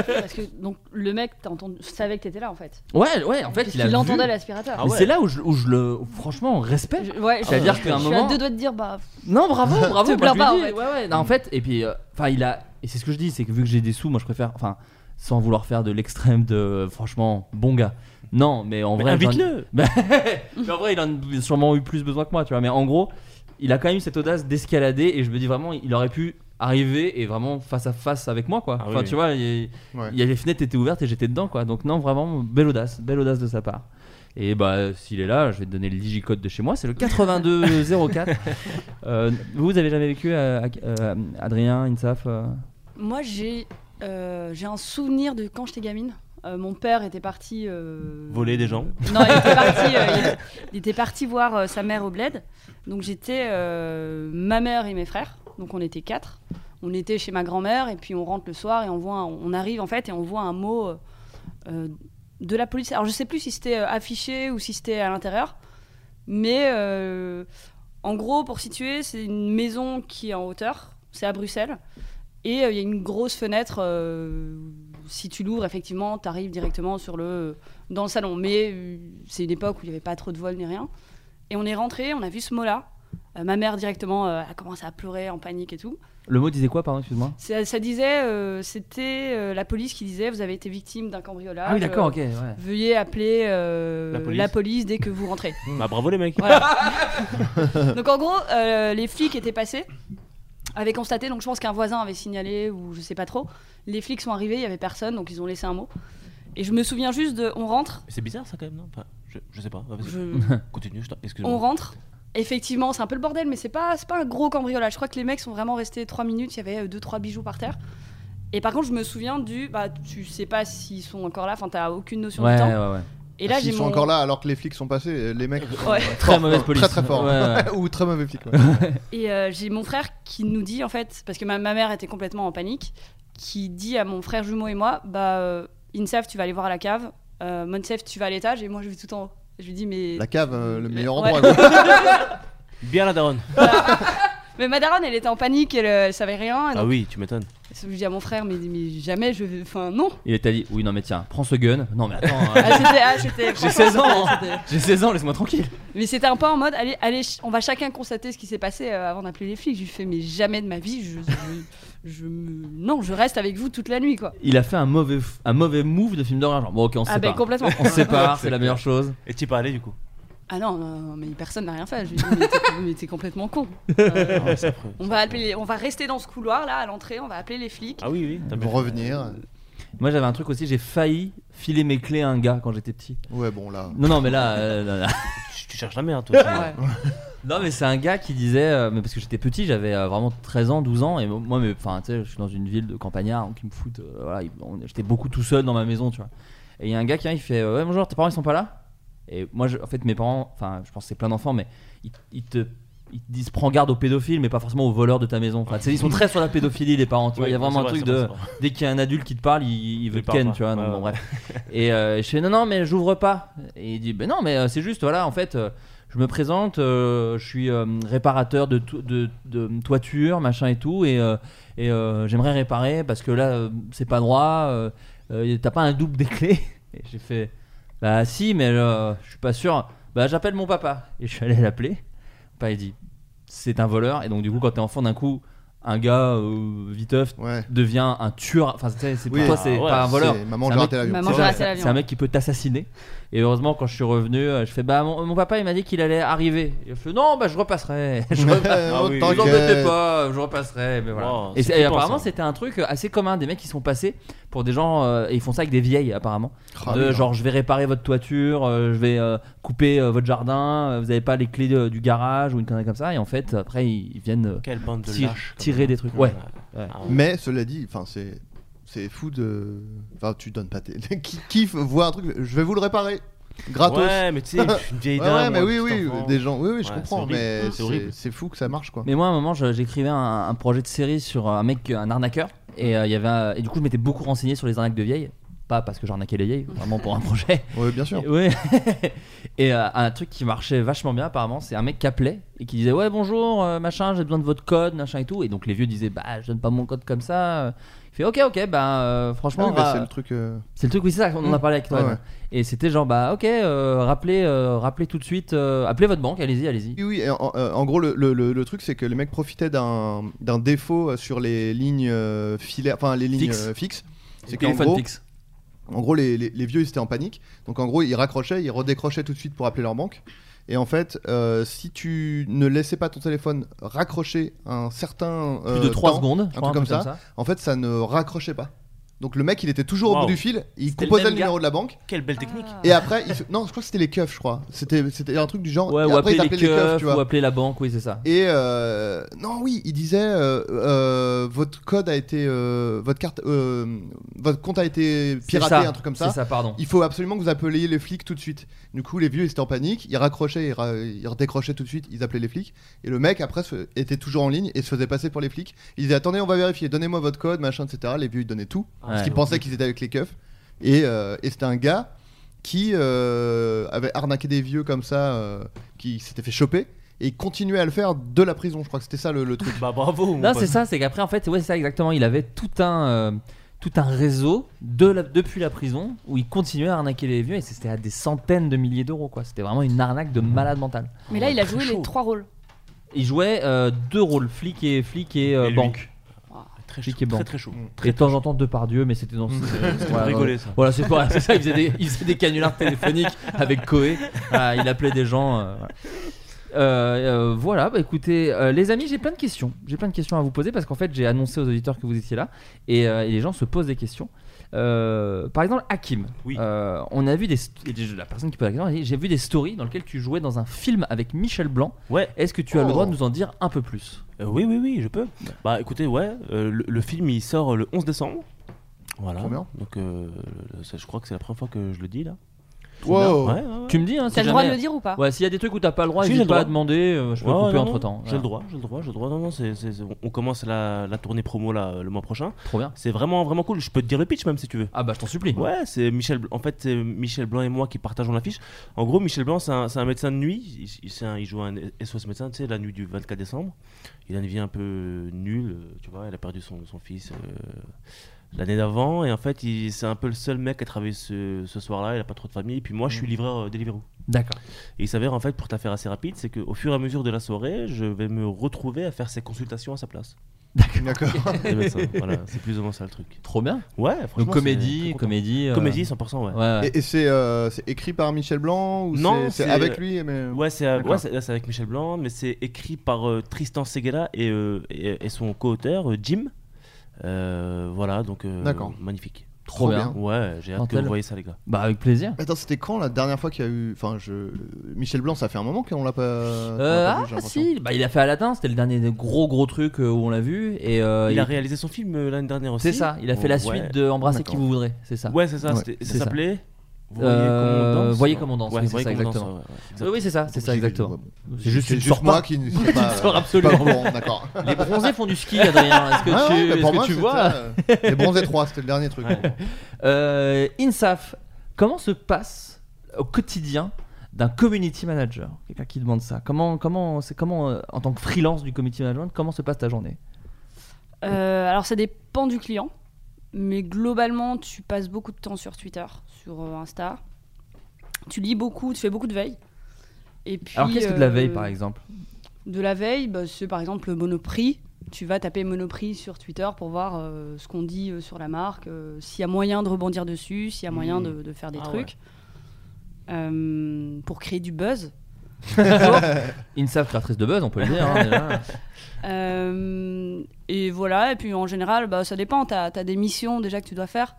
[SPEAKER 10] Parce que donc le mec, t'as entendu, savait que t'étais là en fait.
[SPEAKER 7] Ouais, ouais, en fait,
[SPEAKER 10] Parce
[SPEAKER 7] il a.
[SPEAKER 10] qu'il
[SPEAKER 7] vu.
[SPEAKER 10] entendait l'aspirateur.
[SPEAKER 7] Mais
[SPEAKER 10] Ah ouais.
[SPEAKER 7] c'est là où je, où je le. Franchement, respect.
[SPEAKER 10] Je- ouais, je-
[SPEAKER 7] C'est-à-dire qu'à un
[SPEAKER 10] je
[SPEAKER 7] moment.
[SPEAKER 10] suis à deux doigts de dire bah.
[SPEAKER 7] Non, bravo,
[SPEAKER 10] Te
[SPEAKER 7] bravo. moi,
[SPEAKER 10] plains
[SPEAKER 7] je
[SPEAKER 10] pas,
[SPEAKER 7] lui
[SPEAKER 10] en
[SPEAKER 7] dis.
[SPEAKER 10] fait.
[SPEAKER 7] Ouais, ouais, non, en fait, et puis, euh, enfin, il a. Et c'est ce que je dis, c'est que vu que j'ai des sous, moi, je préfère. Enfin, sans vouloir faire de l'extrême de. Franchement, bon gars. Non, mais en
[SPEAKER 9] Mais
[SPEAKER 7] vrai. j'en-
[SPEAKER 9] invite-le.
[SPEAKER 7] Bah, mais en vrai, il en a sûrement eu plus besoin que moi, tu vois. Mais en gros, il a quand même eu cette audace d'escalader, et je me dis vraiment, il aurait pu arriver et vraiment face à face avec moi, quoi.
[SPEAKER 10] Ah
[SPEAKER 9] oui,
[SPEAKER 7] enfin,
[SPEAKER 9] oui.
[SPEAKER 7] tu vois, il,
[SPEAKER 9] Ouais.
[SPEAKER 7] il y a les fenêtres étaient ouvertes et j'étais dedans, quoi. Donc, non, vraiment, belle audace, belle audace de sa part. Et bah, s'il est là, je vais te donner le digicode de chez moi, c'est le 8204. Euh, vous avez jamais vécu, euh, à- euh, Adrien, Insaf euh
[SPEAKER 10] Moi, j'ai euh, j'ai un souvenir de quand j'étais gamine. Euh, mon père était parti. euh,
[SPEAKER 9] Voler des gens.
[SPEAKER 10] Non, il était parti, euh, il, était- il était parti voir euh, sa mère au bled. Donc j'étais euh, ma mère et mes frères. Donc on était quatre. On était chez ma grand-mère et puis on rentre le soir et on voit, un- on arrive en fait et on voit un mot euh, euh, de la police. Alors je sais plus si c'était euh, affiché ou si c'était à l'intérieur, mais euh, en gros pour situer, c'est une maison qui est en hauteur. C'est à Bruxelles. Et euh, il y a une grosse fenêtre. euh, si tu l'ouvres, effectivement, tu arrives directement sur le, dans le salon. Mais euh, c'est une époque où il n'y avait pas trop de vols ni rien. Et on est rentré, on a vu ce mot-là. Euh, ma mère, directement, euh, a commencé à pleurer en panique et tout.
[SPEAKER 7] Le mot disait quoi, pardon, excuse-moi
[SPEAKER 10] Ça, ça disait, euh, c'était euh, la police qui disait Vous avez été victime d'un cambriolage. euh,
[SPEAKER 7] Ah oui, d'accord, ok, ouais.
[SPEAKER 10] Veuillez appeler euh,
[SPEAKER 9] La
[SPEAKER 10] la,
[SPEAKER 9] police.
[SPEAKER 10] police. dès que vous rentrez.
[SPEAKER 7] Mmh.
[SPEAKER 9] Bah, bravo les mecs.
[SPEAKER 10] donc, en gros, euh, les flics étaient passés, avaient constaté, donc je pense qu'un voisin avait signalé ou je sais pas trop. Les flics sont arrivés, il y avait personne, donc ils ont laissé un mot. Et je me souviens juste de On rentre,
[SPEAKER 9] C'est bizarre ça quand même, non Enfin, je, je sais pas. Vas-y.
[SPEAKER 10] Je-
[SPEAKER 9] Continue, je t'en- excuse-moi.
[SPEAKER 10] On rentre. Effectivement, c'est un peu le bordel, mais c'est pas, c'est pas un gros cambriolage. Je crois que les mecs sont vraiment restés 3 minutes, il y avait 2-3 bijoux par terre. Et par contre, je me souviens du. Bah, tu sais pas s'ils sont encore là, enfin, t'as aucune notion
[SPEAKER 7] Ouais,
[SPEAKER 10] du temps.
[SPEAKER 7] ouais, ouais.
[SPEAKER 10] Et là,
[SPEAKER 8] S'ils
[SPEAKER 10] j'ai
[SPEAKER 8] sont
[SPEAKER 10] mon-
[SPEAKER 8] encore là alors que les flics sont passés, euh, les mecs. sont,
[SPEAKER 10] Ouais.
[SPEAKER 8] euh,
[SPEAKER 7] Très
[SPEAKER 8] forts,
[SPEAKER 7] mauvaise
[SPEAKER 8] euh,
[SPEAKER 7] police.
[SPEAKER 8] Très très fort.
[SPEAKER 7] Ouais, ouais.
[SPEAKER 8] Ou très mauvais flics. ouais.
[SPEAKER 10] Et euh, j'ai mon frère qui nous dit, en fait, parce que ma, ma mère était complètement en panique, qui dit à mon frère jumeau et moi Bah, euh, Insaf, tu vas aller voir à la cave, euh, Monsef, tu vas à l'étage, et moi, je vais tout en haut. Je lui dis, mais.
[SPEAKER 8] La cave, euh, le meilleur
[SPEAKER 10] Ouais.
[SPEAKER 8] endroit. quoi.
[SPEAKER 9] Bien la daronne.
[SPEAKER 10] mais ma daronne, elle était en panique, elle, euh, elle savait rien. et
[SPEAKER 9] Ah
[SPEAKER 10] donc,
[SPEAKER 9] oui, tu m'étonnes.
[SPEAKER 10] Je dis à mon frère, mais, mais jamais je vais. Enfin, non.
[SPEAKER 7] Il était dit, oui, non, mais tiens, prends ce gun. Non, mais attends.
[SPEAKER 10] Ah,
[SPEAKER 7] euh,
[SPEAKER 10] c'était- ah, c'était-
[SPEAKER 7] J'ai 16 ans. hein.
[SPEAKER 10] C'était-
[SPEAKER 7] J'ai 16 ans, laisse-moi tranquille.
[SPEAKER 10] Mais c'était un peu en mode, allez, allez, ch- on va chacun constater ce qui s'est passé euh, avant d'appeler les flics. Je lui fais, mais jamais de ma vie, je, je, je me- non, je reste avec vous toute la nuit, quoi.
[SPEAKER 7] Il a fait un mauvais, f- un mauvais move de film d'horreur. Genre, bon, ok, on se
[SPEAKER 10] Ah,
[SPEAKER 7] sépare.
[SPEAKER 10] ben, complètement.
[SPEAKER 7] On se sépare, c'est la meilleure chose.
[SPEAKER 9] Et t'y parlais du coup
[SPEAKER 10] Ah non, non, non, mais personne n'a rien fait. Je lui dis, mais t'es- mais t'es complètement con. Euh,
[SPEAKER 9] Ah, c'est affreux.
[SPEAKER 10] on va appeler, les- on va rester dans ce couloir là à l'entrée, on va appeler les flics.
[SPEAKER 9] Ah oui, oui. T'as bien
[SPEAKER 8] revenir.
[SPEAKER 7] Moi j'avais un truc aussi, j'ai failli filer mes clés à un gars quand j'étais petit.
[SPEAKER 8] Ouais, bon là.
[SPEAKER 7] Non, non, mais là. euh, là, là.
[SPEAKER 9] Tu, tu cherches la merde, toi. aussi.
[SPEAKER 7] Non mais c'est un gars qui disait, euh, mais parce que j'étais petit, j'avais euh, vraiment 13 ans, 12 ans, et moi, mais, enfin, tu sais, je suis dans une ville de campagnard, donc ils me foutent, euh, voilà, ils- on- j'étais beaucoup tout seul dans ma maison, tu vois. Et il y a un gars qui vient, il fait, euh, ouais bonjour, tes parents ils sont pas là Et moi, je- en fait, mes parents, enfin, je pense que c'est plein d'enfants, mais ils, ils te ils te disent prends garde aux pédophiles, mais pas forcément aux voleurs de ta maison. Enfin, Bah, tu sais, ils sont très sur la pédophilie, les parents. Tu vois,
[SPEAKER 9] Oui,
[SPEAKER 7] il y a vraiment un
[SPEAKER 9] c'est vrai,
[SPEAKER 7] truc
[SPEAKER 9] c'est vrai,
[SPEAKER 7] de.
[SPEAKER 9] c'est vrai.
[SPEAKER 7] Dès qu'il y a un adulte qui te parle, il, il veut te
[SPEAKER 9] parle
[SPEAKER 7] ken,
[SPEAKER 9] pas.
[SPEAKER 7] tu vois. donc
[SPEAKER 9] Ouais,
[SPEAKER 7] bon,
[SPEAKER 9] ouais.
[SPEAKER 7] bref. Et euh, je fais non, non, mais j'ouvre pas. Et il dit ben non, mais euh, c'est juste, voilà, en fait. euh, je me présente, euh, je suis euh, réparateur de, tou- de, de toiture, machin et tout, et, euh, et, euh, j'aimerais réparer parce que là, euh, c'est pas droit, euh, euh, t'as pas un double des clés. Et j'ai fait, bah si, mais euh, je suis pas sûr. Bah j'appelle mon papa. Et je suis allé l'appeler. Mon papa, il dit, c'est un voleur, et donc du coup, quand t'es enfant, d'un coup. Un gars euh, viteuf devient un tueur. Enfin, tu sais, c'est pour
[SPEAKER 8] Oui.
[SPEAKER 7] toi, c'est
[SPEAKER 8] Ah ouais,
[SPEAKER 7] pas un
[SPEAKER 8] c'est
[SPEAKER 7] voleur.
[SPEAKER 8] maman,
[SPEAKER 7] C'est un
[SPEAKER 8] j'ai
[SPEAKER 7] mec-
[SPEAKER 8] raté l'avion. Maman,
[SPEAKER 7] c'est
[SPEAKER 8] j'ai
[SPEAKER 7] vrai,
[SPEAKER 8] raté
[SPEAKER 7] c'est-
[SPEAKER 8] l'avion.
[SPEAKER 7] c'est un mec qui peut t'assassiner. Et heureusement, quand je suis revenu, euh, je fais Bah, mon, mon papa, il m'a dit qu'il allait arriver. Il fait Non, bah, je repasserai. je
[SPEAKER 8] Euh,
[SPEAKER 7] repasserai.
[SPEAKER 9] Ah oui,
[SPEAKER 7] Vous
[SPEAKER 9] oui.
[SPEAKER 7] embêtez pas, je repasserai. Mais voilà.
[SPEAKER 9] Wow, c'est
[SPEAKER 7] et c'est- et
[SPEAKER 9] flippant,
[SPEAKER 7] apparemment,
[SPEAKER 9] ça.
[SPEAKER 7] c'était un truc euh, assez commun. Des mecs qui sont passés pour des gens, euh, et ils font ça avec des vieilles, apparemment.
[SPEAKER 9] Ah
[SPEAKER 7] de
[SPEAKER 9] oui,
[SPEAKER 7] genre, je vais réparer votre toiture, euh, je vais euh, couper euh, votre jardin, euh, vous avez pas les clés de- du garage ou une connerie comme ça. Et en fait, après, ils ils viennent euh,
[SPEAKER 9] Quelle bande de
[SPEAKER 7] tir-
[SPEAKER 9] lâches, quand
[SPEAKER 7] tirer
[SPEAKER 9] même.
[SPEAKER 7] des trucs. Ouais.
[SPEAKER 9] Ouais.
[SPEAKER 7] Ouais.
[SPEAKER 8] Mais cela dit, enfin c'est c'est fou de enfin tu donnes pas tes qui, qui voit un truc, je vais vous le réparer. Gratos.
[SPEAKER 9] Ouais, mais tu sais, une vieille
[SPEAKER 8] Ouais,
[SPEAKER 9] dame,
[SPEAKER 8] ouais, mais
[SPEAKER 9] un
[SPEAKER 8] oui,
[SPEAKER 9] petit
[SPEAKER 8] oui,
[SPEAKER 9] enfant.
[SPEAKER 8] des gens, oui, oui, je
[SPEAKER 9] Ouais, c'est
[SPEAKER 8] comprends,
[SPEAKER 9] horrible.
[SPEAKER 8] mais
[SPEAKER 9] C'est horrible.
[SPEAKER 8] c'est c'est fou que ça marche quoi.
[SPEAKER 7] Mais moi, à un moment, je- j'écrivais un, un projet de série sur un mec, un arnaqueur, et euh, il y avait, un- et du coup, je m'étais beaucoup renseigné sur les arnaques de vieilles, pas parce que j'arnaquais les vieilles, vraiment pour un projet.
[SPEAKER 8] Oui, bien sûr.
[SPEAKER 7] Et, ouais. Et, euh, un truc qui marchait vachement bien, apparemment, c'est un mec qui appelait et qui disait ouais bonjour, euh, machin, j'ai besoin de votre code, machin et tout, et donc les vieux disaient bah je donne pas mon code comme ça. Il fait ok ok bah euh, franchement
[SPEAKER 8] Ah oui, bah,
[SPEAKER 7] ra-
[SPEAKER 8] c'est le truc, euh,
[SPEAKER 7] c'est le truc, oui, c'est ça, on en a parlé avec toi.
[SPEAKER 8] Ouais, ouais.
[SPEAKER 7] Et c'était genre, bah ok, euh, rappelez, euh, rappelez tout de suite, euh, appelez votre banque, allez-y, allez-y.
[SPEAKER 8] Oui, oui, et en, euh, en gros, le, le- le- le truc, c'est que les mecs profitaient d'un d'un défaut euh, sur les lignes euh, filaires, enfin les lignes
[SPEAKER 7] Fixes.
[SPEAKER 8] euh, fixes.
[SPEAKER 7] Les
[SPEAKER 8] qu'en
[SPEAKER 7] téléphones
[SPEAKER 8] gros-
[SPEAKER 7] fixes.
[SPEAKER 8] En gros, les, les- les vieux, ils étaient en panique. Donc, en gros, ils raccrochaient, ils redécrochaient tout de suite pour appeler leur banque. Et en fait, euh, si tu ne laissais pas ton téléphone raccrocher un certain. euh,
[SPEAKER 7] Plus de trois
[SPEAKER 8] temps,
[SPEAKER 7] secondes, je
[SPEAKER 8] un
[SPEAKER 7] crois,
[SPEAKER 8] truc comme, ça, en fait, ça ne raccrochait pas. Donc, le mec, il était toujours au
[SPEAKER 9] Wow.
[SPEAKER 8] bout du fil, il
[SPEAKER 9] C'était le
[SPEAKER 8] composait le,
[SPEAKER 9] même gars.
[SPEAKER 8] numéro de la banque.
[SPEAKER 9] Quelle belle technique.
[SPEAKER 10] Ah.
[SPEAKER 8] Et après, il se- non, je crois que c'était les keufs, je crois. C'était c'était un truc du genre.
[SPEAKER 7] Ouais,
[SPEAKER 8] et
[SPEAKER 7] ou
[SPEAKER 8] après, il
[SPEAKER 7] appeler les
[SPEAKER 8] t'appelait les keufs,
[SPEAKER 7] keufs,
[SPEAKER 8] tu
[SPEAKER 7] ou
[SPEAKER 8] vois.
[SPEAKER 7] appeler la banque, oui, c'est ça.
[SPEAKER 8] Et euh, non, oui, il disait euh, euh, votre code a été, euh, votre carte, euh, votre compte a été piraté,
[SPEAKER 7] ça,
[SPEAKER 8] un truc comme ça.
[SPEAKER 7] c'est ça, pardon.
[SPEAKER 8] Il faut absolument que vous appeliez les flics tout de suite. Du coup, les vieux ils étaient en panique, ils raccrochaient, ils, ra- ils redécrochaient tout de suite, ils appelaient les flics. Et le mec après se- était toujours en ligne et se faisait passer pour les flics. Il disait attendez, on va vérifier, donnez-moi votre code, machin, etc. Les vieux ils donnaient tout parce
[SPEAKER 7] Ouais.
[SPEAKER 8] qu'ils pensaient qu'ils étaient avec les keufs. Et, euh, et c'était un gars qui euh, avait arnaqué des vieux comme ça, euh, qui s'était fait choper, et il continuait à le faire de la prison. Je crois que c'était ça le, le truc.
[SPEAKER 9] Bah bravo
[SPEAKER 7] Non, c'est ça, c'est qu'après, en fait, ouais, c'est ça exactement. Il avait tout un, euh, tout un réseau de la- depuis la prison où il continuait à arnaquer les vieux et c'était à des centaines de milliers d'euros, quoi. C'était vraiment une arnaque de malade mental.
[SPEAKER 10] Mais là, il a joué les trois rôles.
[SPEAKER 7] Il jouait euh, deux rôles, flic et, flic et, euh,
[SPEAKER 9] lui. Ah,
[SPEAKER 7] banque.
[SPEAKER 9] Très
[SPEAKER 7] Flic
[SPEAKER 9] chaud,
[SPEAKER 7] et banque.
[SPEAKER 9] très, très
[SPEAKER 8] Mm.
[SPEAKER 9] chaud.
[SPEAKER 7] et de temps en temps deux par Dieu, mais c'était dans.
[SPEAKER 9] C'était pour
[SPEAKER 7] Voilà,
[SPEAKER 9] rigoler,
[SPEAKER 7] voilà.
[SPEAKER 9] ça.
[SPEAKER 7] Voilà, c'est quoi C'est ça, il faisait, des, il faisait des canulars téléphoniques avec Koé. Voilà, il appelait des gens. euh, voilà. Euh, euh, voilà, bah écoutez, euh, les amis, j'ai plein de questions. J'ai plein de questions à vous poser parce qu'en fait, j'ai annoncé aux auditeurs que vous étiez là et, euh, et les gens se posent des questions. Euh, par exemple, Hakim, Euh, on a vu des. st- et La personne qui pose la question a dit J'ai vu des stories dans lesquelles tu jouais dans un film avec Michel Blanc.
[SPEAKER 9] Ouais.
[SPEAKER 7] Est-ce que tu as le
[SPEAKER 9] Oh.
[SPEAKER 7] droit de nous en dire un peu plus
[SPEAKER 9] Euh, oui, oui, oui, je peux. Bah écoutez, ouais, euh, le, le film il sort le 11 décembre. Voilà.
[SPEAKER 8] Trop bien.
[SPEAKER 9] Donc euh, le- ça, je crois que c'est la première fois que je le dis là. Trop
[SPEAKER 7] Wow.
[SPEAKER 9] bien. Ouais, ouais, ouais.
[SPEAKER 7] Tu me dis, hein, si
[SPEAKER 10] T'as le droit
[SPEAKER 7] jamais-
[SPEAKER 10] de le dire ou pas
[SPEAKER 7] Ouais, s'il y a des trucs où t'as pas le droit,
[SPEAKER 9] Si, j'ai le
[SPEAKER 7] n'hésite pas
[SPEAKER 9] droit.
[SPEAKER 7] à demander, euh, je peux
[SPEAKER 9] Ouais, ouais,
[SPEAKER 7] couper
[SPEAKER 9] non, non,
[SPEAKER 7] entre temps.
[SPEAKER 9] J'ai le droit, j'ai le droit, j'ai le droit. Non, non, c'est- c'est- c'est- on commence la, la tournée promo là euh, le mois prochain.
[SPEAKER 7] Trop bien.
[SPEAKER 9] C'est vraiment, vraiment cool. Je peux te dire le pitch même si tu veux.
[SPEAKER 7] Ah bah je t'en supplie.
[SPEAKER 9] Ouais, c'est Michel. Bl- En fait, c'est Michel Blanc et moi qui partageons l'affiche. En gros, Michel Blanc, c'est un, c'est un médecin de nuit. Il, il- c'est un- il joue un SOS médecin, tu sais, la nuit du 24 décembre. Il a une vie un peu nulle, euh, tu vois. Il a perdu son, son fils euh, l'année d'avant. Et en fait, il- c'est un peu le seul mec à travailler ce, ce soir-là. Il a pas trop de famille. Et puis moi, je suis livreur euh, Deliveroo.
[SPEAKER 7] Mm. D'accord.
[SPEAKER 9] Et il s'avère en fait, pour t'affaire assez rapide, c'est qu'au fur et à mesure de la soirée, je vais me retrouver à faire ses consultations à sa place.
[SPEAKER 8] D'accord.
[SPEAKER 9] Les médecins, voilà, c'est plus ou moins ça le truc.
[SPEAKER 7] Trop bien.
[SPEAKER 9] Ouais, franchement.
[SPEAKER 7] Donc comédie,
[SPEAKER 9] c'est très
[SPEAKER 7] comédie.
[SPEAKER 9] content.
[SPEAKER 7] euh,
[SPEAKER 9] Comédie, 100%, ouais.
[SPEAKER 8] Et, et c'est euh, c'est écrit par Michel Blanc ou
[SPEAKER 9] non,
[SPEAKER 8] c'est- c'est avec lui mais...
[SPEAKER 9] Ouais, c'est euh,
[SPEAKER 8] D'accord.
[SPEAKER 9] ouais, c'est- là, c'est avec Michel Blanc, mais c'est écrit par euh, Tristan Seguela et, euh, et, et son co-auteur, euh, Jim. Euh, voilà, donc euh,
[SPEAKER 8] D'accord.
[SPEAKER 9] magnifique.
[SPEAKER 8] Trop Trop bien. bien.
[SPEAKER 9] Ouais, j'ai hâte que
[SPEAKER 8] Mental.
[SPEAKER 9] vous voyez ça, les gars.
[SPEAKER 7] Bah avec plaisir.
[SPEAKER 8] Attends, c'était quand la dernière fois qu'il y a eu. Enfin, je. Michel Blanc, ça fait un moment qu'on l'a pas. qu'on
[SPEAKER 7] euh,
[SPEAKER 8] l'a pas
[SPEAKER 7] ah
[SPEAKER 8] vu, j'ai l'impression.
[SPEAKER 7] si, bah, il a fait Aladdin, c'était le dernier gros gros truc euh, où on l'a vu et euh,
[SPEAKER 9] il, a réalisé son film euh, l'année dernière aussi.
[SPEAKER 7] C'est ça, il a fait la
[SPEAKER 9] Ouais.
[SPEAKER 7] suite de Embrasser qui
[SPEAKER 9] D'accord.
[SPEAKER 7] vous voudrez, c'est ça.
[SPEAKER 9] Ouais, c'est ça.
[SPEAKER 7] Ouais,
[SPEAKER 9] c'était-
[SPEAKER 7] c'est
[SPEAKER 9] Ça s'appelait
[SPEAKER 7] Voyez
[SPEAKER 9] Euh,
[SPEAKER 7] comme on danse.
[SPEAKER 9] voyez comme on danse,
[SPEAKER 7] Ouais,
[SPEAKER 9] oui,
[SPEAKER 7] voyez
[SPEAKER 9] c'est ça,
[SPEAKER 7] comme on danse,
[SPEAKER 9] exactement.
[SPEAKER 7] ouais, ouais, exactement. Oui, oui, c'est ça, c'est ça, exactement.
[SPEAKER 8] C'est juste, c'est juste moi qui ne suis pas- euh,
[SPEAKER 7] sors
[SPEAKER 8] pas
[SPEAKER 7] absolument.
[SPEAKER 8] au courant, d'accord.
[SPEAKER 7] Les bronzés font du ski, Adrien. Est-ce que
[SPEAKER 8] Ah
[SPEAKER 7] tu,
[SPEAKER 8] ouais, mais
[SPEAKER 7] est-ce
[SPEAKER 8] pour
[SPEAKER 7] que
[SPEAKER 8] moi,
[SPEAKER 7] tu
[SPEAKER 8] c'était,
[SPEAKER 7] vois
[SPEAKER 8] euh, les bronzés trois, c'était le dernier truc, en gros.
[SPEAKER 7] Euh, Insaf, comment se passe au quotidien d'un community manager Quelqu'un qui demande ça. Comment, comment, c'est comment euh, en tant que freelance du community management, comment se passe ta journée
[SPEAKER 10] Euh, alors ça dépend du client, mais globalement tu passes beaucoup de temps sur Twitter, sur euh, Insta. Tu lis beaucoup, tu fais beaucoup de veille. Et puis,
[SPEAKER 7] Alors qu'est-ce que de la
[SPEAKER 10] euh,
[SPEAKER 7] veille, par exemple
[SPEAKER 10] De la veille, bah, c'est par exemple le Monoprix. Tu vas taper Monoprix sur Twitter pour voir euh, ce qu'on dit euh, sur la marque, euh, s'il y a moyen de rebondir dessus, s'il y a moyen
[SPEAKER 3] Mmh.
[SPEAKER 10] de, de faire des
[SPEAKER 3] Ah
[SPEAKER 10] trucs. Euh, pour créer du buzz.
[SPEAKER 7] Insaf, créatrice de buzz, on peut le dire. hein, déjà.
[SPEAKER 10] Euh, et voilà, et puis en général, bah, ça dépend, tu as, des missions déjà que tu dois faire.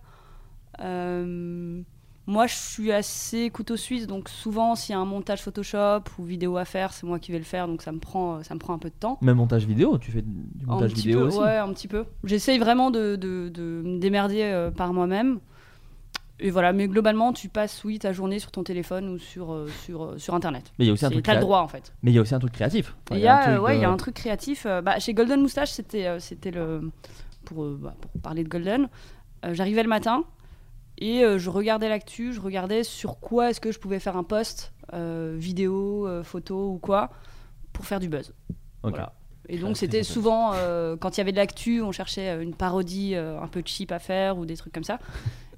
[SPEAKER 10] Euh, moi, je suis assez couteau suisse, donc souvent, s'il y a un montage Photoshop ou vidéo à faire, c'est moi qui vais le faire, donc ça me prend, ça me prend un peu de temps.
[SPEAKER 7] Même montage vidéo, tu fais du
[SPEAKER 10] Oh, Un
[SPEAKER 7] montage
[SPEAKER 10] petit
[SPEAKER 7] vidéo
[SPEAKER 10] peu,
[SPEAKER 7] aussi.
[SPEAKER 10] Ouais, un petit peu. J'essaye vraiment de, de- de me démerder euh, par moi-même. Et voilà, mais globalement, tu passes, oui, ta journée sur ton téléphone ou sur, euh, sur, euh, sur Internet.
[SPEAKER 7] Mais il y a aussi un
[SPEAKER 10] C'est-
[SPEAKER 7] truc.
[SPEAKER 10] T'as le
[SPEAKER 7] créa-
[SPEAKER 10] droit, en fait.
[SPEAKER 7] Mais il y a aussi un truc créatif. Enfin,
[SPEAKER 10] Et Il y a,
[SPEAKER 7] un
[SPEAKER 10] euh,
[SPEAKER 7] truc
[SPEAKER 10] ouais, il y a
[SPEAKER 7] de-
[SPEAKER 10] un truc créatif. euh, bah, chez Golden Moustache, c'était euh, c'était le pour, euh, bah, pour parler de Golden. euh, J'arrivais le matin et euh, je regardais l'actu, je regardais sur quoi est-ce que je pouvais faire un post euh, vidéo, euh, photo ou quoi pour faire du buzz.
[SPEAKER 7] Ok.
[SPEAKER 10] Voilà. Et
[SPEAKER 7] Ah,
[SPEAKER 10] donc c'était souvent euh, quand il y avait de l'actu, on cherchait euh, une parodie euh, un peu cheap à faire ou des trucs comme ça.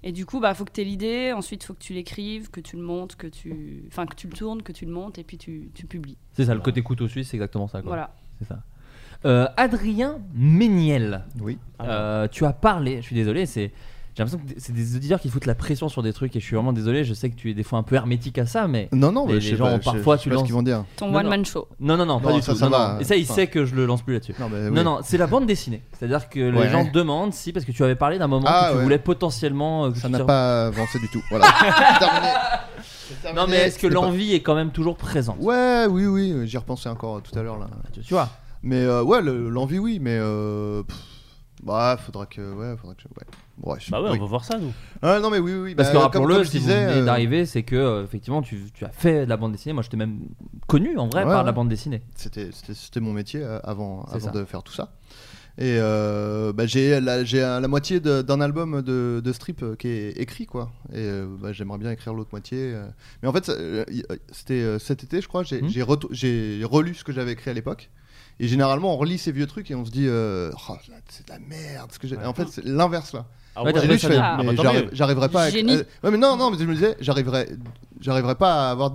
[SPEAKER 10] Et du coup, bah faut que tu aies l'idée, ensuite faut que tu l'écrives, que tu le montes, que tu enfin que tu le tournes, que tu le montes et puis tu, tu publies.
[SPEAKER 7] C'est ça, le côté couteau suisse, c'est exactement ça. quoi.
[SPEAKER 10] Voilà.
[SPEAKER 7] C'est ça. Euh, Adrien Méniel.
[SPEAKER 8] Oui.
[SPEAKER 7] Euh, tu as parlé, je suis désolé, c'est. J'ai l'impression que c'est des auditeurs qui foutent la pression sur des trucs et je suis vraiment désolé, je sais que tu es des fois un peu hermétique à ça, mais.
[SPEAKER 8] Non, non,
[SPEAKER 7] mais
[SPEAKER 8] mais
[SPEAKER 7] les
[SPEAKER 8] je sais
[SPEAKER 7] gens
[SPEAKER 8] pas,
[SPEAKER 7] ont
[SPEAKER 8] je-
[SPEAKER 7] parfois,
[SPEAKER 8] je sais
[SPEAKER 7] tu
[SPEAKER 8] pas ce
[SPEAKER 7] lances.
[SPEAKER 8] qu'ils vont dire.
[SPEAKER 10] Ton
[SPEAKER 7] Non, non.
[SPEAKER 10] one-man show.
[SPEAKER 7] Non, non, non, pas
[SPEAKER 8] Non,
[SPEAKER 7] du
[SPEAKER 8] ça,
[SPEAKER 7] tout.
[SPEAKER 8] ça
[SPEAKER 7] non,
[SPEAKER 8] va.
[SPEAKER 7] non. Et ça, il
[SPEAKER 8] Enfin. Eh
[SPEAKER 7] sait que je le lance plus là-dessus. Non,
[SPEAKER 8] oui.
[SPEAKER 7] non, c'est la bande dessinée. C'est-à-dire que les
[SPEAKER 8] Ouais.
[SPEAKER 7] gens demandent si, parce que tu avais parlé d'un moment
[SPEAKER 8] Ah,
[SPEAKER 7] que tu
[SPEAKER 8] ouais.
[SPEAKER 7] voulais potentiellement. euh, que
[SPEAKER 8] Ça
[SPEAKER 7] tu
[SPEAKER 8] n'a
[SPEAKER 7] te-
[SPEAKER 8] pas avancé du tout. Voilà.
[SPEAKER 7] Non, Ah mais est-ce que
[SPEAKER 8] C'était pas-
[SPEAKER 7] l'envie est quand même toujours présente Ah,
[SPEAKER 8] Ouais, oui, oui, j'y repensais encore euh, tout à l'heure là.
[SPEAKER 7] Tu vois.
[SPEAKER 8] Mais euh, ouais, le- l'envie, oui, mais euh, pff, bah faudra que, ouais, faudra que, ouais. Ouais, je-
[SPEAKER 9] Bah ouais,
[SPEAKER 8] oui.
[SPEAKER 9] on va voir ça, nous.
[SPEAKER 8] Ah non, mais oui, oui, oui,
[SPEAKER 7] Parce
[SPEAKER 8] bah,
[SPEAKER 7] que
[SPEAKER 8] comme-
[SPEAKER 7] rappelons-le,
[SPEAKER 8] comme je
[SPEAKER 7] si vous
[SPEAKER 8] disais,
[SPEAKER 7] venez
[SPEAKER 8] euh,
[SPEAKER 7] d'arriver, c'est que euh, effectivement tu, tu as fait de la bande dessinée. Moi, je t'ai même connu en vrai
[SPEAKER 8] Ouais,
[SPEAKER 7] par
[SPEAKER 8] ouais.
[SPEAKER 7] la bande dessinée.
[SPEAKER 8] C'était, c'était, c'était mon métier euh, avant,
[SPEAKER 7] C'est
[SPEAKER 8] avant
[SPEAKER 7] ça.
[SPEAKER 8] de faire tout ça. Et euh, bah, j'ai, la, j'ai euh, la moitié de- d'un album de, de strip euh, qui est écrit, quoi. Et euh, bah, j'aimerais bien écrire l'autre moitié. euh. Mais en fait, ça, euh, y- euh, c'était euh, cet été, je crois, j'ai,
[SPEAKER 9] Mmh.
[SPEAKER 7] Mhm.
[SPEAKER 8] j'ai, retou- j'ai relu ce que j'avais écrit à l'époque. Et généralement, on relit ces vieux trucs et on se dit, euh, Oh, c'est de la merde. ce que j'ai- En fait, c'est l'inverse là.
[SPEAKER 9] Ah ouais,
[SPEAKER 8] J'ai
[SPEAKER 9] ouais,
[SPEAKER 8] lu, je
[SPEAKER 9] ça
[SPEAKER 8] fais,
[SPEAKER 9] vient. Ah
[SPEAKER 8] mais
[SPEAKER 9] bah, tant
[SPEAKER 8] j'arrive-
[SPEAKER 9] mieux.
[SPEAKER 8] j'arriverai pas. à-
[SPEAKER 9] Génie.
[SPEAKER 8] euh, ouais, mais non, non, mais je me disais, j'arriverai, j'arriverai pas à avoir,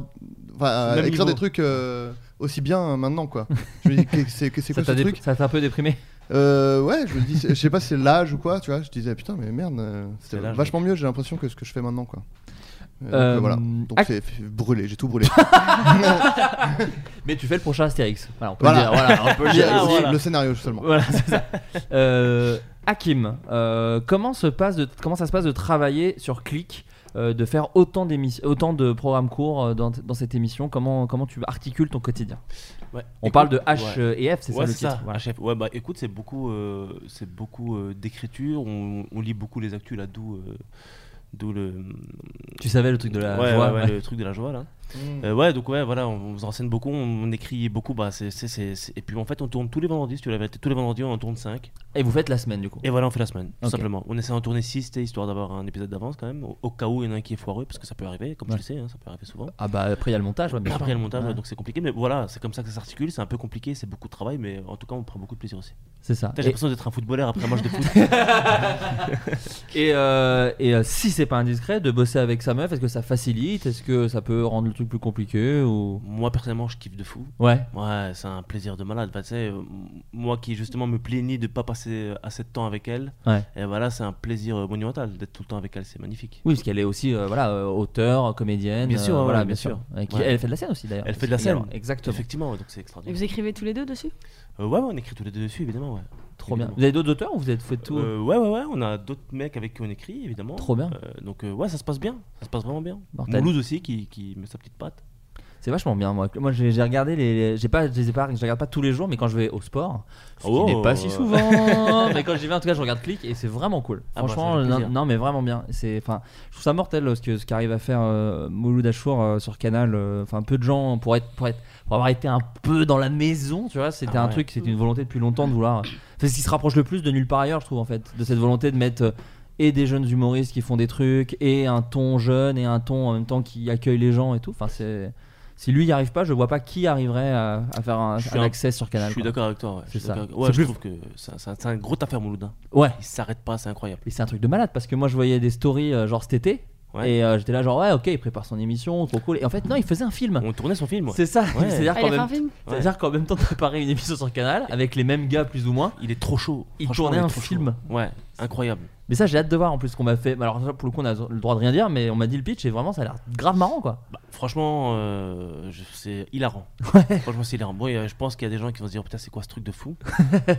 [SPEAKER 8] enfin, à
[SPEAKER 7] Même
[SPEAKER 8] écrire
[SPEAKER 7] niveau.
[SPEAKER 8] des trucs euh, aussi bien euh, maintenant, quoi. je me dis, que- c'est que- c'est
[SPEAKER 7] Ça
[SPEAKER 8] quoi ce
[SPEAKER 7] t'a dé-
[SPEAKER 8] truc
[SPEAKER 7] ça t'a un peu déprimé.
[SPEAKER 8] Euh, ouais, je me dis, c'est- je sais pas, si c'est l'âge ou quoi, tu vois. Je disais, putain, mais merde, euh,
[SPEAKER 9] C'est
[SPEAKER 8] c'était
[SPEAKER 9] l'âge.
[SPEAKER 8] vachement mieux. J'ai l'impression que ce que je fais maintenant, quoi. Euh, donc,
[SPEAKER 7] Euh,
[SPEAKER 8] euh, voilà. Donc
[SPEAKER 7] ac-
[SPEAKER 8] c'est c'est brûlé, j'ai tout brûlé.
[SPEAKER 7] Mais tu fais le prochain Astérix. Voilà, on peut
[SPEAKER 8] Voilà.
[SPEAKER 7] le dire. Voilà, on peut le,
[SPEAKER 8] J'ai-
[SPEAKER 7] dire.
[SPEAKER 8] Ah,
[SPEAKER 7] aussi.
[SPEAKER 8] voilà. le scénario seulement.
[SPEAKER 7] Voilà, c'est ça. Euh, Hakim, euh, comment, se passe de, comment ça se passe de travailler sur Click euh, de faire autant, d'émis- autant de programmes courts euh, dans, dans cette émission, comment, comment tu articules ton quotidien
[SPEAKER 9] Ouais.
[SPEAKER 7] On
[SPEAKER 9] Écoute,
[SPEAKER 7] parle de H euh,
[SPEAKER 9] ouais.
[SPEAKER 7] et F, c'est
[SPEAKER 9] Ouais,
[SPEAKER 7] ça le titre Voilà.
[SPEAKER 9] HF. Ouais, bah écoute, c'est beaucoup, euh, c'est beaucoup euh, d'écriture. On, on lit beaucoup les actus là, d'où, euh, d'où le.
[SPEAKER 7] Tu savais le truc de la
[SPEAKER 9] Ouais,
[SPEAKER 7] joie,
[SPEAKER 9] ouais, ouais,
[SPEAKER 7] ouais.
[SPEAKER 9] le truc de la joie là.
[SPEAKER 7] Mm.
[SPEAKER 9] Euh, ouais, donc ouais, voilà, on, on se renseigne beaucoup, on, on écrit beaucoup. Bah, c'est, c'est- c'est- c'est- Et puis en fait, on tourne tous les vendredis. Si tu l'avais, tous les vendredis, on en tourne 5
[SPEAKER 7] Et vous faites la semaine du coup.
[SPEAKER 9] Et voilà, on fait la semaine, tout
[SPEAKER 7] Ok.
[SPEAKER 9] simplement. On essaie d'en tourner 6 histoire d'avoir un épisode d'avance quand même, au, au cas où il y en a un qui est foireux, parce que ça peut arriver, comme
[SPEAKER 7] Ouais.
[SPEAKER 9] tu le sais, hein, ça peut arriver souvent.
[SPEAKER 7] Ah bah après il y a le montage, ouais, bien sûr.
[SPEAKER 9] Après, il y a le montage,
[SPEAKER 7] Ouais.
[SPEAKER 9] ouais, donc c'est compliqué, mais voilà, c'est comme ça que ça s'articule, c'est un peu compliqué, c'est beaucoup de travail, mais en tout cas, on prend beaucoup de plaisir aussi.
[SPEAKER 7] C'est ça.
[SPEAKER 9] Putain,
[SPEAKER 7] Et-
[SPEAKER 9] J'ai l'impression d'être un footballeur après un match de foot.
[SPEAKER 7] et euh, et euh, si c'est pas indiscret de bosser avec sa meuf, est-ce que ça facilite Est-ce que ça peut rendre le truc plus compliqué ou
[SPEAKER 9] Moi personnellement, je kiffe de fou.
[SPEAKER 7] Ouais.
[SPEAKER 9] Ouais, c'est un plaisir de malade. Enfin, tu sais, euh, m- moi qui justement me plaignais de pas passer assez de temps avec elle,
[SPEAKER 7] Ouais.
[SPEAKER 9] et voilà, c'est un plaisir euh, monumental d'être tout le temps avec elle, c'est magnifique.
[SPEAKER 7] Oui, parce qu'elle est aussi euh, voilà euh, auteure, comédienne.
[SPEAKER 9] Bien sûr,
[SPEAKER 7] euh,
[SPEAKER 9] ouais,
[SPEAKER 7] voilà,
[SPEAKER 9] bien
[SPEAKER 7] Et
[SPEAKER 9] sûr.
[SPEAKER 7] qui-
[SPEAKER 9] Ouais.
[SPEAKER 7] Elle fait de la scène aussi d'ailleurs.
[SPEAKER 9] Elle fait de la scène,
[SPEAKER 7] Également. Exactement.
[SPEAKER 9] Effectivement, ouais, donc c'est
[SPEAKER 10] Et
[SPEAKER 9] extraordinaire.
[SPEAKER 10] vous écrivez tous les deux dessus
[SPEAKER 9] Euh, ouais, ouais, on écrit tous les deux dessus, évidemment. Ouais.
[SPEAKER 7] Trop bien. Vous avez d'autres auteurs ou vous êtes fait tout
[SPEAKER 9] Euh, ouais, ouais, ouais, on a d'autres mecs avec qui on écrit, évidemment.
[SPEAKER 7] Trop bien.
[SPEAKER 9] Euh, donc, euh, ouais, ça se passe bien. Ça se passe vraiment bien.
[SPEAKER 7] Mortel.
[SPEAKER 9] Mouloud aussi qui, qui met sa petite patte.
[SPEAKER 7] C'est vachement bien moi. Moi j'ai j'ai regardé les j'ai pas je les ai pas je les regarde pas tous les jours mais quand je vais au sport, ce
[SPEAKER 9] Oh.
[SPEAKER 7] qui n'est pas si souvent, mais quand j'y vais en tout cas je regarde clic et c'est vraiment cool.
[SPEAKER 9] Ah bah,
[SPEAKER 7] Franchement
[SPEAKER 9] ça fait
[SPEAKER 7] non,
[SPEAKER 9] plaisir.
[SPEAKER 7] non, mais vraiment bien. C'est enfin je trouve ça mortel euh, ce que ce qu'arrive à faire euh, Mouloud Achour euh, sur Canal euh, enfin peu de gens pour être pour être pour avoir été un peu dans la maison, tu vois, c'était
[SPEAKER 9] Ah
[SPEAKER 7] un
[SPEAKER 9] ouais.
[SPEAKER 7] truc, c'était une volonté depuis longtemps de vouloir euh, c'est ce qui se rapproche le plus de nulle part ailleurs, je trouve en fait, de cette volonté de mettre euh, et des jeunes humoristes qui font des trucs et un ton jeune et un ton en même temps qui accueille les gens et tout. Enfin c'est si lui y arrive pas, je vois pas qui arriverait à, à faire un,
[SPEAKER 9] Je suis
[SPEAKER 7] un
[SPEAKER 9] un-
[SPEAKER 7] accès sur Canal.
[SPEAKER 9] Je suis
[SPEAKER 7] quoi.
[SPEAKER 9] d'accord avec toi. Ouais.
[SPEAKER 7] C'est
[SPEAKER 9] Je suis
[SPEAKER 7] ça.
[SPEAKER 9] d'accord avec-
[SPEAKER 7] C'est
[SPEAKER 9] Ouais, je
[SPEAKER 7] plus-
[SPEAKER 9] trouve que ça- ça- c'est un gros affaire Mouloudin.
[SPEAKER 7] Ouais.
[SPEAKER 9] Il s'arrête pas, c'est incroyable.
[SPEAKER 7] Et c'est un truc de malade parce que moi je voyais des stories euh, genre cet été.
[SPEAKER 9] Ouais.
[SPEAKER 7] Et euh, j'étais là genre ouais ok il prépare son émission trop cool et en fait non il faisait un film
[SPEAKER 9] on tournait son film ouais.
[SPEAKER 7] c'est ça
[SPEAKER 9] Ouais.
[SPEAKER 7] c'est à dire
[SPEAKER 10] Ah,
[SPEAKER 7] qu'en
[SPEAKER 10] il a fait
[SPEAKER 7] même
[SPEAKER 10] un film
[SPEAKER 7] c'est à dire qu'en même temps de préparer une émission sur Canal avec les mêmes gars plus ou moins
[SPEAKER 9] il est trop chaud
[SPEAKER 7] il
[SPEAKER 9] Franchement,
[SPEAKER 7] tournait
[SPEAKER 9] il est
[SPEAKER 7] un
[SPEAKER 9] trop
[SPEAKER 7] film
[SPEAKER 9] chaud. Ouais, incroyable.
[SPEAKER 7] Mais ça, j'ai hâte de voir en plus qu'on m'a fait. Alors, ça, pour le coup, on a le droit de rien dire, mais on m'a dit le pitch et vraiment, ça a l'air grave marrant quoi.
[SPEAKER 9] Bah, franchement, euh, je- c'est hilarant. Franchement, c'est hilarant. Bon, il y a- je pense qu'il y a des gens qui vont se dire putain, c'est quoi ce truc de fou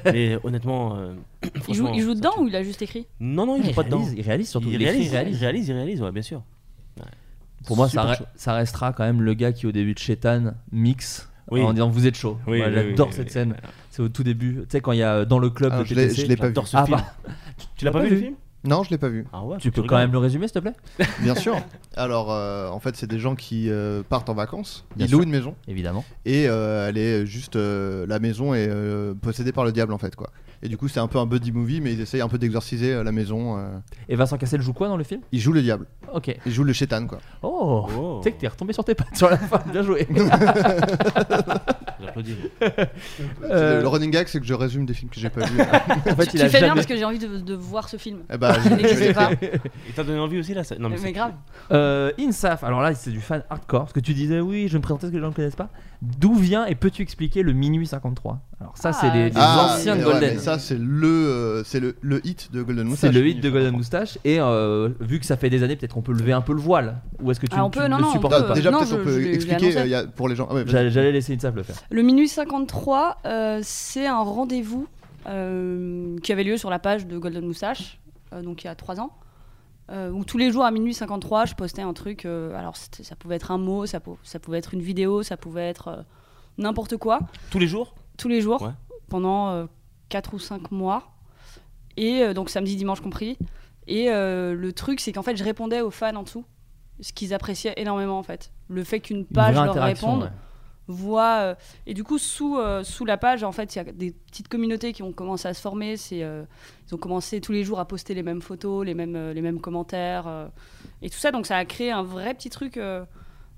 [SPEAKER 9] Mais honnêtement, euh,
[SPEAKER 10] Il joue,
[SPEAKER 9] franchement,
[SPEAKER 10] il joue
[SPEAKER 9] ça
[SPEAKER 10] dedans
[SPEAKER 9] tue.
[SPEAKER 10] ou il a juste écrit
[SPEAKER 9] Non, non, il joue
[SPEAKER 7] Il
[SPEAKER 9] pas dedans.
[SPEAKER 7] réalise- il réalise surtout,
[SPEAKER 9] Il
[SPEAKER 7] il écrit,
[SPEAKER 9] réalise,
[SPEAKER 7] il réalise.
[SPEAKER 9] il réalise, il réalise, ouais, bien sûr. Ouais.
[SPEAKER 7] Pour moi,
[SPEAKER 9] Super
[SPEAKER 7] ça, re-
[SPEAKER 9] chaud.
[SPEAKER 7] ça restera quand même le gars qui, au début de Shetan, mixe
[SPEAKER 9] Oui.
[SPEAKER 7] en disant vous êtes chaud.
[SPEAKER 9] Oui,
[SPEAKER 7] Moi,
[SPEAKER 9] oui,
[SPEAKER 7] J'adore
[SPEAKER 9] oui,
[SPEAKER 7] cette
[SPEAKER 9] oui.
[SPEAKER 7] scène. C'est au tout début. Tu sais, quand il y a euh, dans le club.
[SPEAKER 8] Ah,
[SPEAKER 7] le
[SPEAKER 8] je l'ai-
[SPEAKER 7] TTC.
[SPEAKER 8] je l'ai pas vu.
[SPEAKER 9] J'adore ce
[SPEAKER 7] Ah,
[SPEAKER 9] film.
[SPEAKER 7] bah,
[SPEAKER 9] Tu, l'as pas, vu le film
[SPEAKER 8] Non, je l'ai pas vu.
[SPEAKER 9] Ah ouais.
[SPEAKER 7] Tu
[SPEAKER 9] faut que
[SPEAKER 7] peux
[SPEAKER 9] tu
[SPEAKER 7] quand même
[SPEAKER 9] regardes.
[SPEAKER 7] le résumer, s'il te plaît
[SPEAKER 8] Bien sûr. Alors, euh, en fait, c'est des gens qui euh, partent en vacances.
[SPEAKER 7] Bien
[SPEAKER 8] ils
[SPEAKER 7] sûr.
[SPEAKER 8] louent une maison
[SPEAKER 7] Évidemment.
[SPEAKER 8] et euh, elle est juste euh, la maison est euh, possédée par le diable en fait quoi. Et du coup, c'est un peu un buddy movie, mais ils essayent un peu d'exorciser euh, la maison. euh.
[SPEAKER 7] Et Vincent Cassel joue quoi dans le film
[SPEAKER 8] Ils jouent le diable.
[SPEAKER 7] Ok.
[SPEAKER 8] Ils jouent le chétan quoi.
[SPEAKER 7] Oh,
[SPEAKER 9] Oh.
[SPEAKER 7] Tu sais que t'es retombé sur tes pattes sur la fin. Bien joué.
[SPEAKER 9] J'applaudis.
[SPEAKER 7] Euh,
[SPEAKER 8] Le running gag, c'est que je résume des films que j'ai pas vus.
[SPEAKER 7] en fait,
[SPEAKER 10] Tu,
[SPEAKER 7] il
[SPEAKER 10] tu
[SPEAKER 7] a
[SPEAKER 10] fais bien
[SPEAKER 7] jamais.
[SPEAKER 10] parce que j'ai envie de, de voir ce film.
[SPEAKER 8] Eh ben, je-
[SPEAKER 10] Il n'existe
[SPEAKER 8] je l'ai-
[SPEAKER 10] pas.
[SPEAKER 9] Il t'a donné envie aussi là ça- Non, mais,
[SPEAKER 10] Mais
[SPEAKER 9] c'est-
[SPEAKER 10] grave.
[SPEAKER 7] Euh, Insaf, alors là c'est du fan hardcore, parce que tu disais oui, je vais me présenter ce que les gens ne connaissent pas. D'où vient et peux-tu expliquer le minuit 53 Alors ça c'est
[SPEAKER 10] Ah,
[SPEAKER 7] les, les
[SPEAKER 8] Ah,
[SPEAKER 7] anciens de
[SPEAKER 8] mais ouais,
[SPEAKER 7] Golden.
[SPEAKER 8] mais ça, c'est le, euh, c'est le, le hit de Golden
[SPEAKER 7] c'est
[SPEAKER 8] Moustache.
[SPEAKER 7] le hit de Golden Moustache et euh, vu que ça fait des années peut-être qu'on peut lever un peu le voile ou est-ce que tu,
[SPEAKER 10] Ah, on
[SPEAKER 7] tu
[SPEAKER 10] peut, non,
[SPEAKER 7] le
[SPEAKER 10] non, on
[SPEAKER 7] supportes
[SPEAKER 10] peut.
[SPEAKER 8] Ah,
[SPEAKER 7] pas
[SPEAKER 8] déjà,
[SPEAKER 10] Non,
[SPEAKER 8] peut-être
[SPEAKER 10] je-
[SPEAKER 8] on peut
[SPEAKER 10] je l'ai- je l'ai
[SPEAKER 8] expliquer
[SPEAKER 10] annoncé.
[SPEAKER 8] euh, il y a- pour les gens. Ah ouais, vas-y.
[SPEAKER 7] J'allais j'allais laisser Insaf le faire.
[SPEAKER 10] Le minuit 53, euh, c'est un rendez-vous euh, qui avait lieu sur la page de Golden Moustache, euh, donc il y a trois ans. euh, où tous les jours à minuit 53, je postais un truc. euh, alors c'était- ça pouvait être un mot, ça, pou- ça pouvait être une vidéo, ça pouvait être euh, n'importe quoi.
[SPEAKER 9] tous les jours
[SPEAKER 10] tous les jours
[SPEAKER 9] Ouais.
[SPEAKER 10] pendant 4 ou 5 mois. Et euh, donc samedi, dimanche compris. Et euh, le truc, c'est qu'en fait, je répondais aux fans en dessous, ce qu'ils appréciaient énormément en fait. Le fait qu'une
[SPEAKER 7] Une
[SPEAKER 10] page
[SPEAKER 7] vraie
[SPEAKER 10] leur
[SPEAKER 7] interaction,
[SPEAKER 10] réponde,
[SPEAKER 7] ouais.
[SPEAKER 10] voit. euh, et du coup, sous, euh, sous la page, en fait, il y a des petites communautés qui ont commencé à se former. C'est, euh, ils ont commencé tous les jours à poster les mêmes photos, les mêmes, euh, les mêmes commentaires euh, et tout ça. Donc ça a créé un vrai petit truc. euh,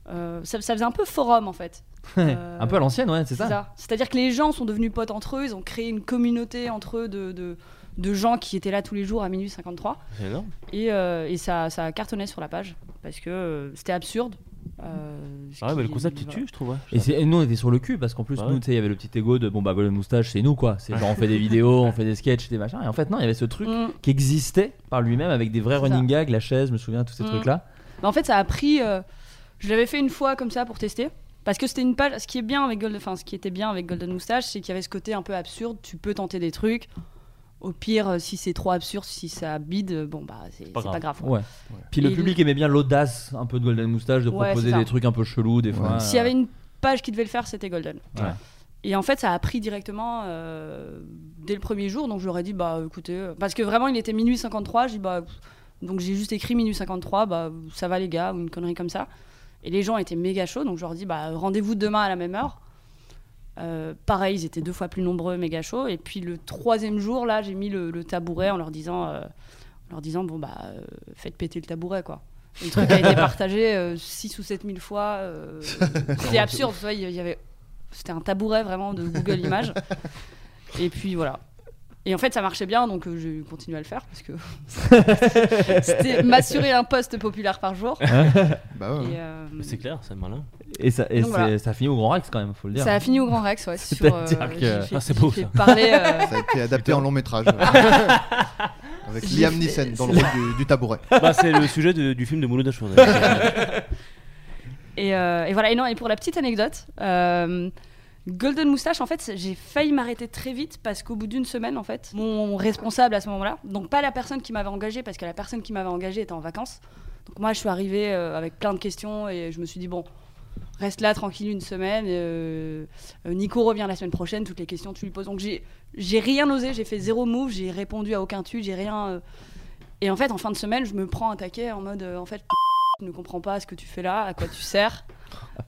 [SPEAKER 10] euh, ça, ça faisait un peu forum en fait. Euh,
[SPEAKER 7] un peu à l'ancienne ouais, c'est
[SPEAKER 10] c'est
[SPEAKER 7] ça.
[SPEAKER 10] ça. C'est-à-dire que les gens sont devenus potes entre eux, ils ont créé une communauté entre eux de, de, de gens qui étaient là tous les jours à minuit 53.
[SPEAKER 9] C'est énorme.
[SPEAKER 10] Et, euh, et ça, ça cartonnait sur la page, parce que euh, c'était absurde. euh, ce
[SPEAKER 9] Ah ouais, mais le
[SPEAKER 10] qui-
[SPEAKER 9] concept il
[SPEAKER 10] voilà.
[SPEAKER 9] tue, je trouve. ouais.
[SPEAKER 7] Et, c'est- et nous on était sur le cul parce qu'en plus
[SPEAKER 9] Bah
[SPEAKER 7] nous
[SPEAKER 9] ouais.
[SPEAKER 7] tu sais il y avait le petit ego de bon bah Golden Moustache c'est nous quoi, c'est genre on fait des vidéos, on fait des sketchs, des machins et en fait non il y avait ce truc
[SPEAKER 10] Mm.
[SPEAKER 7] qui existait par lui-même avec des vrais
[SPEAKER 10] C'est
[SPEAKER 7] running gags, la chaise, je me souviens tous ces
[SPEAKER 10] Mm.
[SPEAKER 7] trucs là.
[SPEAKER 10] Bah, en fait, ça a pris. euh, je l'avais fait une fois comme ça pour tester. Parce que c'était une page. Ce qui est bien avec Golden, enfin, ce qui était bien avec Golden Moustache, c'est qu'il y avait ce côté un peu absurde. Tu peux tenter des trucs. Au pire, euh, si c'est trop absurde, si ça bide, euh, bon bah c'est c'est
[SPEAKER 9] pas
[SPEAKER 10] pas
[SPEAKER 9] grave.
[SPEAKER 10] grave. quoi.
[SPEAKER 7] Ouais. Puis le
[SPEAKER 10] Et
[SPEAKER 7] public aimait bien l'audace un peu de Golden Moustache de
[SPEAKER 10] Ouais,
[SPEAKER 7] proposer
[SPEAKER 10] c'est ça.
[SPEAKER 7] des trucs un peu chelous des fois. euh.
[SPEAKER 10] S'il y avait une page qui devait le faire, c'était Golden.
[SPEAKER 7] Ouais.
[SPEAKER 10] Et en fait, ça a pris directement euh, dès le premier jour. Donc je leur ai dit, bah écoutez, euh, parce que vraiment, il était minuit 53. J'ai dit, bah, donc j'ai juste écrit minuit 53, bah ça va les gars, ou une connerie comme ça. Et les gens étaient méga chauds. Donc je leur ai dit, bah rendez-vous demain à la même heure. Euh, pareil, ils étaient deux fois plus nombreux, méga chauds. Et puis le troisième jour, là, j'ai mis le, le tabouret en leur disant, euh, en leur disant, bon bah euh, faites péter le tabouret quoi. Et Le truc a été partagé 6 ou 7 000 fois. euh, c'était absurde, tu vois, il y avait c'était un tabouret vraiment de Google Images. Et puis voilà. Et en fait, ça marchait bien, donc euh, j'ai continué à le faire parce que c'était m'assurer un poste populaire par jour.
[SPEAKER 8] Bah ouais.
[SPEAKER 10] Et, euh,
[SPEAKER 9] Mais C'est clair, c'est malin.
[SPEAKER 7] Et ça, et
[SPEAKER 10] Donc
[SPEAKER 7] c'est-
[SPEAKER 10] voilà.
[SPEAKER 7] ça finit au Grand Rex quand même, faut le dire.
[SPEAKER 10] ça a fini au Grand Rex, ouais. Sur, euh,
[SPEAKER 7] C'est-à-dire que-
[SPEAKER 10] j'ai fait-
[SPEAKER 9] Ah, c'est beau,
[SPEAKER 10] j'ai
[SPEAKER 9] ça.
[SPEAKER 10] fait parler. euh,
[SPEAKER 8] Ça a été adapté en long métrage. Avec
[SPEAKER 10] J'ai
[SPEAKER 8] Liam
[SPEAKER 10] fait-
[SPEAKER 8] Neeson dans le rôle du, du tabouret.
[SPEAKER 9] Bah, c'est le sujet de- du film de Mouloud Achour. d'ailleurs.
[SPEAKER 10] Et, euh, et voilà, et non, et pour la petite anecdote, euh, Golden Moustache, en fait, c'est- j'ai failli m'arrêter très vite parce qu'au bout d'une semaine, en fait, mon responsable à ce moment-là, donc pas la personne qui m'avait engagé, parce que la personne qui m'avait engagé était en vacances. Donc moi, je suis arrivée euh, avec plein de questions et je me suis dit, bon, reste là tranquille une semaine. euh, euh, Nico revient la semaine prochaine, toutes les questions tu lui poses. Donc j'ai j'ai rien osé, j'ai fait zéro move, j'ai répondu à aucun tweet, j'ai rien. euh, Et en fait, en fin de semaine, je me prends un taquet en mode euh, en fait, je ne comprends pas ce que tu fais là, à quoi tu sers.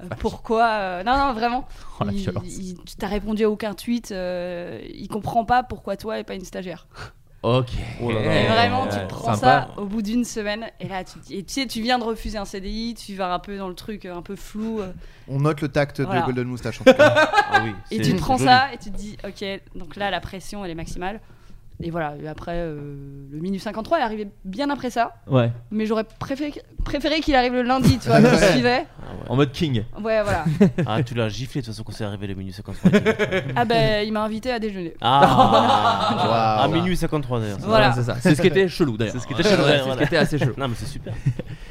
[SPEAKER 10] euh, Pourquoi euh, Non, non, vraiment.
[SPEAKER 3] Oh, la
[SPEAKER 10] il
[SPEAKER 3] violence.
[SPEAKER 10] il- tu t'as répondu à aucun tweet. euh, il comprend pas pourquoi toi et pas une stagiaire.
[SPEAKER 7] Ok.
[SPEAKER 8] Oh
[SPEAKER 10] Et vraiment, tu prends ça au bout d'une semaine et là, tu, te dis- et tu sais, tu viens de refuser un CDI, tu vas un peu dans le truc euh, un peu flou. euh,
[SPEAKER 8] On note le tact
[SPEAKER 10] Voilà.
[SPEAKER 8] de Golden Moustache en tout cas.
[SPEAKER 9] Ah
[SPEAKER 10] et tu prends ça et tu te dis, ok, donc là, la pression, elle est maximale. Et voilà, et après, euh, le minus 53 est arrivé bien après ça.
[SPEAKER 2] Ouais.
[SPEAKER 10] Mais j'aurais préféré, préféré qu'il arrive le lundi, tu vois, que je suivais.
[SPEAKER 2] En mode king.
[SPEAKER 10] Ouais, voilà.
[SPEAKER 9] Ah, tu l'as giflé de toute façon quand c'est arrivé le minus 53.
[SPEAKER 10] Ah ben, il m'a invité à déjeuner.
[SPEAKER 9] Ah, à
[SPEAKER 7] Wow.
[SPEAKER 9] minuit 53 d'ailleurs.
[SPEAKER 10] Voilà.
[SPEAKER 7] Ouais, c'est ça. C'est ce qui était chelou d'ailleurs.
[SPEAKER 9] C'est ce qui était
[SPEAKER 7] Ouais,
[SPEAKER 9] chelou.
[SPEAKER 7] ouais,
[SPEAKER 9] d'ailleurs,
[SPEAKER 7] c'est ce
[SPEAKER 9] voilà.
[SPEAKER 7] qui était assez chelou.
[SPEAKER 9] Non, mais c'est super.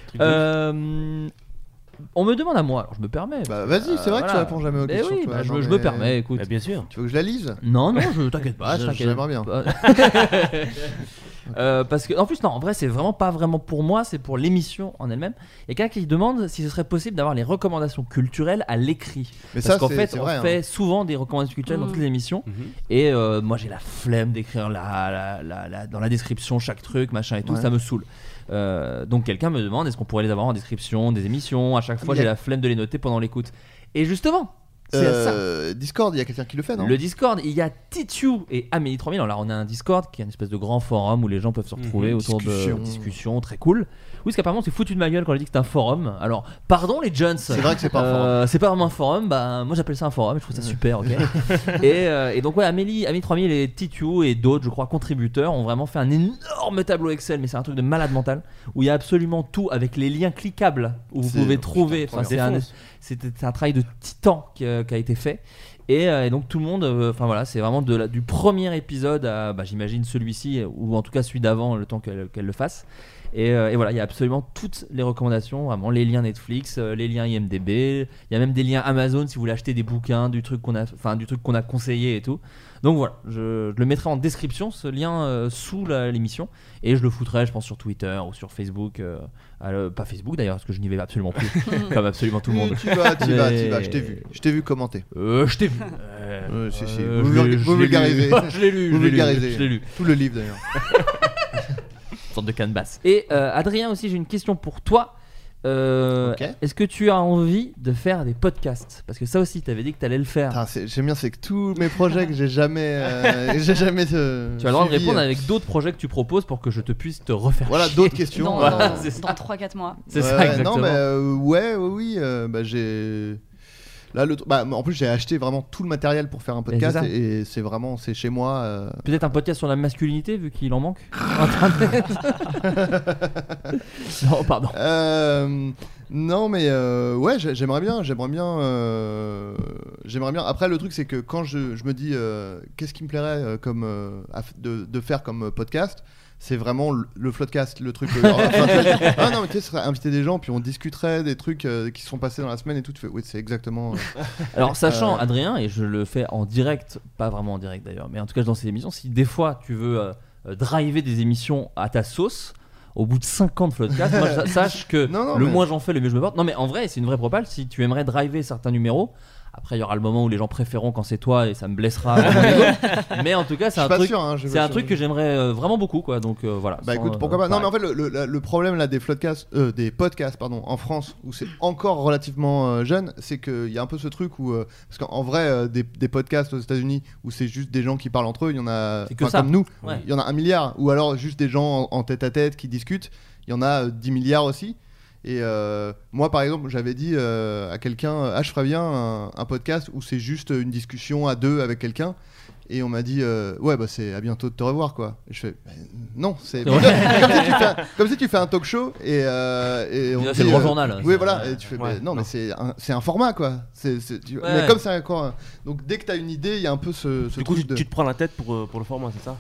[SPEAKER 9] Truc de
[SPEAKER 7] Euh, on me demande à moi, alors je me permets.
[SPEAKER 8] Bah vas-y, c'est vrai que tu réponds jamais aux
[SPEAKER 7] Mais
[SPEAKER 8] questions,
[SPEAKER 7] oui,
[SPEAKER 8] toi.
[SPEAKER 7] bah, je,
[SPEAKER 8] Non,
[SPEAKER 7] me- je
[SPEAKER 8] mais-
[SPEAKER 7] me permets, écoute.
[SPEAKER 9] Bah, bien sûr.
[SPEAKER 8] Tu veux que je la lise
[SPEAKER 7] Non, non, je t'inquiète pas.
[SPEAKER 8] Je-
[SPEAKER 7] je t'inquiète
[SPEAKER 8] J'aimerais bien.
[SPEAKER 7] pas. Euh, parce que en plus non en vrai c'est vraiment pas vraiment pour moi c'est pour l'émission en elle-même il y a quelqu'un qui demande si ce serait possible d'avoir les recommandations culturelles à l'écrit
[SPEAKER 8] Mais ça,
[SPEAKER 7] parce qu'en
[SPEAKER 8] c'est-
[SPEAKER 7] fait
[SPEAKER 8] c'est
[SPEAKER 7] on
[SPEAKER 8] vrai, hein.
[SPEAKER 7] fait souvent des recommandations culturelles dans
[SPEAKER 8] Mhm.
[SPEAKER 7] toutes les émissions
[SPEAKER 9] Mmh.
[SPEAKER 8] Mhm.
[SPEAKER 7] et euh, moi j'ai la flemme d'écrire la, la- la- la- dans la description chaque truc machin et tout
[SPEAKER 8] Ouais.
[SPEAKER 7] ça me saoule Euh, donc quelqu'un me demande est-ce qu'on pourrait les avoir en description des émissions à chaque fois
[SPEAKER 8] Il y
[SPEAKER 7] j'ai
[SPEAKER 8] a-
[SPEAKER 7] la flemme de les noter pendant l'écoute et justement c'est ça
[SPEAKER 8] Euh, Discord, il y a quelqu'un qui le fait, non
[SPEAKER 7] le Discord, il y a Titu et Amélie 3000. Alors là, on a un Discord qui est une espèce de grand forum où les gens peuvent se retrouver
[SPEAKER 8] Mhm.
[SPEAKER 7] autour
[SPEAKER 8] Discussion.
[SPEAKER 7] de discussions très cool. Oui, parce qu'apparemment, c'est foutu de ma gueule quand j'ai dit que c'était un forum. Alors, pardon les Jones. C'est
[SPEAKER 8] vrai que c'est pas un
[SPEAKER 7] c'est pas vraiment un forum. Bah, moi j'appelle ça un forum. Je trouve ça super, ok. et, euh, et donc, ouais, Amélie, Amélie 3000 et Titu et d'autres, je crois, contributeurs ont vraiment fait un énorme tableau Excel, mais c'est un truc de malade mental où il y a absolument tout avec les liens cliquables où vous
[SPEAKER 8] C'est-
[SPEAKER 7] pouvez
[SPEAKER 8] putain,
[SPEAKER 7] trouver.
[SPEAKER 8] trop
[SPEAKER 7] Enfin,
[SPEAKER 8] bien.
[SPEAKER 7] c'est un,
[SPEAKER 8] Défonce.
[SPEAKER 7] c'était un travail de titan qui, euh, qui a été fait. Et, euh, et donc tout le monde, euh, enfin voilà, c'est vraiment de la- du premier épisode à, bah, j'imagine, celui-ci, ou en tout cas celui d'avant, le temps qu'elle qu'elle le fasse. Et, euh, et voilà, il y a absolument toutes les recommandations, vraiment les liens Netflix, euh, les liens IMDb, il y a même des liens Amazon si vous voulez acheter des bouquins, du truc qu'on a, enfin du truc qu'on a conseillé et tout. Donc voilà, je, je le mettrai en description ce lien euh, sous la- l'émission et je le foutrai, je pense, sur Twitter ou sur Facebook, euh, à le- pas Facebook d'ailleurs parce que je n'y vais absolument plus, comme absolument tout le monde.
[SPEAKER 8] Tu vas, tu vas, tu
[SPEAKER 7] Mais-
[SPEAKER 8] vas, je t'ai vu. Je t'ai vu commenter.
[SPEAKER 7] Euh, je t'ai vu.
[SPEAKER 8] Euh, si, si.
[SPEAKER 7] euh,
[SPEAKER 8] Vous
[SPEAKER 7] je l'ai-
[SPEAKER 8] vulga-
[SPEAKER 7] je
[SPEAKER 8] vous
[SPEAKER 7] l'ai lu.
[SPEAKER 8] vulgarisez.
[SPEAKER 7] Je l'ai lu,
[SPEAKER 8] Vous
[SPEAKER 7] je l'ai lu,
[SPEAKER 8] vulgarisez.
[SPEAKER 7] je l'ai lu.
[SPEAKER 8] Tout le livre d'ailleurs.
[SPEAKER 7] sorte de canvas. Et euh, Adrien aussi, j'ai une question pour toi. Euh,
[SPEAKER 8] Ok.
[SPEAKER 7] Est-ce que tu as envie de faire des podcasts Parce que ça aussi, tu avais dit que tu allais le faire.
[SPEAKER 8] Putain, c'est- J'aime bien, c'est que tous mes projets que j'ai jamais. euh, j'ai jamais. euh,
[SPEAKER 7] tu as le droit de
[SPEAKER 8] suivi,
[SPEAKER 7] répondre
[SPEAKER 8] euh,
[SPEAKER 7] avec d'autres projets que tu proposes pour que je te puisse te refaire.
[SPEAKER 8] Voilà,
[SPEAKER 7] chier.
[SPEAKER 8] d'autres questions.
[SPEAKER 10] Dans,
[SPEAKER 8] Voilà,
[SPEAKER 10] dans,
[SPEAKER 8] c'est
[SPEAKER 10] dans 3-4 mois.
[SPEAKER 7] C'est
[SPEAKER 8] Ouais,
[SPEAKER 7] ça,
[SPEAKER 8] ouais,
[SPEAKER 7] exactement.
[SPEAKER 8] Non, mais euh, ouais, ouais, oui. euh, bah, j'ai. Là, le... tr- bah, en plus, j'ai acheté vraiment tout le matériel pour faire un podcast
[SPEAKER 7] c'est ça.
[SPEAKER 8] et c'est vraiment c'est chez moi. euh,
[SPEAKER 7] Peut-être un podcast sur la masculinité, vu qu'il en manque. Internet. non, pardon.
[SPEAKER 8] Euh, non, mais euh, ouais, j'ai- j'aimerais bien, j'aimerais bien, euh, j'aimerais bien. Après, le truc, c'est que quand je, je me dis euh, qu'est-ce qui me plairait euh, comme euh, à f- de, de faire comme euh, podcast, c'est vraiment le, le floodcast, le truc. euh, enfin, tu vois, je- ah non, mais tu sais, ce serait inviter des gens, puis on discuterait des trucs euh, qui se sont passés dans la semaine et tout. Tu fais, oui, c'est exactement. euh,
[SPEAKER 7] Alors, sachant,
[SPEAKER 8] euh,
[SPEAKER 7] Adrien, et je le fais en direct, pas vraiment en direct d'ailleurs, mais en tout cas dans ces émissions, si des fois tu veux euh, euh, driver des émissions à ta sauce, au bout de 50 floodcasts, moi je- sache que
[SPEAKER 8] Non, non,
[SPEAKER 7] le
[SPEAKER 8] mais-
[SPEAKER 7] moins j'en fais, le mieux je me porte. Non, mais en vrai, c'est une vraie propale. Si tu aimerais driver certains numéros, après il y aura le moment où les gens préféreront quand c'est toi et ça me blessera. mais en tout cas, c'est
[SPEAKER 8] Je suis
[SPEAKER 7] un
[SPEAKER 8] pas
[SPEAKER 7] truc,
[SPEAKER 8] sûr, hein, je-
[SPEAKER 7] c'est un
[SPEAKER 8] je-
[SPEAKER 7] truc que j'aimerais euh, vraiment beaucoup, quoi. Donc euh, voilà.
[SPEAKER 8] Bah
[SPEAKER 7] Sans,
[SPEAKER 8] écoute,
[SPEAKER 7] euh,
[SPEAKER 8] pourquoi pas. Non,
[SPEAKER 7] pareil.
[SPEAKER 8] mais en fait, le, le- le problème là des podcasts, des podcasts, pardon, en France où c'est encore relativement euh, jeune, c'est qu'il y a un peu ce truc où, euh, parce qu'en en vrai, euh, des, des podcasts aux États-Unis où c'est juste des gens qui parlent entre eux, il y en a,
[SPEAKER 7] C'est que
[SPEAKER 8] enfin,
[SPEAKER 7] ça.
[SPEAKER 8] comme nous, il
[SPEAKER 7] Ouais.
[SPEAKER 8] y en a un milliard, ou alors juste des gens en, tête à tête qui discutent, il y en a euh, 10 milliards aussi. Et euh, moi, par exemple, j'avais dit euh, à quelqu'un, ah, je ferais bien un, un podcast où c'est juste une discussion à deux avec quelqu'un. Et on m'a dit, euh, ouais, bah c'est à bientôt de te revoir, quoi. Et je fais, Bah, non, c'est
[SPEAKER 7] Ouais.
[SPEAKER 8] comme, si tu fais un, comme si tu fais un talk show et, euh, et on
[SPEAKER 7] C'est
[SPEAKER 8] te
[SPEAKER 7] le
[SPEAKER 8] dit,
[SPEAKER 7] grand journal, hein.
[SPEAKER 8] Oui,
[SPEAKER 7] c'est-
[SPEAKER 8] voilà. Et tu fais,
[SPEAKER 7] Ouais,
[SPEAKER 8] bah, non, mais c'est un, c'est un format, quoi. C'est, c'est- tu-
[SPEAKER 7] Ouais.
[SPEAKER 8] Mais comme c'est un quoi. Donc dès que t'as une idée, il y a un peu ce, ce
[SPEAKER 9] Du coup,
[SPEAKER 8] truc
[SPEAKER 9] tu,
[SPEAKER 8] de.
[SPEAKER 9] tu te prends la tête pour, euh, pour le format, c'est ça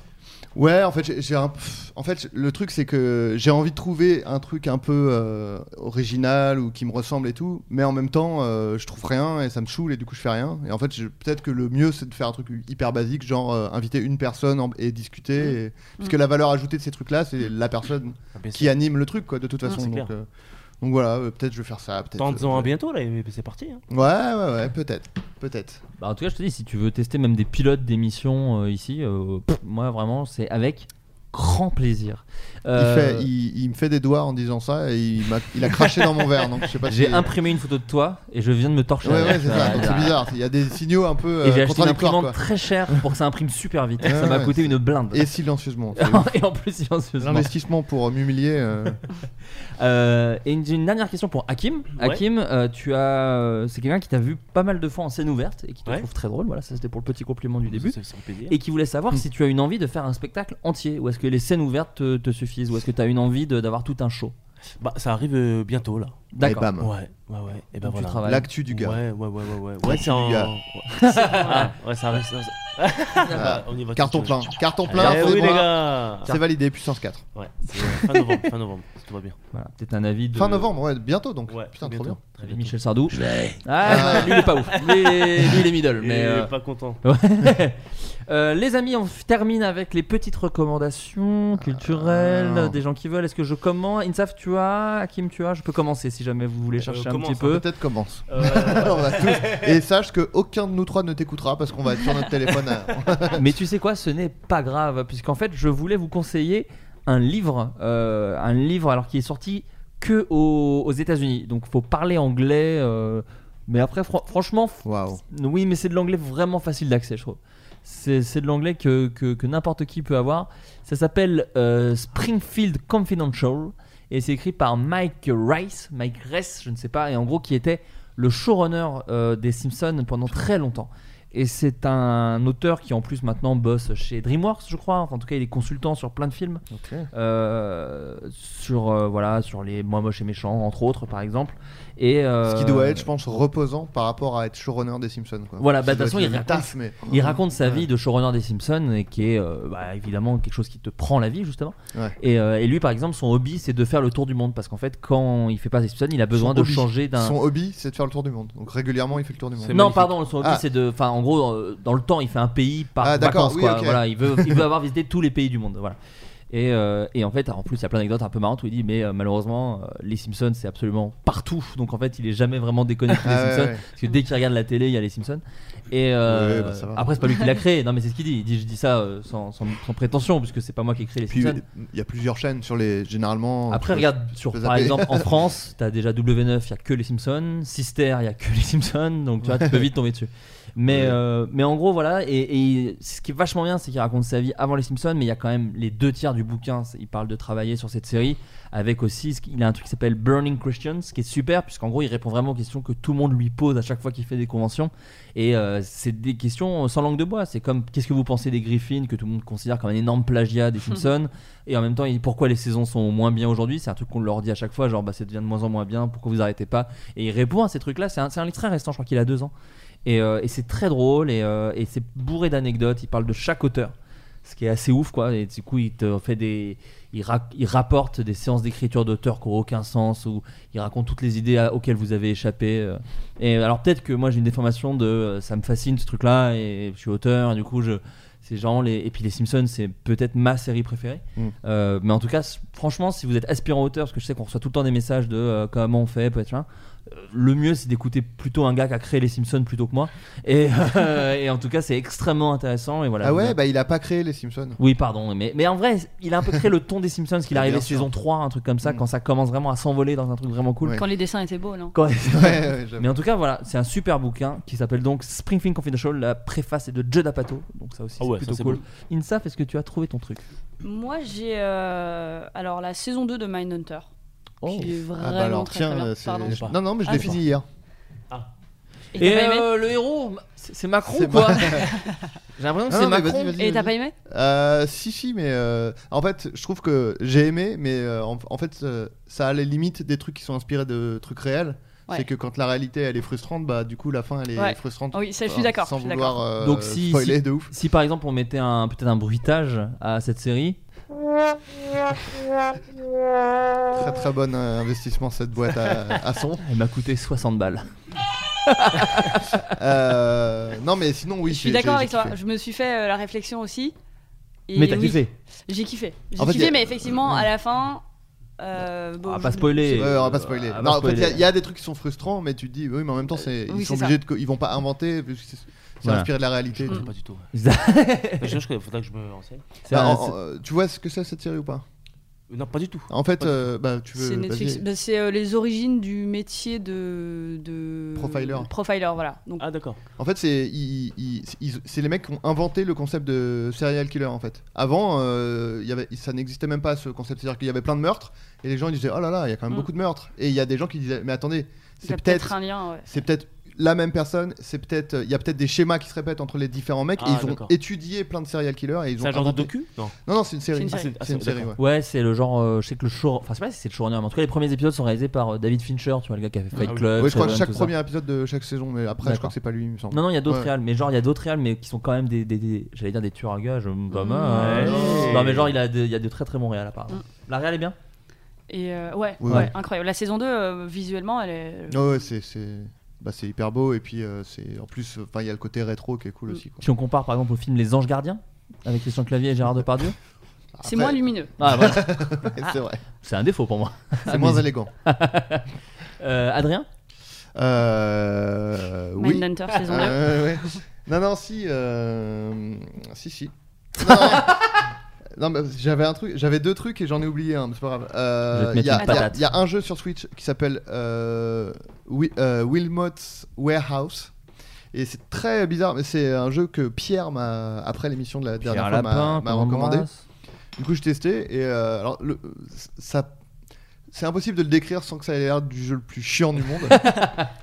[SPEAKER 8] Ouais, en fait, j'ai- j'ai un... pff, en fait, le truc c'est que j'ai envie de trouver un truc un peu euh, original ou qui me ressemble et tout, mais en même temps, euh, je trouve rien et ça me saoule et du coup je fais rien. Et en fait, je- peut-être que le mieux c'est de faire un truc hyper basique, genre euh, inviter une personne en- et
[SPEAKER 9] Mmh.
[SPEAKER 8] discuter, et- parce que la valeur ajoutée de ces trucs-là, c'est la personne
[SPEAKER 9] Ah, bien Mmh,
[SPEAKER 8] qui anime le truc, quoi, de toute façon.
[SPEAKER 9] c'est
[SPEAKER 8] donc,
[SPEAKER 9] clair.
[SPEAKER 8] euh, Donc voilà, euh, peut-être je vais faire ça. peut-être,
[SPEAKER 9] Tente-en
[SPEAKER 8] euh,
[SPEAKER 9] un bientôt, là, et c'est parti. hein.
[SPEAKER 8] Ouais, ouais, ouais, peut-être. Peut-être.
[SPEAKER 7] Bah, en tout cas, je te dis, si tu veux tester même des pilotes d'émissions euh, ici, euh, pff, moi vraiment, c'est avec grand plaisir. Euh,
[SPEAKER 8] Il, fait, il, il me fait des doigts en disant ça et il, m'a- il a craché dans mon verre. Donc je sais pas
[SPEAKER 7] J'ai
[SPEAKER 8] si-
[SPEAKER 7] imprimé une photo de toi et je viens de me torcher.
[SPEAKER 8] Ouais,
[SPEAKER 7] avec.
[SPEAKER 8] ouais, c'est ça. Donc, c'est bizarre. Il y a des signaux un peu.
[SPEAKER 7] Et
[SPEAKER 8] euh,
[SPEAKER 7] j'ai acheté une
[SPEAKER 8] contradictoires,
[SPEAKER 7] imprimante
[SPEAKER 8] quoi.
[SPEAKER 7] très chère pour que ça imprime super vite.
[SPEAKER 8] Ouais,
[SPEAKER 7] ça m'a
[SPEAKER 8] ouais,
[SPEAKER 7] coûté
[SPEAKER 8] c'est-
[SPEAKER 7] une blinde.
[SPEAKER 8] Et silencieusement.
[SPEAKER 7] et en plus silencieusement.
[SPEAKER 8] L'investissement pour m'humilier. euh,
[SPEAKER 7] Euh, et une, une dernière question pour Hakim.
[SPEAKER 8] Ouais.
[SPEAKER 7] Hakim, euh, tu as, euh, c'est quelqu'un qui t'a vu pas mal de fois en scène ouverte et qui te trouve très drôle. Voilà, ça c'était pour le petit compliment du début.
[SPEAKER 9] ça fait plaisir.
[SPEAKER 7] Et qui voulait
[SPEAKER 8] Mm.
[SPEAKER 7] savoir si tu as une envie de faire un spectacle entier ou est-ce que les scènes ouvertes te, te suffisent ou est-ce que tu as une envie de- d'avoir tout un show.
[SPEAKER 9] Bah, ça arrive euh, bientôt là.
[SPEAKER 7] D'accord.
[SPEAKER 9] Et bam. Ouais, ouais, ouais. Et ben
[SPEAKER 7] Donc tu
[SPEAKER 9] voilà.
[SPEAKER 7] travailles.
[SPEAKER 8] L'actu du gars.
[SPEAKER 9] Ouais, ouais, ouais, ouais. Ouais,
[SPEAKER 8] L'actu
[SPEAKER 9] ouais
[SPEAKER 8] du
[SPEAKER 9] c'est un.
[SPEAKER 8] gars.
[SPEAKER 9] Ouais, c'est- ah, ouais, ça reste.
[SPEAKER 8] Ah, carton plein. Carton plein.
[SPEAKER 9] Eh
[SPEAKER 8] pour
[SPEAKER 9] oui,
[SPEAKER 8] moi.
[SPEAKER 9] les gars.
[SPEAKER 8] C'est validé, puissance 4.
[SPEAKER 9] Ouais, c'est fin novembre, fin novembre, si tout va bien.
[SPEAKER 7] Voilà, peut-être un avis de.
[SPEAKER 8] Fin novembre, ouais, bientôt donc.
[SPEAKER 9] Ouais,
[SPEAKER 8] Putain,
[SPEAKER 9] bientôt.
[SPEAKER 8] trop bien.
[SPEAKER 9] Très bien.
[SPEAKER 7] Michel Sardou. Ah, lui il est pas ouf. Lui, il est- lui, il est middle.
[SPEAKER 9] Il
[SPEAKER 7] mais,
[SPEAKER 9] est
[SPEAKER 7] euh,
[SPEAKER 9] pas content.
[SPEAKER 7] Ouais. Euh, les amis, on f- termine avec les petites recommandations culturelles
[SPEAKER 8] Ah.
[SPEAKER 7] des gens qui veulent. Est-ce que je commence Insaf, tu as Hakim, tu as Je peux commencer si jamais vous voulez chercher un
[SPEAKER 9] commence,
[SPEAKER 7] petit
[SPEAKER 9] hein,
[SPEAKER 7] peu.
[SPEAKER 8] Peut-être commence.
[SPEAKER 9] Euh,
[SPEAKER 8] On va tous- Et sache que aucun de nous trois ne t'écoutera parce qu'on va être sur notre téléphone. à-
[SPEAKER 7] Mais tu sais quoi, ce n'est pas grave, puisqu'en fait, je voulais vous conseiller un livre, euh, un livre alors qui est sorti que aux, aux États-Unis. Donc, faut parler anglais. euh, mais après, fran- franchement, f- oui, mais c'est de l'anglais vraiment facile d'accès, je trouve. C'est c'est de l'anglais que, que- que n'importe qui peut avoir. Ça s'appelle euh, Springfield Confidential et c'est écrit par Mike Rice, Mike Rice, je ne sais pas, et en gros qui était le showrunner euh, des Simpsons pendant très longtemps. Et c'est un auteur qui en plus maintenant bosse chez DreamWorks, je crois. Enfin, en tout cas, il est consultant sur plein de films,
[SPEAKER 8] Ok.
[SPEAKER 7] Euh, sur euh, voilà, sur les moins moches et méchants, entre autres, par exemple. Et
[SPEAKER 8] Ce qui
[SPEAKER 7] euh,
[SPEAKER 8] doit être, je pense, reposant par rapport à être showrunner des Simpsons. Quoi.
[SPEAKER 7] voilà, bah,
[SPEAKER 8] Ça
[SPEAKER 7] de toute
[SPEAKER 8] doit
[SPEAKER 7] façon,
[SPEAKER 8] être
[SPEAKER 7] il
[SPEAKER 8] le
[SPEAKER 7] raconte,
[SPEAKER 8] taf, mais-
[SPEAKER 7] il raconte sa
[SPEAKER 8] Ouais.
[SPEAKER 7] vie de showrunner des Simpsons et qui est euh, bah, évidemment quelque chose qui te prend la vie, justement.
[SPEAKER 8] Ouais.
[SPEAKER 7] Et, euh, et lui, par exemple, son hobby, c'est de faire le tour du monde parce qu'en fait, quand il fait pas des Simpsons, il a besoin
[SPEAKER 8] Son
[SPEAKER 7] de
[SPEAKER 8] hobby-
[SPEAKER 7] changer d'un.
[SPEAKER 8] Son hobby, c'est de faire le tour du monde. Donc régulièrement, il fait le tour du monde.
[SPEAKER 7] Non, pardon, son hobby,
[SPEAKER 8] Ah.
[SPEAKER 7] c'est de. Enfin, en gros, euh, dans le temps, il fait un pays par
[SPEAKER 8] Ah, d'accord,
[SPEAKER 7] vacances,
[SPEAKER 8] oui,
[SPEAKER 7] quoi.
[SPEAKER 8] ok.
[SPEAKER 7] Voilà, il veut, il veut avoir visité tous les pays du monde. Voilà. Et, euh, et en fait, en plus, il y a plein d'anecdotes un peu marrantes où il dit Mais euh, malheureusement, euh, les Simpsons, c'est absolument partout. Donc en fait, il est jamais vraiment déconnecté des
[SPEAKER 8] Ah, ouais,
[SPEAKER 7] Simpsons.
[SPEAKER 8] ouais.
[SPEAKER 7] Parce que dès qu'il regarde la télé, il y a les Simpsons. Et euh,
[SPEAKER 8] Ouais, bah, ça va.
[SPEAKER 7] après, c'est pas lui qui l'a créé. Non, mais c'est ce qu'il dit. Il dit Je dis ça euh, sans, sans- sans prétention, puisque c'est pas moi qui ai créé les
[SPEAKER 8] Puis, euh,
[SPEAKER 7] Simpsons.
[SPEAKER 8] il y a plusieurs chaînes sur les. Généralement.
[SPEAKER 7] Après,
[SPEAKER 8] tu peux-
[SPEAKER 7] regarde,
[SPEAKER 8] tu
[SPEAKER 7] sur,
[SPEAKER 8] peux
[SPEAKER 7] par
[SPEAKER 8] zapper.
[SPEAKER 7] exemple, en France, t'as déjà W9, il a que les Simpsons. Sister, il a que les Simpsons. Donc, tu vois, tu peux vite tomber dessus. Mais, euh, mais en gros, voilà. Et, et ce qui est vachement bien, c'est qu'il raconte sa vie avant les Simpsons, mais il y a quand même les deux tiers du bouquin. c'est- Il parle de travailler sur cette série avec aussi. ce qu'il- Il a un truc qui s'appelle Burning Christians, qui est super, puisqu'en gros, il répond vraiment aux questions que tout le monde lui pose à chaque fois qu'il fait des conventions. Et euh, c'est des questions sans langue de bois. C'est comme qu'est-ce que vous pensez des Griffins, que tout le monde considère comme un énorme plagiat des Simpsons. Et en même temps, il- pourquoi les saisons sont moins bien aujourd'hui C'est un truc qu'on leur dit à chaque fois, genre bah, ça devient de moins en moins bien, pourquoi vous arrêtez pas Et il répond à ces trucs-là, c'est un, c'est un livre très récent, je crois qu'il a deux ans. Et, euh, et c'est très drôle, et, euh, et c'est bourré d'anecdotes, il parle de chaque auteur, ce qui est assez ouf, quoi. Et du coup, il te fait des... Il, rac- il rapporte des séances d'écriture d'auteurs qui n'ont aucun sens, ou il raconte toutes les idées à- auxquelles vous avez échappé. euh. Et alors peut-être que moi j'ai une déformation de euh, ça me fascine ce truc-là, et je suis auteur, et du coup je... C'est genre les... Et puis les Simpsons, c'est peut-être ma série préférée.
[SPEAKER 8] Mm.
[SPEAKER 7] Euh, mais en tout cas, s- franchement, si vous êtes aspirant auteur, parce que je sais qu'on reçoit tout le temps des messages de euh, comment on fait, peut-être, hein, euh, le mieux c'est d'écouter plutôt un gars qui a créé les Simpsons plutôt que moi. Et, euh, et en tout cas, c'est extrêmement intéressant. Et voilà,
[SPEAKER 8] Ah
[SPEAKER 7] Vous
[SPEAKER 8] ouais,
[SPEAKER 7] êtes-
[SPEAKER 8] bah il a pas créé les Simpsons.
[SPEAKER 7] oui, pardon, mais, mais en vrai, il a un peu créé le ton des Simpsons, qu'il
[SPEAKER 8] Bien
[SPEAKER 7] arrivait
[SPEAKER 8] sûr. Mm.
[SPEAKER 7] saison 3, un truc comme ça, quand ça commence vraiment à s'envoler dans un truc vraiment cool.
[SPEAKER 10] Quand les dessins étaient beaux, Oh, non
[SPEAKER 7] Quand-
[SPEAKER 8] ouais, j'avoue.
[SPEAKER 7] mais en tout cas, voilà, c'est un super bouquin qui s'appelle donc Springfield Confidential. La préface est de Judd Apatow, donc ça aussi
[SPEAKER 9] Ah ouais,
[SPEAKER 7] c'est
[SPEAKER 9] ça,
[SPEAKER 7] plutôt
[SPEAKER 9] c'est
[SPEAKER 7] cool. Insaf, est-ce que tu as trouvé ton truc
[SPEAKER 10] Moi, j'ai euh, alors la saison 2 de Mindhunter. Qui est vraiment
[SPEAKER 8] Ah bah alors,
[SPEAKER 10] très,
[SPEAKER 8] tiens,
[SPEAKER 10] très bien.
[SPEAKER 8] euh, c'est-
[SPEAKER 10] Pardon.
[SPEAKER 8] je- non, non, mais je l'ai
[SPEAKER 10] Ah,
[SPEAKER 8] fini hier.
[SPEAKER 10] Et t'as pas aimé
[SPEAKER 7] Ah. euh, le héros, c'est c'est Macron
[SPEAKER 8] C'est
[SPEAKER 7] quoi
[SPEAKER 8] Ma-
[SPEAKER 7] J'ai l'impression que
[SPEAKER 8] Non,
[SPEAKER 7] c'est
[SPEAKER 8] mais
[SPEAKER 7] Macron.
[SPEAKER 8] vas-y, vas-y,
[SPEAKER 10] Et
[SPEAKER 8] vas-y.
[SPEAKER 10] t'as pas aimé
[SPEAKER 8] Euh, Si, si, mais euh, en fait, je trouve que j'ai aimé, mais euh, en, en fait, euh, ça a les limites des trucs qui sont inspirés de trucs réels.
[SPEAKER 10] Ouais.
[SPEAKER 8] C'est que quand la réalité elle est frustrante, bah du coup la fin elle est
[SPEAKER 10] Ouais.
[SPEAKER 8] frustrante.
[SPEAKER 10] Oui, ça, je suis
[SPEAKER 8] Enfin,
[SPEAKER 10] d'accord,
[SPEAKER 8] Sans
[SPEAKER 10] je suis
[SPEAKER 8] vouloir
[SPEAKER 10] d'accord.
[SPEAKER 8] euh,
[SPEAKER 7] Donc si,
[SPEAKER 8] spoiler
[SPEAKER 7] si,
[SPEAKER 8] de ouf.
[SPEAKER 7] si, par exemple on mettait un peut-être un bruitage à cette série,
[SPEAKER 8] Très très bon euh, investissement cette boîte à, à son.
[SPEAKER 7] elle m'a coûté 60 balles.
[SPEAKER 8] Euh, non mais sinon oui.
[SPEAKER 10] Je suis d'accord avec toi. Je me suis fait euh, la réflexion aussi. Et
[SPEAKER 7] Mais t'as
[SPEAKER 10] oui,
[SPEAKER 7] kiffé.
[SPEAKER 10] j'ai kiffé. J'ai
[SPEAKER 8] En fait, y
[SPEAKER 10] kiffé,
[SPEAKER 8] a-
[SPEAKER 10] mais effectivement, à la fin, Euh, bon,
[SPEAKER 7] On va
[SPEAKER 10] je-
[SPEAKER 7] Ah, pas spoiler.
[SPEAKER 8] Ouais, on va pas spoiler.
[SPEAKER 7] On va
[SPEAKER 8] non,
[SPEAKER 7] pas
[SPEAKER 8] en fait, il y a-
[SPEAKER 7] spoiler.
[SPEAKER 8] il y, a des trucs qui sont frustrants, mais tu te dis, oui, mais en même
[SPEAKER 9] Euh,
[SPEAKER 8] temps, c'est,
[SPEAKER 10] oui,
[SPEAKER 8] ils sont
[SPEAKER 10] c'est
[SPEAKER 8] obligés
[SPEAKER 10] ça.
[SPEAKER 8] de, co- ils vont pas inventer, puisque c'est, c'est
[SPEAKER 7] Voilà.
[SPEAKER 8] inspiré de la
[SPEAKER 9] Je
[SPEAKER 8] réalité. et
[SPEAKER 9] connais
[SPEAKER 8] tout.
[SPEAKER 9] pas du tout.
[SPEAKER 8] Bah,
[SPEAKER 9] Mais je, je connais- faudrait que je me renseigne. Euh,
[SPEAKER 8] en- en- euh, tu vois ce que c'est cette série ou pas
[SPEAKER 9] Non, pas du tout.
[SPEAKER 8] En fait,
[SPEAKER 9] Pas du
[SPEAKER 8] euh, bah, tu veux.
[SPEAKER 10] C'est Netflix.
[SPEAKER 8] vas-y.
[SPEAKER 10] Bah, c'est euh, les origines du métier de, de-
[SPEAKER 8] Profiler.
[SPEAKER 10] Profiler, voilà. Donc,
[SPEAKER 9] ah d'accord.
[SPEAKER 8] En fait, c'est ils- ils- ils- c'est les mecs qui ont inventé le concept de serial killer. En fait, avant, euh, il y avait, ça n'existait même pas ce concept. C'est-à-dire qu'il y avait plein de meurtres et les gens ils disaient, oh là là, il y a quand même
[SPEAKER 10] Mm.
[SPEAKER 8] beaucoup de meurtres. Et il y a des gens qui disaient, mais attendez,
[SPEAKER 10] Il y
[SPEAKER 8] c'est
[SPEAKER 10] a peut-être
[SPEAKER 8] peut-être,
[SPEAKER 10] un lien, ouais.
[SPEAKER 8] c'est peut-être la même personne. C'est peut-être, il y a peut-être des schémas qui se répètent entre les différents mecs.
[SPEAKER 9] Ah,
[SPEAKER 8] et ils ont
[SPEAKER 9] d'accord.
[SPEAKER 8] étudié plein de serial killers et ils
[SPEAKER 9] C'est
[SPEAKER 8] ont.
[SPEAKER 9] un genre de
[SPEAKER 8] inventé-
[SPEAKER 9] docu Non. Ah,
[SPEAKER 8] Non, non, c'est une série.
[SPEAKER 9] C'est une série.
[SPEAKER 8] Ah, C'est une série, ouais.
[SPEAKER 3] Ouais, c'est le genre. euh, je sais que le show. Enfin, je sais pas si c'est le showrunner, mais en tout cas, les premiers épisodes sont réalisés par euh, David Fincher, tu vois, le gars qui a fait Fight
[SPEAKER 8] Ah oui.
[SPEAKER 3] Club.
[SPEAKER 8] Ouais, je crois que
[SPEAKER 3] Seven,
[SPEAKER 8] chaque
[SPEAKER 3] tout ça.
[SPEAKER 8] premier épisode de chaque saison, mais après, je crois
[SPEAKER 3] D'accord.
[SPEAKER 8] que c'est pas lui, il me semble.
[SPEAKER 3] Non, non, il y a d'autres
[SPEAKER 8] Ouais.
[SPEAKER 3] réals, mais genre, il y a d'autres réals, mais qui sont quand même des. des- des- J'allais dire des tueurs à gages. euh, Pas
[SPEAKER 10] Mmh.
[SPEAKER 3] mal.
[SPEAKER 10] Ouais.
[SPEAKER 3] Non, mais genre, il, a des- il y a de très très bons réals, apparemment.
[SPEAKER 10] Mmh.
[SPEAKER 3] La réal est bien
[SPEAKER 10] Et euh, ouais,
[SPEAKER 8] Ouais,
[SPEAKER 10] ouais,
[SPEAKER 8] ouais.
[SPEAKER 10] incroyable. La saison 2, euh, visuellement, elle est.
[SPEAKER 8] Ouais, ouais, c'est c'est bah, c'est hyper beau et puis euh, c'est en plus enfin il y a le côté rétro qui est cool aussi quoi.
[SPEAKER 3] Si on compare par exemple au film Les Anges Gardiens, avec Christian Clavier et Gérard Depardieu.
[SPEAKER 10] C'est moins lumineux.
[SPEAKER 3] Ah, voilà.
[SPEAKER 8] c'est vrai.
[SPEAKER 3] Ah. C'est un défaut pour moi.
[SPEAKER 8] C'est moins élégant.
[SPEAKER 3] Euh, Adrien
[SPEAKER 8] Euh oui.
[SPEAKER 10] Mindhunter, saison deux.
[SPEAKER 8] Euh, ouais. Non non si euh, si si. Non, non. Non, mais j'avais un truc, j'avais deux trucs et j'en ai oublié un, mais c'est pas
[SPEAKER 3] Je
[SPEAKER 8] grave.
[SPEAKER 3] vais
[SPEAKER 8] Euh,
[SPEAKER 3] te
[SPEAKER 8] Il
[SPEAKER 3] mettre
[SPEAKER 8] y, a-
[SPEAKER 3] une
[SPEAKER 8] il y a-
[SPEAKER 3] patate.
[SPEAKER 8] il y a un jeu sur Switch qui s'appelle euh, Wi- euh, Wilmot's Warehouse. Et c'est très bizarre, mais c'est un jeu que Pierre m'a, après l'émission de la
[SPEAKER 3] Pierre
[SPEAKER 8] dernière fois, m'a-
[SPEAKER 3] Lapin,
[SPEAKER 8] m'a
[SPEAKER 3] qu'on
[SPEAKER 8] recommandé.
[SPEAKER 3] embrasse.
[SPEAKER 8] Du coup, j'ai testé et euh, alors le- ça, c'est impossible de le décrire sans que ça ait l'air du jeu le plus chiant du monde.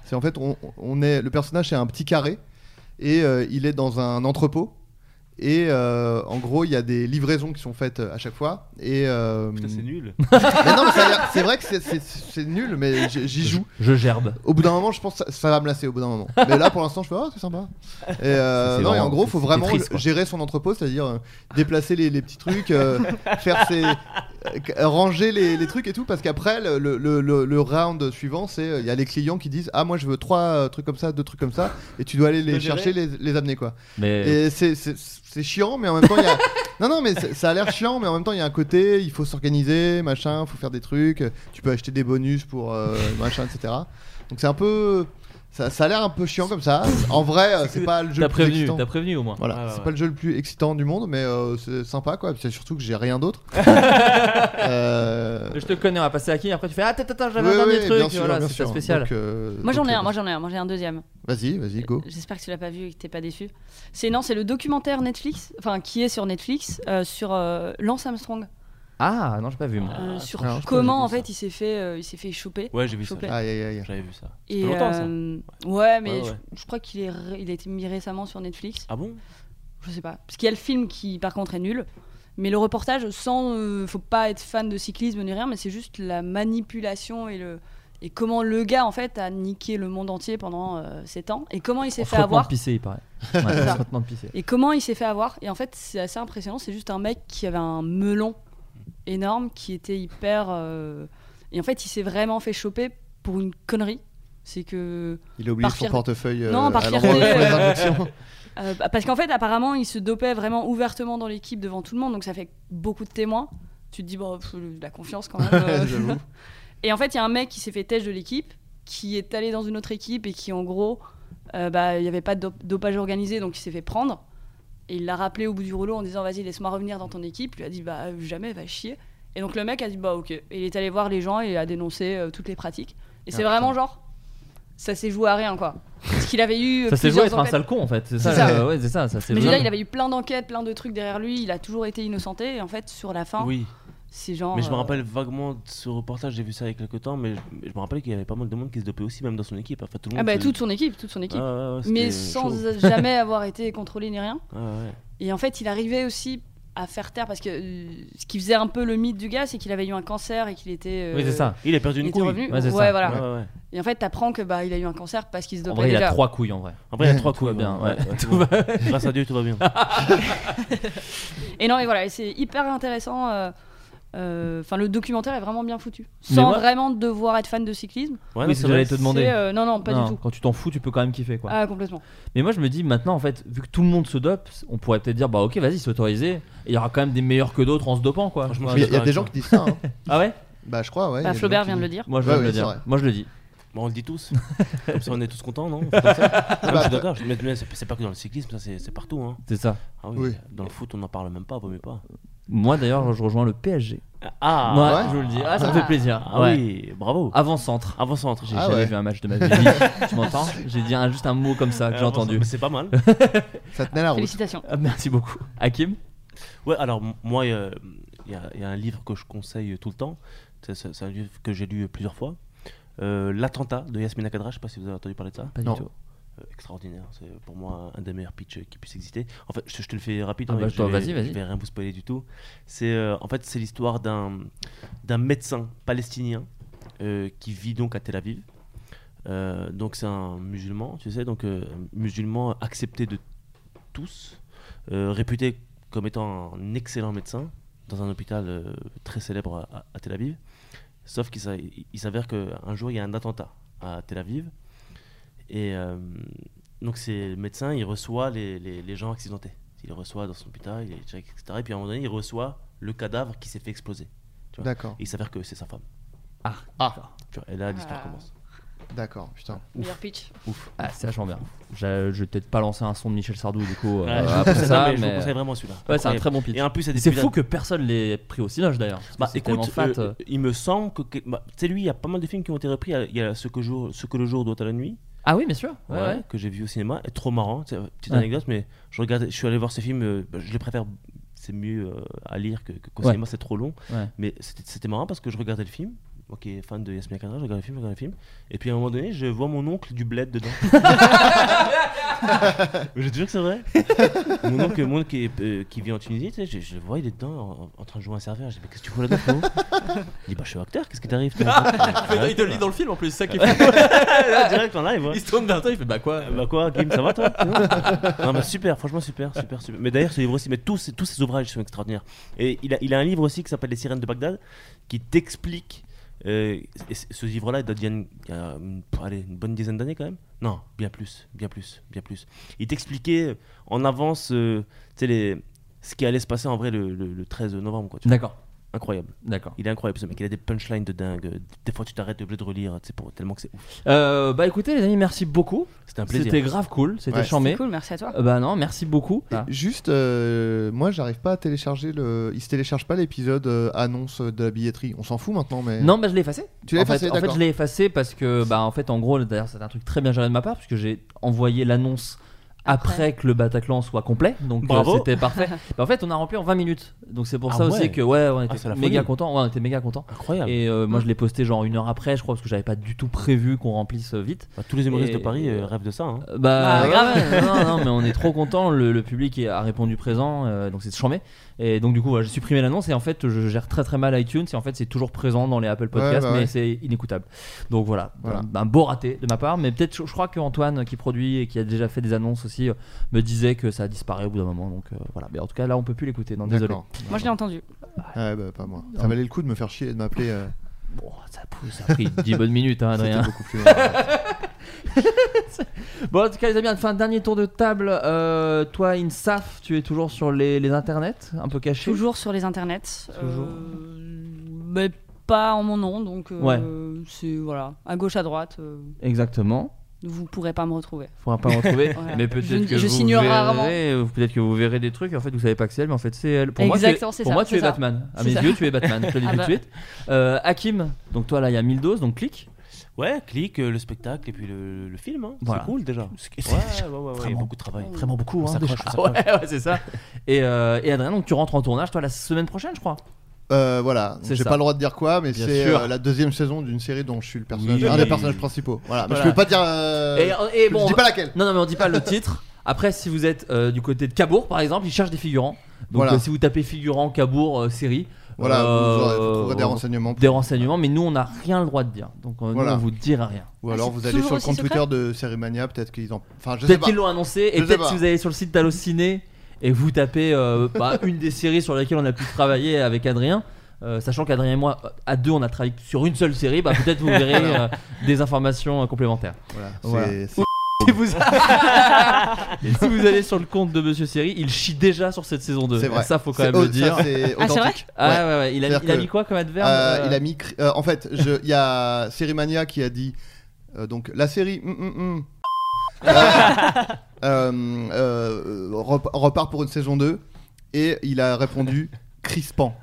[SPEAKER 8] c'est en fait, on, on est le personnage c'est un petit carré et euh, il est dans un entrepôt et euh, en gros, il y a des livraisons qui sont faites euh, à chaque fois et euh,
[SPEAKER 9] Putain, c'est nul.
[SPEAKER 8] mais non, mais ça a l'air- c'est vrai que c'est- c'est c'est nul, mais j'- j'y joue.
[SPEAKER 3] Je gerbe.
[SPEAKER 8] Au bout d'un moment, je pense que ça, ça va me lasser. Au bout d'un moment, mais là pour l'instant, je fais oh, c'est sympa. Et euh,
[SPEAKER 3] C'est
[SPEAKER 8] non, et en
[SPEAKER 3] vraiment-
[SPEAKER 8] gros,
[SPEAKER 3] c'est-
[SPEAKER 8] faut
[SPEAKER 3] c'est
[SPEAKER 8] vraiment
[SPEAKER 3] triste, quoi.
[SPEAKER 8] gérer son entrepôt, c'est-à-dire euh, déplacer les, les petits trucs, euh, faire ses euh, ranger les, les trucs et tout, parce qu'après le, le- le- le- le round suivant, c'est euh, il y a les clients qui disent ah moi je veux trois euh, trucs comme ça, deux trucs comme ça, et tu dois aller les
[SPEAKER 9] dois gérer.
[SPEAKER 8] chercher, les, les amener quoi.
[SPEAKER 3] Mais-
[SPEAKER 8] Et c'est- c'est c'est chiant, mais en même temps il y a non, non, mais ça- ça a l'air chiant, mais en même temps, il y a un côté, il faut s'organiser, machin, faut faire des trucs, tu peux acheter des bonus pour euh, machin, etc. Donc c'est un peu. Ça, ça a l'air un peu chiant comme ça. En vrai, euh, c'est pas le jeu
[SPEAKER 3] T'as
[SPEAKER 8] le plus
[SPEAKER 3] prévenu,
[SPEAKER 8] excitant.
[SPEAKER 3] t'as prévenu au moins. Ah,
[SPEAKER 8] Voilà,
[SPEAKER 3] Ouais, ouais,
[SPEAKER 8] c'est
[SPEAKER 3] ouais.
[SPEAKER 8] pas le jeu le plus excitant du monde, mais euh, c'est sympa quoi. Puis C'est surtout que j'ai rien d'autre. Euh,
[SPEAKER 3] Je te connais, on va passer à qui Après, tu fais Ah, attends, attends, j'avais
[SPEAKER 8] Oui,
[SPEAKER 3] un dernier
[SPEAKER 8] oui,
[SPEAKER 3] truc.
[SPEAKER 8] bien sûr,
[SPEAKER 3] voilà,
[SPEAKER 8] bien
[SPEAKER 3] c'est
[SPEAKER 8] sûr.
[SPEAKER 3] ça spécial.
[SPEAKER 8] Donc, euh,
[SPEAKER 10] Moi j'en
[SPEAKER 8] donc,
[SPEAKER 10] ai un,
[SPEAKER 8] euh,
[SPEAKER 10] moi j'en ai un, moi j'ai un deuxième. Euh,
[SPEAKER 8] Vas-y, vas-y, go.
[SPEAKER 10] J'espère que tu l'as pas vu et que t'es pas déçu. C'est non, c'est le documentaire Netflix, enfin qui est sur Netflix euh, sur euh, Lance Armstrong,
[SPEAKER 3] Ah, non, j'ai pas vu moi.
[SPEAKER 10] euh, sur
[SPEAKER 3] non, je crois
[SPEAKER 10] comment en
[SPEAKER 3] que j'ai vu
[SPEAKER 10] fait il s'est fait, euh, il s'est fait choper.
[SPEAKER 9] Ouais, j'ai vu ça.
[SPEAKER 10] choper.
[SPEAKER 3] Ah,
[SPEAKER 8] Aïe, aïe, aïe.
[SPEAKER 9] J'avais vu ça.
[SPEAKER 10] Et,
[SPEAKER 9] Ça fait longtemps, ça.
[SPEAKER 10] euh, ouais. mais
[SPEAKER 9] Ouais, ouais.
[SPEAKER 10] Je, je crois qu'il est, ré- il a été mis récemment sur Netflix.
[SPEAKER 9] Ah bon
[SPEAKER 10] Je sais pas. Parce qu'il y a le film qui, par contre, est nul. Mais le reportage, sans, euh, faut pas être fan de cyclisme ni rien, mais c'est juste la manipulation et le et comment le gars en fait a niqué le monde entier pendant euh, 7 ans et comment il s'est
[SPEAKER 3] En
[SPEAKER 10] fait
[SPEAKER 3] frottement
[SPEAKER 10] avoir.
[SPEAKER 3] de pisser, il paraît.
[SPEAKER 10] C'est
[SPEAKER 3] Ouais,
[SPEAKER 10] ça.
[SPEAKER 3] en frottement de pisser.
[SPEAKER 10] Et comment il s'est fait avoir Et en fait, c'est assez impressionnant. C'est juste un mec qui avait un melon énorme, qui était hyper. euh, Et en fait, il s'est vraiment fait choper pour une connerie. C'est que.
[SPEAKER 8] Il a oublié
[SPEAKER 10] par
[SPEAKER 8] son
[SPEAKER 10] fier-
[SPEAKER 8] portefeuille, euh,
[SPEAKER 10] non, par
[SPEAKER 8] à
[SPEAKER 10] fierté.
[SPEAKER 8] l'endroit où il fait les
[SPEAKER 10] euh,
[SPEAKER 8] injections.
[SPEAKER 10] euh, bah, parce qu'en fait, apparemment, il se dopait vraiment ouvertement dans l'équipe devant tout le monde, donc ça fait beaucoup de témoins. Tu te dis, bon, pff, la confiance quand même. euh.
[SPEAKER 8] J'avoue.
[SPEAKER 10] et en fait, il y a un mec qui s'est fait têche de l'équipe, qui est allé dans une autre équipe et qui, en gros, euh, bah, il n'y avait pas de dop- dopage organisé, donc il s'est fait prendre. Et il l'a rappelé au bout du rouleau en disant, vas-y, laisse-moi revenir dans ton équipe. Il lui a dit, bah, jamais, va chier. Et donc le mec a dit, bah, ok. Et il est allé voir les gens et a dénoncé euh, toutes les pratiques. Et c'est
[SPEAKER 3] Ah,
[SPEAKER 10] vraiment genre, ça s'est joué à rien, quoi. Parce qu'il avait eu. euh,
[SPEAKER 3] Ça s'est joué à
[SPEAKER 10] plusieurs
[SPEAKER 3] être un
[SPEAKER 10] enquêtes.
[SPEAKER 3] sale con en fait. C'est
[SPEAKER 10] C'est
[SPEAKER 3] ça,
[SPEAKER 10] ça.
[SPEAKER 3] euh, ouais, c'est ça. ça s'est
[SPEAKER 10] Mais
[SPEAKER 3] joué.
[SPEAKER 10] là, il avait eu plein d'enquêtes, plein de trucs derrière lui. Il a toujours été innocenté. Et en fait, sur la fin,
[SPEAKER 9] Oui.
[SPEAKER 10] c'est genre.
[SPEAKER 9] Mais je me
[SPEAKER 10] euh,
[SPEAKER 9] rappelle vaguement de ce reportage, j'ai vu ça il y a quelques temps, mais je, mais je me rappelle qu'il y avait pas mal de monde qui se dopait aussi, même dans son équipe. Enfin, tout le
[SPEAKER 10] Ah
[SPEAKER 9] monde
[SPEAKER 10] bah
[SPEAKER 9] se-
[SPEAKER 10] toute son équipe, toute son équipe.
[SPEAKER 9] Ah ouais, ouais,
[SPEAKER 10] mais
[SPEAKER 9] c'était
[SPEAKER 10] sans
[SPEAKER 9] chaud.
[SPEAKER 10] jamais avoir été contrôlé ni rien.
[SPEAKER 9] Ah ouais.
[SPEAKER 10] Et en fait, il arrivait aussi à faire taire parce que euh, ce qui faisait un peu le mythe du gars, c'est qu'il avait eu un cancer et qu'il était. euh,
[SPEAKER 3] Oui, c'est ça.
[SPEAKER 9] Il a perdu une
[SPEAKER 10] il était
[SPEAKER 9] couille.
[SPEAKER 10] revenu.
[SPEAKER 3] Ouais,
[SPEAKER 10] Ouais,
[SPEAKER 3] c'est ça.
[SPEAKER 10] voilà.
[SPEAKER 3] Ouais, ouais, ouais.
[SPEAKER 10] Et en fait, t'apprends que bah il a eu un cancer parce qu'il se
[SPEAKER 3] En
[SPEAKER 10] dopait
[SPEAKER 3] vrai, il
[SPEAKER 10] déjà.
[SPEAKER 3] a trois couilles en vrai.
[SPEAKER 9] En vrai, il a trois
[SPEAKER 3] Tout va
[SPEAKER 9] couilles,
[SPEAKER 3] bien,
[SPEAKER 9] ouais,
[SPEAKER 3] ouais.
[SPEAKER 9] ouais,
[SPEAKER 3] Tout
[SPEAKER 9] ouais.
[SPEAKER 3] va-
[SPEAKER 9] Grâce à Dieu, tout va bien.
[SPEAKER 10] Bah, Et non, et voilà, et c'est hyper intéressant. euh, euh, Enfin, le documentaire est vraiment bien foutu.
[SPEAKER 3] Mais
[SPEAKER 10] Sans
[SPEAKER 3] moi-
[SPEAKER 10] vraiment devoir être fan de cyclisme.
[SPEAKER 3] Oui, c'est ce que j'allais te demander.
[SPEAKER 10] C'est, euh, non, non, pas du tout.
[SPEAKER 3] Quand tu t'en fous, tu peux quand même kiffer quoi.
[SPEAKER 10] Ah, complètement.
[SPEAKER 3] Mais moi, je me dis maintenant, en fait, vu que tout le monde se dope, on pourrait peut-être dire, bah ok, vas-y, s'autoriser. Il y aura quand même des meilleurs que d'autres en se dopant quoi.
[SPEAKER 8] Mais Il y a- il y a des gens qui disent ça. hein.
[SPEAKER 3] Ah ouais
[SPEAKER 8] Bah, je crois, ouais.
[SPEAKER 10] Bah,
[SPEAKER 8] il y a
[SPEAKER 10] Flaubert
[SPEAKER 8] des gens
[SPEAKER 10] vient
[SPEAKER 8] qui
[SPEAKER 10] de le
[SPEAKER 8] disent.
[SPEAKER 10] dire.
[SPEAKER 7] Moi, je
[SPEAKER 8] Ouais,
[SPEAKER 7] viens de
[SPEAKER 8] ouais,
[SPEAKER 7] le
[SPEAKER 8] c'est
[SPEAKER 7] dire.
[SPEAKER 8] vrai.
[SPEAKER 7] Moi, je le dis.
[SPEAKER 9] Bon, on le dit tous. Comme ça, on est tous contents, non, C'est comme ça Non, mais Je suis d'accord. je- mais- mais c'est- C'est pas que dans le cyclisme, ça, c'est c'est partout. hein.
[SPEAKER 7] Bah, C'est ça.
[SPEAKER 9] Ah oui. Dans le foot, on n'en parle même pas, vaut mieux pas.
[SPEAKER 7] Moi d'ailleurs, je rejoins le PSG.
[SPEAKER 9] Ah,
[SPEAKER 7] Moi,
[SPEAKER 9] ouais.
[SPEAKER 7] je vous le dis. Ah, ça
[SPEAKER 9] Ah.
[SPEAKER 7] me fait plaisir.
[SPEAKER 9] Ah
[SPEAKER 7] Ouais.
[SPEAKER 9] oui, bravo.
[SPEAKER 7] Avant-centre.
[SPEAKER 9] Avant-centre.
[SPEAKER 7] J'ai
[SPEAKER 9] Ah
[SPEAKER 7] jamais
[SPEAKER 9] ouais.
[SPEAKER 7] vu un match de ma vie. tu m'entends J'ai dit un- juste un mot comme ça que j'ai
[SPEAKER 9] Avant-centre,
[SPEAKER 7] entendu.
[SPEAKER 9] mais c'est pas mal.
[SPEAKER 8] Ça tenait la route.
[SPEAKER 10] Félicitations.
[SPEAKER 7] Ah, merci beaucoup. Hakim
[SPEAKER 9] Ouais, alors m- moi, euh, il y, a- il y a un livre que je conseille tout le temps. C'est- C'est c'est un livre que j'ai lu plusieurs fois. Euh, L'attentat de Yasmina Kadra, je sais pas si vous avez entendu parler de ça.
[SPEAKER 7] Pas du Non. tout.
[SPEAKER 9] Euh, extraordinaire, c'est pour moi un des meilleurs pitchs qui puisse exister. En fait, je, je te le fais rapide.
[SPEAKER 7] Ah bah,
[SPEAKER 9] et
[SPEAKER 7] toi,
[SPEAKER 9] je,
[SPEAKER 7] vas-y,
[SPEAKER 9] vais,
[SPEAKER 7] vas-y.
[SPEAKER 9] je vais rien vous spoiler du tout. C'est euh, en fait c'est l'histoire d'un d'un médecin palestinien euh, qui vit donc à Tel Aviv. Euh, donc c'est un musulman, tu sais, donc euh, musulman accepté de tous, euh, réputé comme étant un excellent médecin dans un hôpital euh, très célèbre à, à Tel Aviv. Sauf qu'il s'a- il- il s'avère qu'un jour il y a un attentat à Tel Aviv. Et euh, donc c'est le médecin, il reçoit les, les- les gens accidentés. Il les reçoit dans son hôpital, il les check, etc. Et puis à un moment donné, il reçoit le cadavre qui s'est fait exploser. tu vois.
[SPEAKER 8] D'accord.
[SPEAKER 9] Et il s'avère que c'est sa femme.
[SPEAKER 7] Ah.
[SPEAKER 9] Tu vois, Et là, l'histoire
[SPEAKER 10] Ah.
[SPEAKER 9] commence.
[SPEAKER 8] D'accord, putain.
[SPEAKER 10] Meilleur pitch.
[SPEAKER 9] Ouf.
[SPEAKER 7] Ah, c'est vachement bien. J'ai- Je vais peut-être pas lancer un son de Michel Sardou du coup. euh,
[SPEAKER 9] Ouais, Ah, je-
[SPEAKER 7] après
[SPEAKER 9] non,
[SPEAKER 7] ça,
[SPEAKER 9] mais je vous
[SPEAKER 7] mais-
[SPEAKER 9] conseille vraiment celui-là.
[SPEAKER 7] Ouais, c'est un
[SPEAKER 9] Incroyable.
[SPEAKER 7] très bon pitch.
[SPEAKER 9] Et en plus, il y a des
[SPEAKER 7] c'est
[SPEAKER 9] putains-
[SPEAKER 7] fou que personne l'ait pris au silence d'ailleurs. parce que
[SPEAKER 9] Bah
[SPEAKER 7] c'est tellement
[SPEAKER 9] écoute,
[SPEAKER 7] fat.
[SPEAKER 9] euh, il me semble que. que- bah, tu sais, lui, il y a pas mal de films qui ont été repris. Il y a- Il y a ce que, jour- ce que le jour doit à la nuit.
[SPEAKER 7] Ah oui, bien sûr. Ouais, ouais.
[SPEAKER 9] Que j'ai vu au cinéma. Et trop marrant. tu sais, Petite
[SPEAKER 7] Ouais.
[SPEAKER 9] anecdote, mais je, regardais, je suis allé voir ce film. euh, bah, je le préfère. C'est mieux euh, à lire que, que- qu'au
[SPEAKER 7] Ouais.
[SPEAKER 9] cinéma, c'est trop long.
[SPEAKER 7] Ouais.
[SPEAKER 9] Mais c'était c'était marrant parce que je regardais le film. Moi qui est fan de Yasmina Kadra, je regardais le film, je regardais le film. Et puis à un moment donné, je vois mon oncle du bled dedans. Mais je te jure que c'est vrai. mon oncle, mon oncle qui, est, euh, qui vit en Tunisie, tu sais, je, je le vois, il est dedans en, en train de jouer à un serveur. Je dis, mais qu'est-ce que tu fous là-dedans, frérot Il dit, bah je suis acteur, qu'est-ce qui t'arrive toi
[SPEAKER 7] Ah, Il te le dit dans le film en plus, c'est ça qui est fou.
[SPEAKER 9] Là, direct en live. ouais.
[SPEAKER 7] Il se tourne vers toi, il fait bah quoi
[SPEAKER 9] Bah quoi, Kim, ça va toi C'est bon Non, bah, super, franchement super, super, super. Mais d'ailleurs, ce livre aussi, mais tous, ces- tous ses ouvrages sont extraordinaires. Et il a, il a un livre aussi qui s'appelle Les Sirènes de Bagdad, qui t'explique. euh, et c- ce livre-là, il date d'il y a, une, il y a une- allez, une bonne dizaine d'années quand même. Non, bien plus, bien plus, bien plus. Il t'expliquait euh, en avance euh, tu sais, les, ce qui allait se passer en vrai le, le- le 13 novembre. quoi, tu vois.
[SPEAKER 7] D'accord.
[SPEAKER 9] Incroyable.
[SPEAKER 7] D'accord.
[SPEAKER 9] Il est incroyable ce mec, il a des punchlines de dingue. Des fois, tu t'arrêtes, t'es obligé de relire, tu sais, pour, tellement que c'est ouf.
[SPEAKER 7] Euh, bah écoutez les amis, merci beaucoup.
[SPEAKER 9] C'était un plaisir.
[SPEAKER 7] C'était grave cool, c'était
[SPEAKER 8] Ouais.
[SPEAKER 7] charmé.
[SPEAKER 10] C'était cool, merci à toi.
[SPEAKER 7] Euh, bah non, merci beaucoup.
[SPEAKER 8] Et Juste, euh, moi j'arrive pas à télécharger le. Il se télécharge pas l'épisode euh, annonce de la billetterie. On s'en fout maintenant, mais.
[SPEAKER 7] Non, bah je l'ai effacé.
[SPEAKER 8] Tu l'as
[SPEAKER 7] En fait-
[SPEAKER 8] effacé,
[SPEAKER 7] En fait,
[SPEAKER 8] d'accord.
[SPEAKER 7] je l'ai effacé parce que, bah, en fait, en gros, d'ailleurs, c'est un truc très bien géré de ma part, puisque j'ai envoyé l'annonce après, que le Bataclan soit complet. Donc, euh,
[SPEAKER 9] Bravo.
[SPEAKER 7] c'était parfait. Bah, en fait, on a rempli en 20 minutes. Donc, c'est pour
[SPEAKER 9] Ah
[SPEAKER 7] ça aussi
[SPEAKER 9] ouais.
[SPEAKER 7] que, ouais, on
[SPEAKER 9] Ah,
[SPEAKER 7] était
[SPEAKER 9] c'est la
[SPEAKER 7] méga
[SPEAKER 9] folie.
[SPEAKER 7] contents. Ouais, on était méga contents.
[SPEAKER 9] Incroyable.
[SPEAKER 7] Et euh, moi, je l'ai posté genre une heure après, je crois, parce que j'avais pas du tout prévu qu'on remplisse euh, vite.
[SPEAKER 9] Bah, tous les humoristes
[SPEAKER 7] Et-
[SPEAKER 9] de Paris euh, rêvent de ça. hein.
[SPEAKER 7] Bah,
[SPEAKER 9] Ah,
[SPEAKER 7] ouais,
[SPEAKER 9] grave.
[SPEAKER 7] ouais, non, non, mais on est trop content. Le, le public est- a répondu présent, euh, donc c'est chambé. Et donc, du coup, voilà, j'ai supprimé l'annonce. Et en fait, je gère très très mal iTunes. Et en fait, c'est toujours présent dans les Apple Podcasts,
[SPEAKER 8] Ouais, bah ouais.
[SPEAKER 7] mais c'est inécoutable. Donc voilà,
[SPEAKER 8] Voilà.
[SPEAKER 7] Un, un beau raté de ma part. Mais peut-être, je, je crois que Antoine, qui produit et qui a déjà fait des annonces aussi, euh, me disait que ça disparaît au bout d'un moment. Donc euh, voilà. Mais en tout cas, là, on peut plus l'écouter. Non, désolé.
[SPEAKER 8] D'accord.
[SPEAKER 10] Moi, je l'ai entendu.
[SPEAKER 8] Ouais, bah pas moi. Ça valait le coup de me faire chier et de m'appeler. euh,
[SPEAKER 7] Bon, ça, a pris- ça a pris 10 bonnes minutes, hein,
[SPEAKER 8] C'était
[SPEAKER 7] Adrien.
[SPEAKER 8] beaucoup plus euh, long, ouais.
[SPEAKER 7] Bon, en tout cas, les amis, on fait un dernier tour de table. Euh, toi, Insaf, tu es toujours sur les, les internets, un peu caché
[SPEAKER 10] Toujours sur les internets.
[SPEAKER 7] Toujours.
[SPEAKER 10] euh, mais pas en mon nom, donc euh, c'est voilà, à gauche à droite, euh,
[SPEAKER 7] Exactement.
[SPEAKER 10] vous pourrez pas me retrouver.
[SPEAKER 7] Faudra pas me retrouver.
[SPEAKER 10] Voilà.
[SPEAKER 7] Mais
[SPEAKER 10] Je-
[SPEAKER 7] peut-être que
[SPEAKER 10] je
[SPEAKER 7] vous
[SPEAKER 10] signe
[SPEAKER 7] verrez,
[SPEAKER 10] rarement.
[SPEAKER 7] euh, peut-être que vous verrez des trucs. En fait, vous savez pas que c'est elle, mais en fait, c'est elle. Pour
[SPEAKER 10] Exactement,
[SPEAKER 7] moi, tu es,
[SPEAKER 10] c'est
[SPEAKER 7] pour
[SPEAKER 10] ça,
[SPEAKER 7] moi, tu
[SPEAKER 10] c'est
[SPEAKER 7] es
[SPEAKER 10] ça.
[SPEAKER 7] Batman. À
[SPEAKER 10] C'est
[SPEAKER 7] mes
[SPEAKER 10] ça.
[SPEAKER 7] yeux, tu es Batman. Je te le dis
[SPEAKER 10] Ah
[SPEAKER 7] tout de
[SPEAKER 10] bah.
[SPEAKER 7] suite. Euh, Hakim, donc toi là, il y a 1012, donc clique.
[SPEAKER 9] Ouais, clique, euh, le spectacle et puis le, le film, hein.
[SPEAKER 7] Voilà.
[SPEAKER 9] c'est cool déjà.
[SPEAKER 7] que c'est
[SPEAKER 9] ouais,
[SPEAKER 7] déjà
[SPEAKER 9] ouais, ouais, ouais, il y a
[SPEAKER 7] vraiment-
[SPEAKER 9] beaucoup de travail.
[SPEAKER 7] Vraiment beaucoup,
[SPEAKER 9] On
[SPEAKER 7] hein,
[SPEAKER 9] s'accroche,
[SPEAKER 7] déjà.
[SPEAKER 9] on s'accroche.
[SPEAKER 7] Ouais, ouais, c'est ça. Et, euh, et Adrien, donc tu rentres en tournage, toi, la semaine prochaine, je crois.
[SPEAKER 8] Euh, voilà,
[SPEAKER 7] C'est
[SPEAKER 8] j'ai
[SPEAKER 7] ça.
[SPEAKER 8] pas le droit de dire quoi, mais
[SPEAKER 7] Bien
[SPEAKER 8] c'est
[SPEAKER 7] sûr.
[SPEAKER 8] euh, la deuxième saison d'une série dont je suis le personnage,
[SPEAKER 7] Oui.
[SPEAKER 8] un des personnages principaux. Voilà, mais je
[SPEAKER 7] Voilà.
[SPEAKER 8] peux pas dire. euh,
[SPEAKER 7] Et, et
[SPEAKER 8] je
[SPEAKER 7] bon,
[SPEAKER 8] dis pas laquelle.
[SPEAKER 7] Non, non, mais on dit pas le titre. Après, si vous êtes euh, du côté de Cabourg, par exemple, ils cherchent des figurants. Donc,
[SPEAKER 8] Voilà.
[SPEAKER 7] euh, si vous tapez figurant Cabourg euh, série,
[SPEAKER 8] Voilà, vous
[SPEAKER 7] euh,
[SPEAKER 8] aurez- vous trouverez des renseignements.
[SPEAKER 7] Des renseignements, mais nous, on n'a rien le droit de dire. Donc, euh, nous,
[SPEAKER 8] Voilà.
[SPEAKER 7] on vous dira rien.
[SPEAKER 8] Ou alors
[SPEAKER 10] Ah, c'est
[SPEAKER 8] vous allez
[SPEAKER 10] toujours
[SPEAKER 8] sur le
[SPEAKER 10] aussi
[SPEAKER 8] compte
[SPEAKER 10] secret
[SPEAKER 8] Twitter de Sérimania, peut-être qu'ils en. Enfin, je sais
[SPEAKER 7] Peut-être
[SPEAKER 8] pas.
[SPEAKER 7] qu'ils l'ont annoncé, et
[SPEAKER 8] Je sais
[SPEAKER 7] peut-être
[SPEAKER 8] pas.
[SPEAKER 7] si vous allez sur le site d'Allociné et vous tapez euh, bah, une des séries sur laquelle on a pu travailler avec Adrien. euh, sachant qu'Adrien et moi, euh, à deux, on a travaillé sur une seule série, bah, peut-être vous verrez euh, des informations euh, complémentaires.
[SPEAKER 8] Voilà,
[SPEAKER 7] Voilà.
[SPEAKER 8] c'est- c'est-
[SPEAKER 11] Si vous... si vous allez sur le compte de Monsieur Seri, il chie déjà sur cette saison 2.
[SPEAKER 8] C'est vrai.
[SPEAKER 11] Ça, faut quand
[SPEAKER 8] C'est
[SPEAKER 11] même
[SPEAKER 8] au-
[SPEAKER 11] le dire.
[SPEAKER 8] ça, Ah, c'est authentique.
[SPEAKER 11] Ah, ouais, ouais. Il, a,
[SPEAKER 8] C'est-à-dire
[SPEAKER 11] il a
[SPEAKER 8] que,
[SPEAKER 11] mis quoi comme adverbe
[SPEAKER 8] euh,
[SPEAKER 11] euh,
[SPEAKER 8] Il a mis. cri- euh, en fait, je- il y a Sérimania qui a dit. euh, donc, la série. hum, hum, hum. Euh, euh, euh, rep- repart pour une saison 2. Et il a répondu crispant.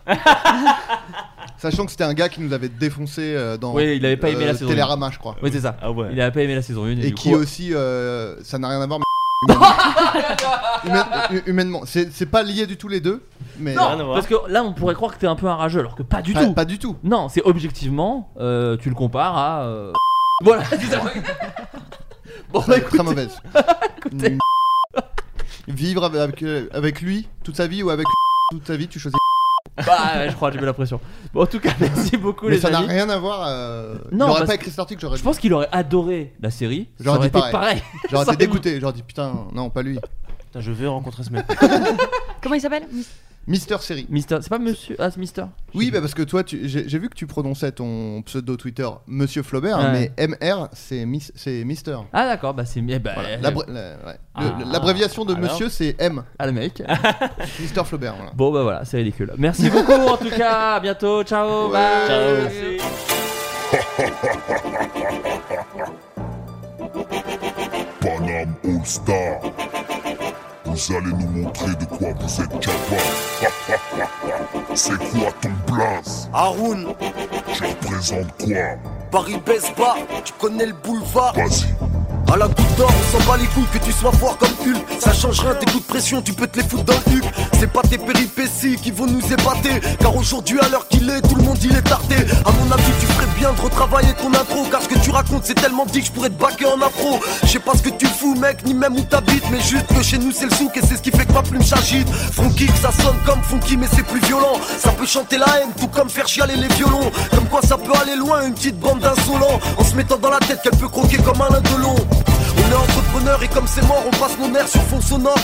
[SPEAKER 8] Sachant que c'était un gars qui nous avait défoncé euh, dans
[SPEAKER 11] Oui, il avait pas aimé
[SPEAKER 8] euh,
[SPEAKER 11] la saison.
[SPEAKER 8] Télérama,
[SPEAKER 11] une.
[SPEAKER 8] je crois.
[SPEAKER 11] Oui, c'est ça. Il avait pas aimé la saison 1.
[SPEAKER 8] Et,
[SPEAKER 11] du
[SPEAKER 8] qui
[SPEAKER 11] coup-
[SPEAKER 8] aussi, euh, ça n'a rien à voir, mais humainement, Humaine- hu- humainement. c'est c'est pas lié du tout les deux. Mais
[SPEAKER 7] Non, parce que là on pourrait croire que t'es un peu un rageux alors que pas du
[SPEAKER 8] Pas-
[SPEAKER 7] tout.
[SPEAKER 8] Pas du tout.
[SPEAKER 7] Non, c'est objectivement, euh, tu le compares à. euh, Voilà, c'est ça.
[SPEAKER 8] Bon,
[SPEAKER 7] bah,
[SPEAKER 8] très mauvaise. Une- Vivre avec, avec, avec lui toute sa vie ou avec toute sa vie, tu choisis.
[SPEAKER 7] Bah, ouais, je crois, j'ai bien l'impression. Bon, en tout cas, merci beaucoup
[SPEAKER 8] Mais
[SPEAKER 7] les
[SPEAKER 8] ça n'a
[SPEAKER 7] amis.
[SPEAKER 8] rien à voir. euh,
[SPEAKER 7] Non,
[SPEAKER 8] il aurait
[SPEAKER 7] parce
[SPEAKER 8] pas
[SPEAKER 7] que
[SPEAKER 8] écrit cet article, j'aurais
[SPEAKER 7] Je pense qu'il aurait adoré la série. ça
[SPEAKER 8] j'aurais
[SPEAKER 7] aurait
[SPEAKER 8] dit
[SPEAKER 7] été
[SPEAKER 8] pareil.
[SPEAKER 7] pareil.
[SPEAKER 8] J'aurais
[SPEAKER 7] Ça
[SPEAKER 8] été dégoûté, j'aurais dit putain, non, pas lui.
[SPEAKER 12] Putain, je veux rencontrer ce mec.
[SPEAKER 10] Comment il s'appelle Miss-
[SPEAKER 8] Mister Série.
[SPEAKER 7] Mister, c'est pas Monsieur Ah, c'est Mister.
[SPEAKER 8] Oui, bah parce que toi, tu- j'ai j'ai vu que tu prononçais ton pseudo Twitter Monsieur Flaubert,
[SPEAKER 7] Ouais.
[SPEAKER 8] mais MR, c'est Miss- c'est Mister.
[SPEAKER 7] Ah d'accord, bah c'est eh ben,
[SPEAKER 8] Voilà,
[SPEAKER 7] euh,
[SPEAKER 8] l'abré- la- ouais.
[SPEAKER 7] Ah.
[SPEAKER 8] Le- le- L'abréviation de
[SPEAKER 7] Alors
[SPEAKER 8] Monsieur, c'est M.
[SPEAKER 7] Ah le mec.
[SPEAKER 8] Mister Flaubert. Voilà.
[SPEAKER 7] Bon bah voilà, c'est ridicule. Merci beaucoup en tout cas. À bientôt. Ciao. Bye.
[SPEAKER 8] Ciao.
[SPEAKER 7] Merci.
[SPEAKER 13] Panam All Star. Vous allez nous montrer de quoi vous êtes capable. C'est quoi ton blaze
[SPEAKER 14] Haroun,
[SPEAKER 13] Tu représentes quoi
[SPEAKER 14] Paris baisse bas, tu connais le boulevard.
[SPEAKER 13] Vas-y.
[SPEAKER 14] À la goutte d'or, on s'en bat les couilles, que tu sois fort comme Hulk. Ça change rien, tes coups de pression, tu peux te les foutre dans le cul. C'est pas tes péripéties qui vont nous épater. Car aujourd'hui, à l'heure qu'il est, tout le monde il est tardé. À mon avis, tu ferais bien de retravailler ton intro. Car ce que tu racontes, c'est tellement dit que je pourrais te baquer en afro. Je sais pas ce que tu fous, mec, ni même où t'habites. Mais juste que chez nous, c'est le souk et c'est ce qui fait que ma plume s'agite. Funky, que ça sonne comme funky, mais c'est plus violent. Ça peut chanter la haine, tout comme faire chialer les violons. Comme quoi, ça peut aller loin, une petite bande d'insolents. En se mettant dans la tête qu'elle peut croquer comme un indolent. On est entrepreneur et comme c'est mort, on passe mon air sur fond sonore.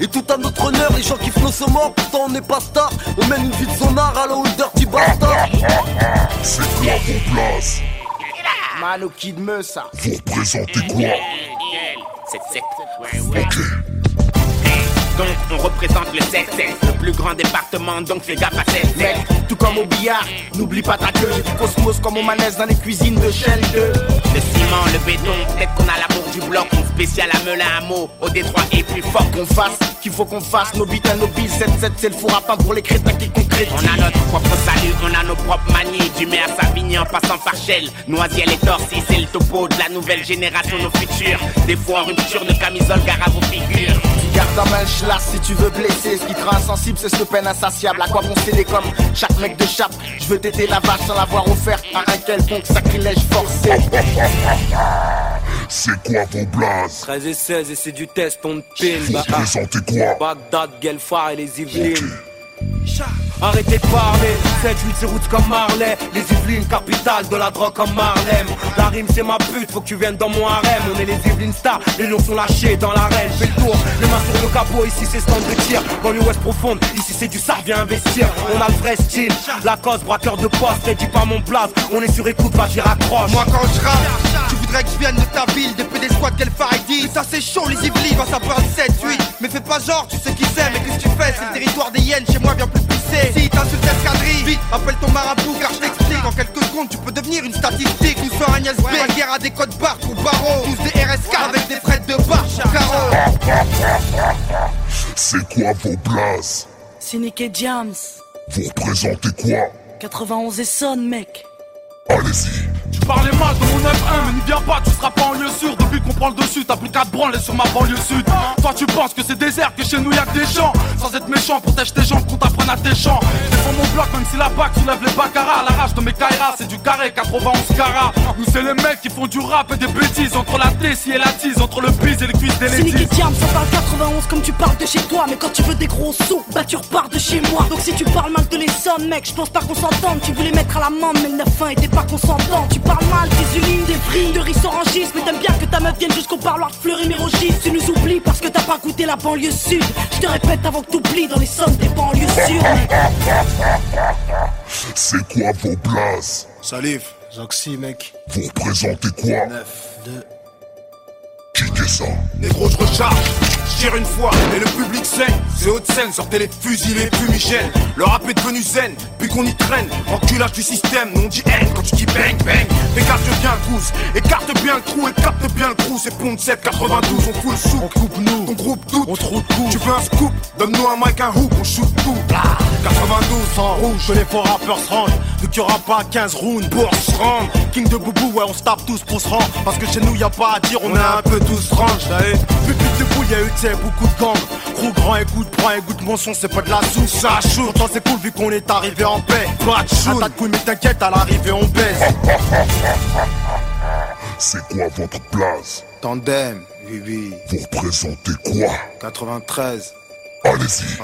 [SPEAKER 14] Et tout à notre honneur, les gens qui nos sont morts, pourtant on n'est pas star. On mène une vie de sonard à la hauteur du bastard.
[SPEAKER 13] C'est quoi ton blaze
[SPEAKER 14] Mano Kid Meussa.
[SPEAKER 13] Vous représentez quoi
[SPEAKER 15] C'est 7. Donc on représente le 7 le plus grand département, donc fais gaffe à 7
[SPEAKER 14] Mec, tout comme au billard, n'oublie pas ta queue. J'ai du cosmos comme au manège dans les cuisines de chaîne 2.
[SPEAKER 15] Le ciment, le béton, peut-être qu'on a l'amour du bloc, on spécial à Melun, à Meaux, au Détroit et plus fort
[SPEAKER 14] Qu'on fasse, qu'il faut qu'on fasse nos bits à nos billes. 7-7, c'est le four à pain pour les crétins qui concrétisent.
[SPEAKER 15] On a notre propre salut, on a nos propres manies Du maire Savigny en passant par Shell Noisiel et Torcy, c'est le topo de la nouvelle génération Nos futurs, des fois en rupture de camisole Gare à vos figures
[SPEAKER 14] Tu gardes un manche là si tu veux blesser. Ce qui te rend insensible, c'est ce peine insatiable. À quoi bon céder comme chaque mec de chape Je veux t'aider la vache sans l'avoir offert à un quelconque sacrilège forcé.
[SPEAKER 13] C'est quoi vos blazes
[SPEAKER 16] 13 et 16 et c'est du test on Bah, pin
[SPEAKER 13] Vous représentez quoi
[SPEAKER 16] Bagdad, Gelfar et les Yvelines Arrêtez de parler, 7, 8 c'est route comme Marley Les Yvelines, capitale de la drogue comme Marlem La rime c'est ma pute, faut que tu viennes dans mon harem On est les Yvelines stars, les lions sont lâchés dans l'arène Fais le tour, les mains sur le capot, ici c'est stand de tir Dans l'ouest profonde, ici c'est du ça, viens investir On a le vrai style, la cause, braqueur de poste Ne dis pas mon place, on est sur écoute, va j'y raccroche
[SPEAKER 17] Moi quand je rappe, tu voudrais que je vienne de ta ville Depuis des squats qu'elle faridie Mais ça c'est chaud les Yvelines, quand ça parle 7, 8 Mais fais pas genre, tu sais qui c'est Mais qu'est-ce que tu fais, c'est le territoire des hyènes Chez moi bien plus pissé Si t'insultes escadrille, vite appelle ton marabout Car je t'explique, en quelques secondes tu peux devenir une statistique Nous sommes Agnès B, la guerre à des codes barres pour barreaux Tous des RSK avec des frettes de barre au carreau
[SPEAKER 13] C'est quoi vos blazes
[SPEAKER 18] C'est Nick et James.
[SPEAKER 13] Vous représentez quoi
[SPEAKER 18] 91 et sonne, mec.
[SPEAKER 16] Tu parlais mal de mon 9-1 mais n'y viens pas, tu seras pas en lieu sûr Depuis qu'on prend le dessus, t'as plus qu'à te branler sur ma banlieue sud Toi tu penses que c'est désert, que chez nous y'a que des champs Sans être méchant, protège tes jambes qu'on t'apprenne à tes champs Défends mon bloc, même si la bac soulève les baccaras La rage de mes kairas, c'est du carré 91 carats Nous c'est les mecs qui font du rap et des bêtises Entre la tessie et la tise, entre le bise et les cuisses des
[SPEAKER 18] C'est Nick et
[SPEAKER 16] ladies
[SPEAKER 18] James, on parle 91 comme tu parles de chez toi. Mais quand tu veux des gros sous, bah tu repars de chez moi. Donc si tu parles mal de les sommes, mec, je pense pas qu'on s'entende. Tu voulais mettre à l'amende, mais le 9-1 était pas consentant. Tu parles mal des ulines, des vrilles, de rissorangis. Mais t'aimes bien que ta meuf vienne jusqu'au parloir de fleury mérogis. Tu nous oublies parce que t'as pas goûté la banlieue sud. Je te répète avant que t'oublies dans les sommes des banlieues sûres.
[SPEAKER 13] C'est quoi vos blazes
[SPEAKER 14] Salif, Zoxy, mec.
[SPEAKER 13] Vous représentez quoi
[SPEAKER 14] 9, 2.
[SPEAKER 13] Kickez ça
[SPEAKER 16] négro, je recharge. Je tire une fois, et le public saigne. C'est haute scène, sortez les fusils, les fumigènes. Le rap est devenu zen, puis qu'on y traîne. Enculage du système, nous on dit haine quand tu dis bang bang. Écarte bien le cousse, écarte bien le trou, écarte bien le trou. C'est Pont 7, 92, on fout le sou. On coupe nous, on groupe tout, on trouve tout. Tu veux un scoop, donne-nous un mic, un hook, on shoot tout. Blah. 92 en rouge, que les faux rappeurs se rendent. Vu qu'il y aura pas 15 rounds pour se rendre. King de Boubou, ouais, on se tape tous pour se rendre. Parce que chez nous, y a pas à dire, on, est un peu tous range. Public debout, y a eu, t'sais, beaucoup de gangs. Crew grand, écoute, prends, écoute mon son, c'est pas de la soupe. Ça chaud, pourtant c'est cool vu qu'on est arrivé en paix. Pas de chou, tas de couilles, mais t'inquiète, à l'arrivée, on baisse.
[SPEAKER 13] C'est quoi votre place
[SPEAKER 16] Tandem, Bibi.
[SPEAKER 13] Vous représentez quoi
[SPEAKER 16] 93.
[SPEAKER 13] Allez-y.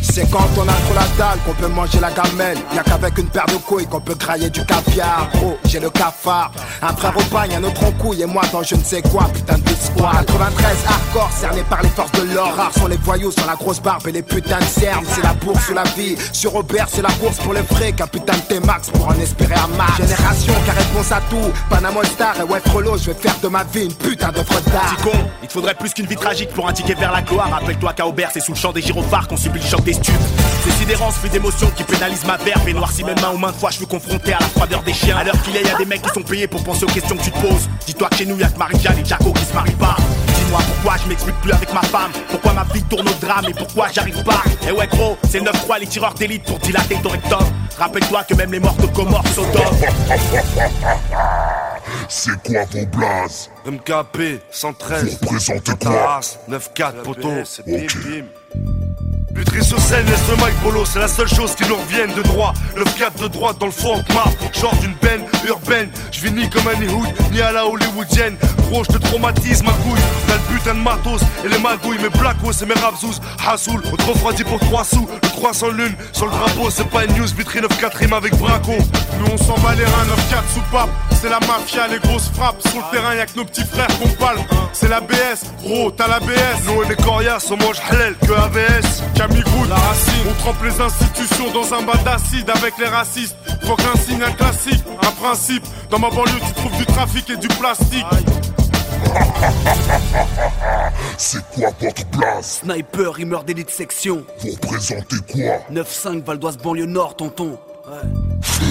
[SPEAKER 16] C'est quand on a trop la dalle qu'on peut manger la gamelle. Y'a qu'avec une paire de couilles qu'on peut grailler du caviar. Bro, j'ai le cafard. Un frère au bagne, un autre en couille et moi dans je ne sais quoi. Putain de squad. 93 hardcore, cerné par les forces de l'or. Rares sont les voyous, sont la grosse barbe et les putains de cernes. C'est la bourse sur la vie. Sur Robert, c'est la course pour les frais. Qu'un putain de T-Max pour en espérer un max. Génération qui a réponse à tout. Panama Star et ouais, Frollo, je vais faire de ma vie une putain d'œuvre d'art.
[SPEAKER 19] Petit con, il te faudrait plus qu'une vie tragique pour un ticket vers la gloire. Rappelle-toi qu'à Aubert, c'est sous le champ des gyrophares qu'on subit le choc des stupes. C'est sidérant ce fait d'émotions qui pénalise ma verve et noircit mes mains ou mains de fois je suis confronté à la froideur des chiens. À l'heure qu'il est, y a des mecs qui sont payés pour penser aux questions que tu te poses. Dis-toi que chez nous, y'a que Marie-Jeanne et Jaco qui se marient pas. Dis-moi pourquoi je m'explique plus avec ma femme, pourquoi ma vie tourne au drame et pourquoi j'arrive pas. Et ouais, gros, c'est 9-3 les tireurs d'élite pour dilater ton rectum. Rappelle-toi que même les morts de Comores sont
[SPEAKER 13] C'est quoi vos blazes
[SPEAKER 16] MKP, 113.
[SPEAKER 13] Vous représentez quoi
[SPEAKER 16] Taras, 9-4, poteau.
[SPEAKER 13] Ok.
[SPEAKER 16] Putri sur scène, laisse le mic bolo, c'est la seule chose qui nous revienne de droit. Le 4 de droite dans le fond, marre, genre d'une benne urbaine. Je vis ni comme un Hollywood, ni à la hollywoodienne. Gros, je te traumatise, ma couille. T'as le putain de matos et les magouilles, mes blacos et mes rabzouz. Hassoul, on te refroidit pour 3 sous, le 300 lune. Sur le drapeau, c'est pas une news, vitry 9-4 rime avec braco.
[SPEAKER 13] Nous on s'en bat les reins, 9-4 soupape C'est la mafia, les grosses frappes Sur
[SPEAKER 16] Ah.
[SPEAKER 13] le terrain y'a que nos petits frères qu'on palme C'est la BS, gros t'as la BS
[SPEAKER 16] Nous et les coriaces, on mange halal que AVS.
[SPEAKER 13] Camille Good, la racine On trempe les institutions dans un bas d'acide avec les racistes Faut qu'un signe, un classique, un principe Dans ma banlieue tu trouves du trafic et du plastique
[SPEAKER 16] C'est quoi votre place Sniper, rimeur d'élite section.
[SPEAKER 13] Vous représentez quoi
[SPEAKER 16] 9-5, Val d'Oise, banlieue nord, tonton.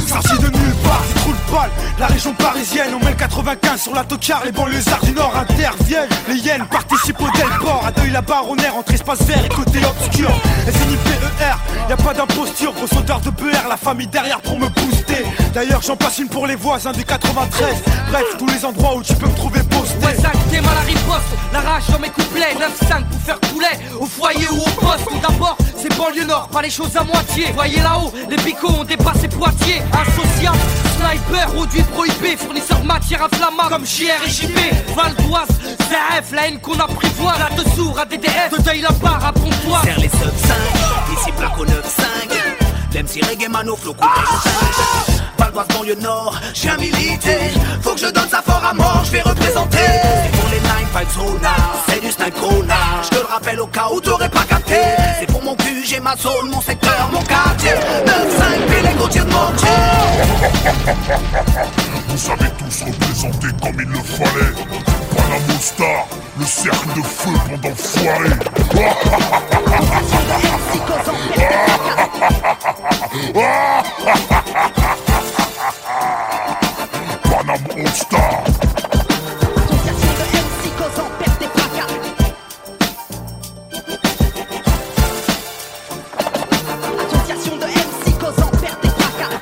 [SPEAKER 16] Sorti de nulle part, c'est trou de balle. La région parisienne, on met le 95 sur la tocar. Les banlieusards du Nord interviennent. Les hyènes participent au Delport. À deuil la barronnaire entre espace vert et côté obscur. SNIPER, E y a pas d'imposture. Grosse odeur de PR, la famille derrière pour me booster. D'ailleurs, j'en passe une pour les voisins du 93. Bref, tous les endroits où tu peux me trouver posté.
[SPEAKER 20] Ouais, 5 thème à la riposte, la rage dans mes couplets, 9-5 pour faire poulet, au foyer ou au poste. Tout d'abord, c'est banlieue nord, pas les choses à moitié. Voyez là-haut, les picots ont dépassé Poitiers, insociable. Sniper, produit prohibé, fournisseur de matière inflammable comme JR et JB, Val d'Oise, CF, la haine qu'on apprivoise, là dessous, à DDF, de deuil la barre à Pontoise.
[SPEAKER 15] Serre les subs 5, ici placo 9-5. L'MC Reggae Mano, flow coupé.
[SPEAKER 20] Ah
[SPEAKER 15] Val d'Oise, banlieue nord, je viens militer. Faut que je donne ça fort à mort, je vais représenter. C'est pour les 9-5 zona, c'est du snipe Je te le rappelle au cas où t'aurais pas capté. C'est pour mon cul, j'ai ma zone, mon secteur, mon quartier. 9-5, puis les gros tirs de mon
[SPEAKER 13] Vous savez tous représenter comme il le fallait. Panamo Star, le cercle de feu pendant foiré. Panamo Star.
[SPEAKER 18] Association de MC causant perte des tracas.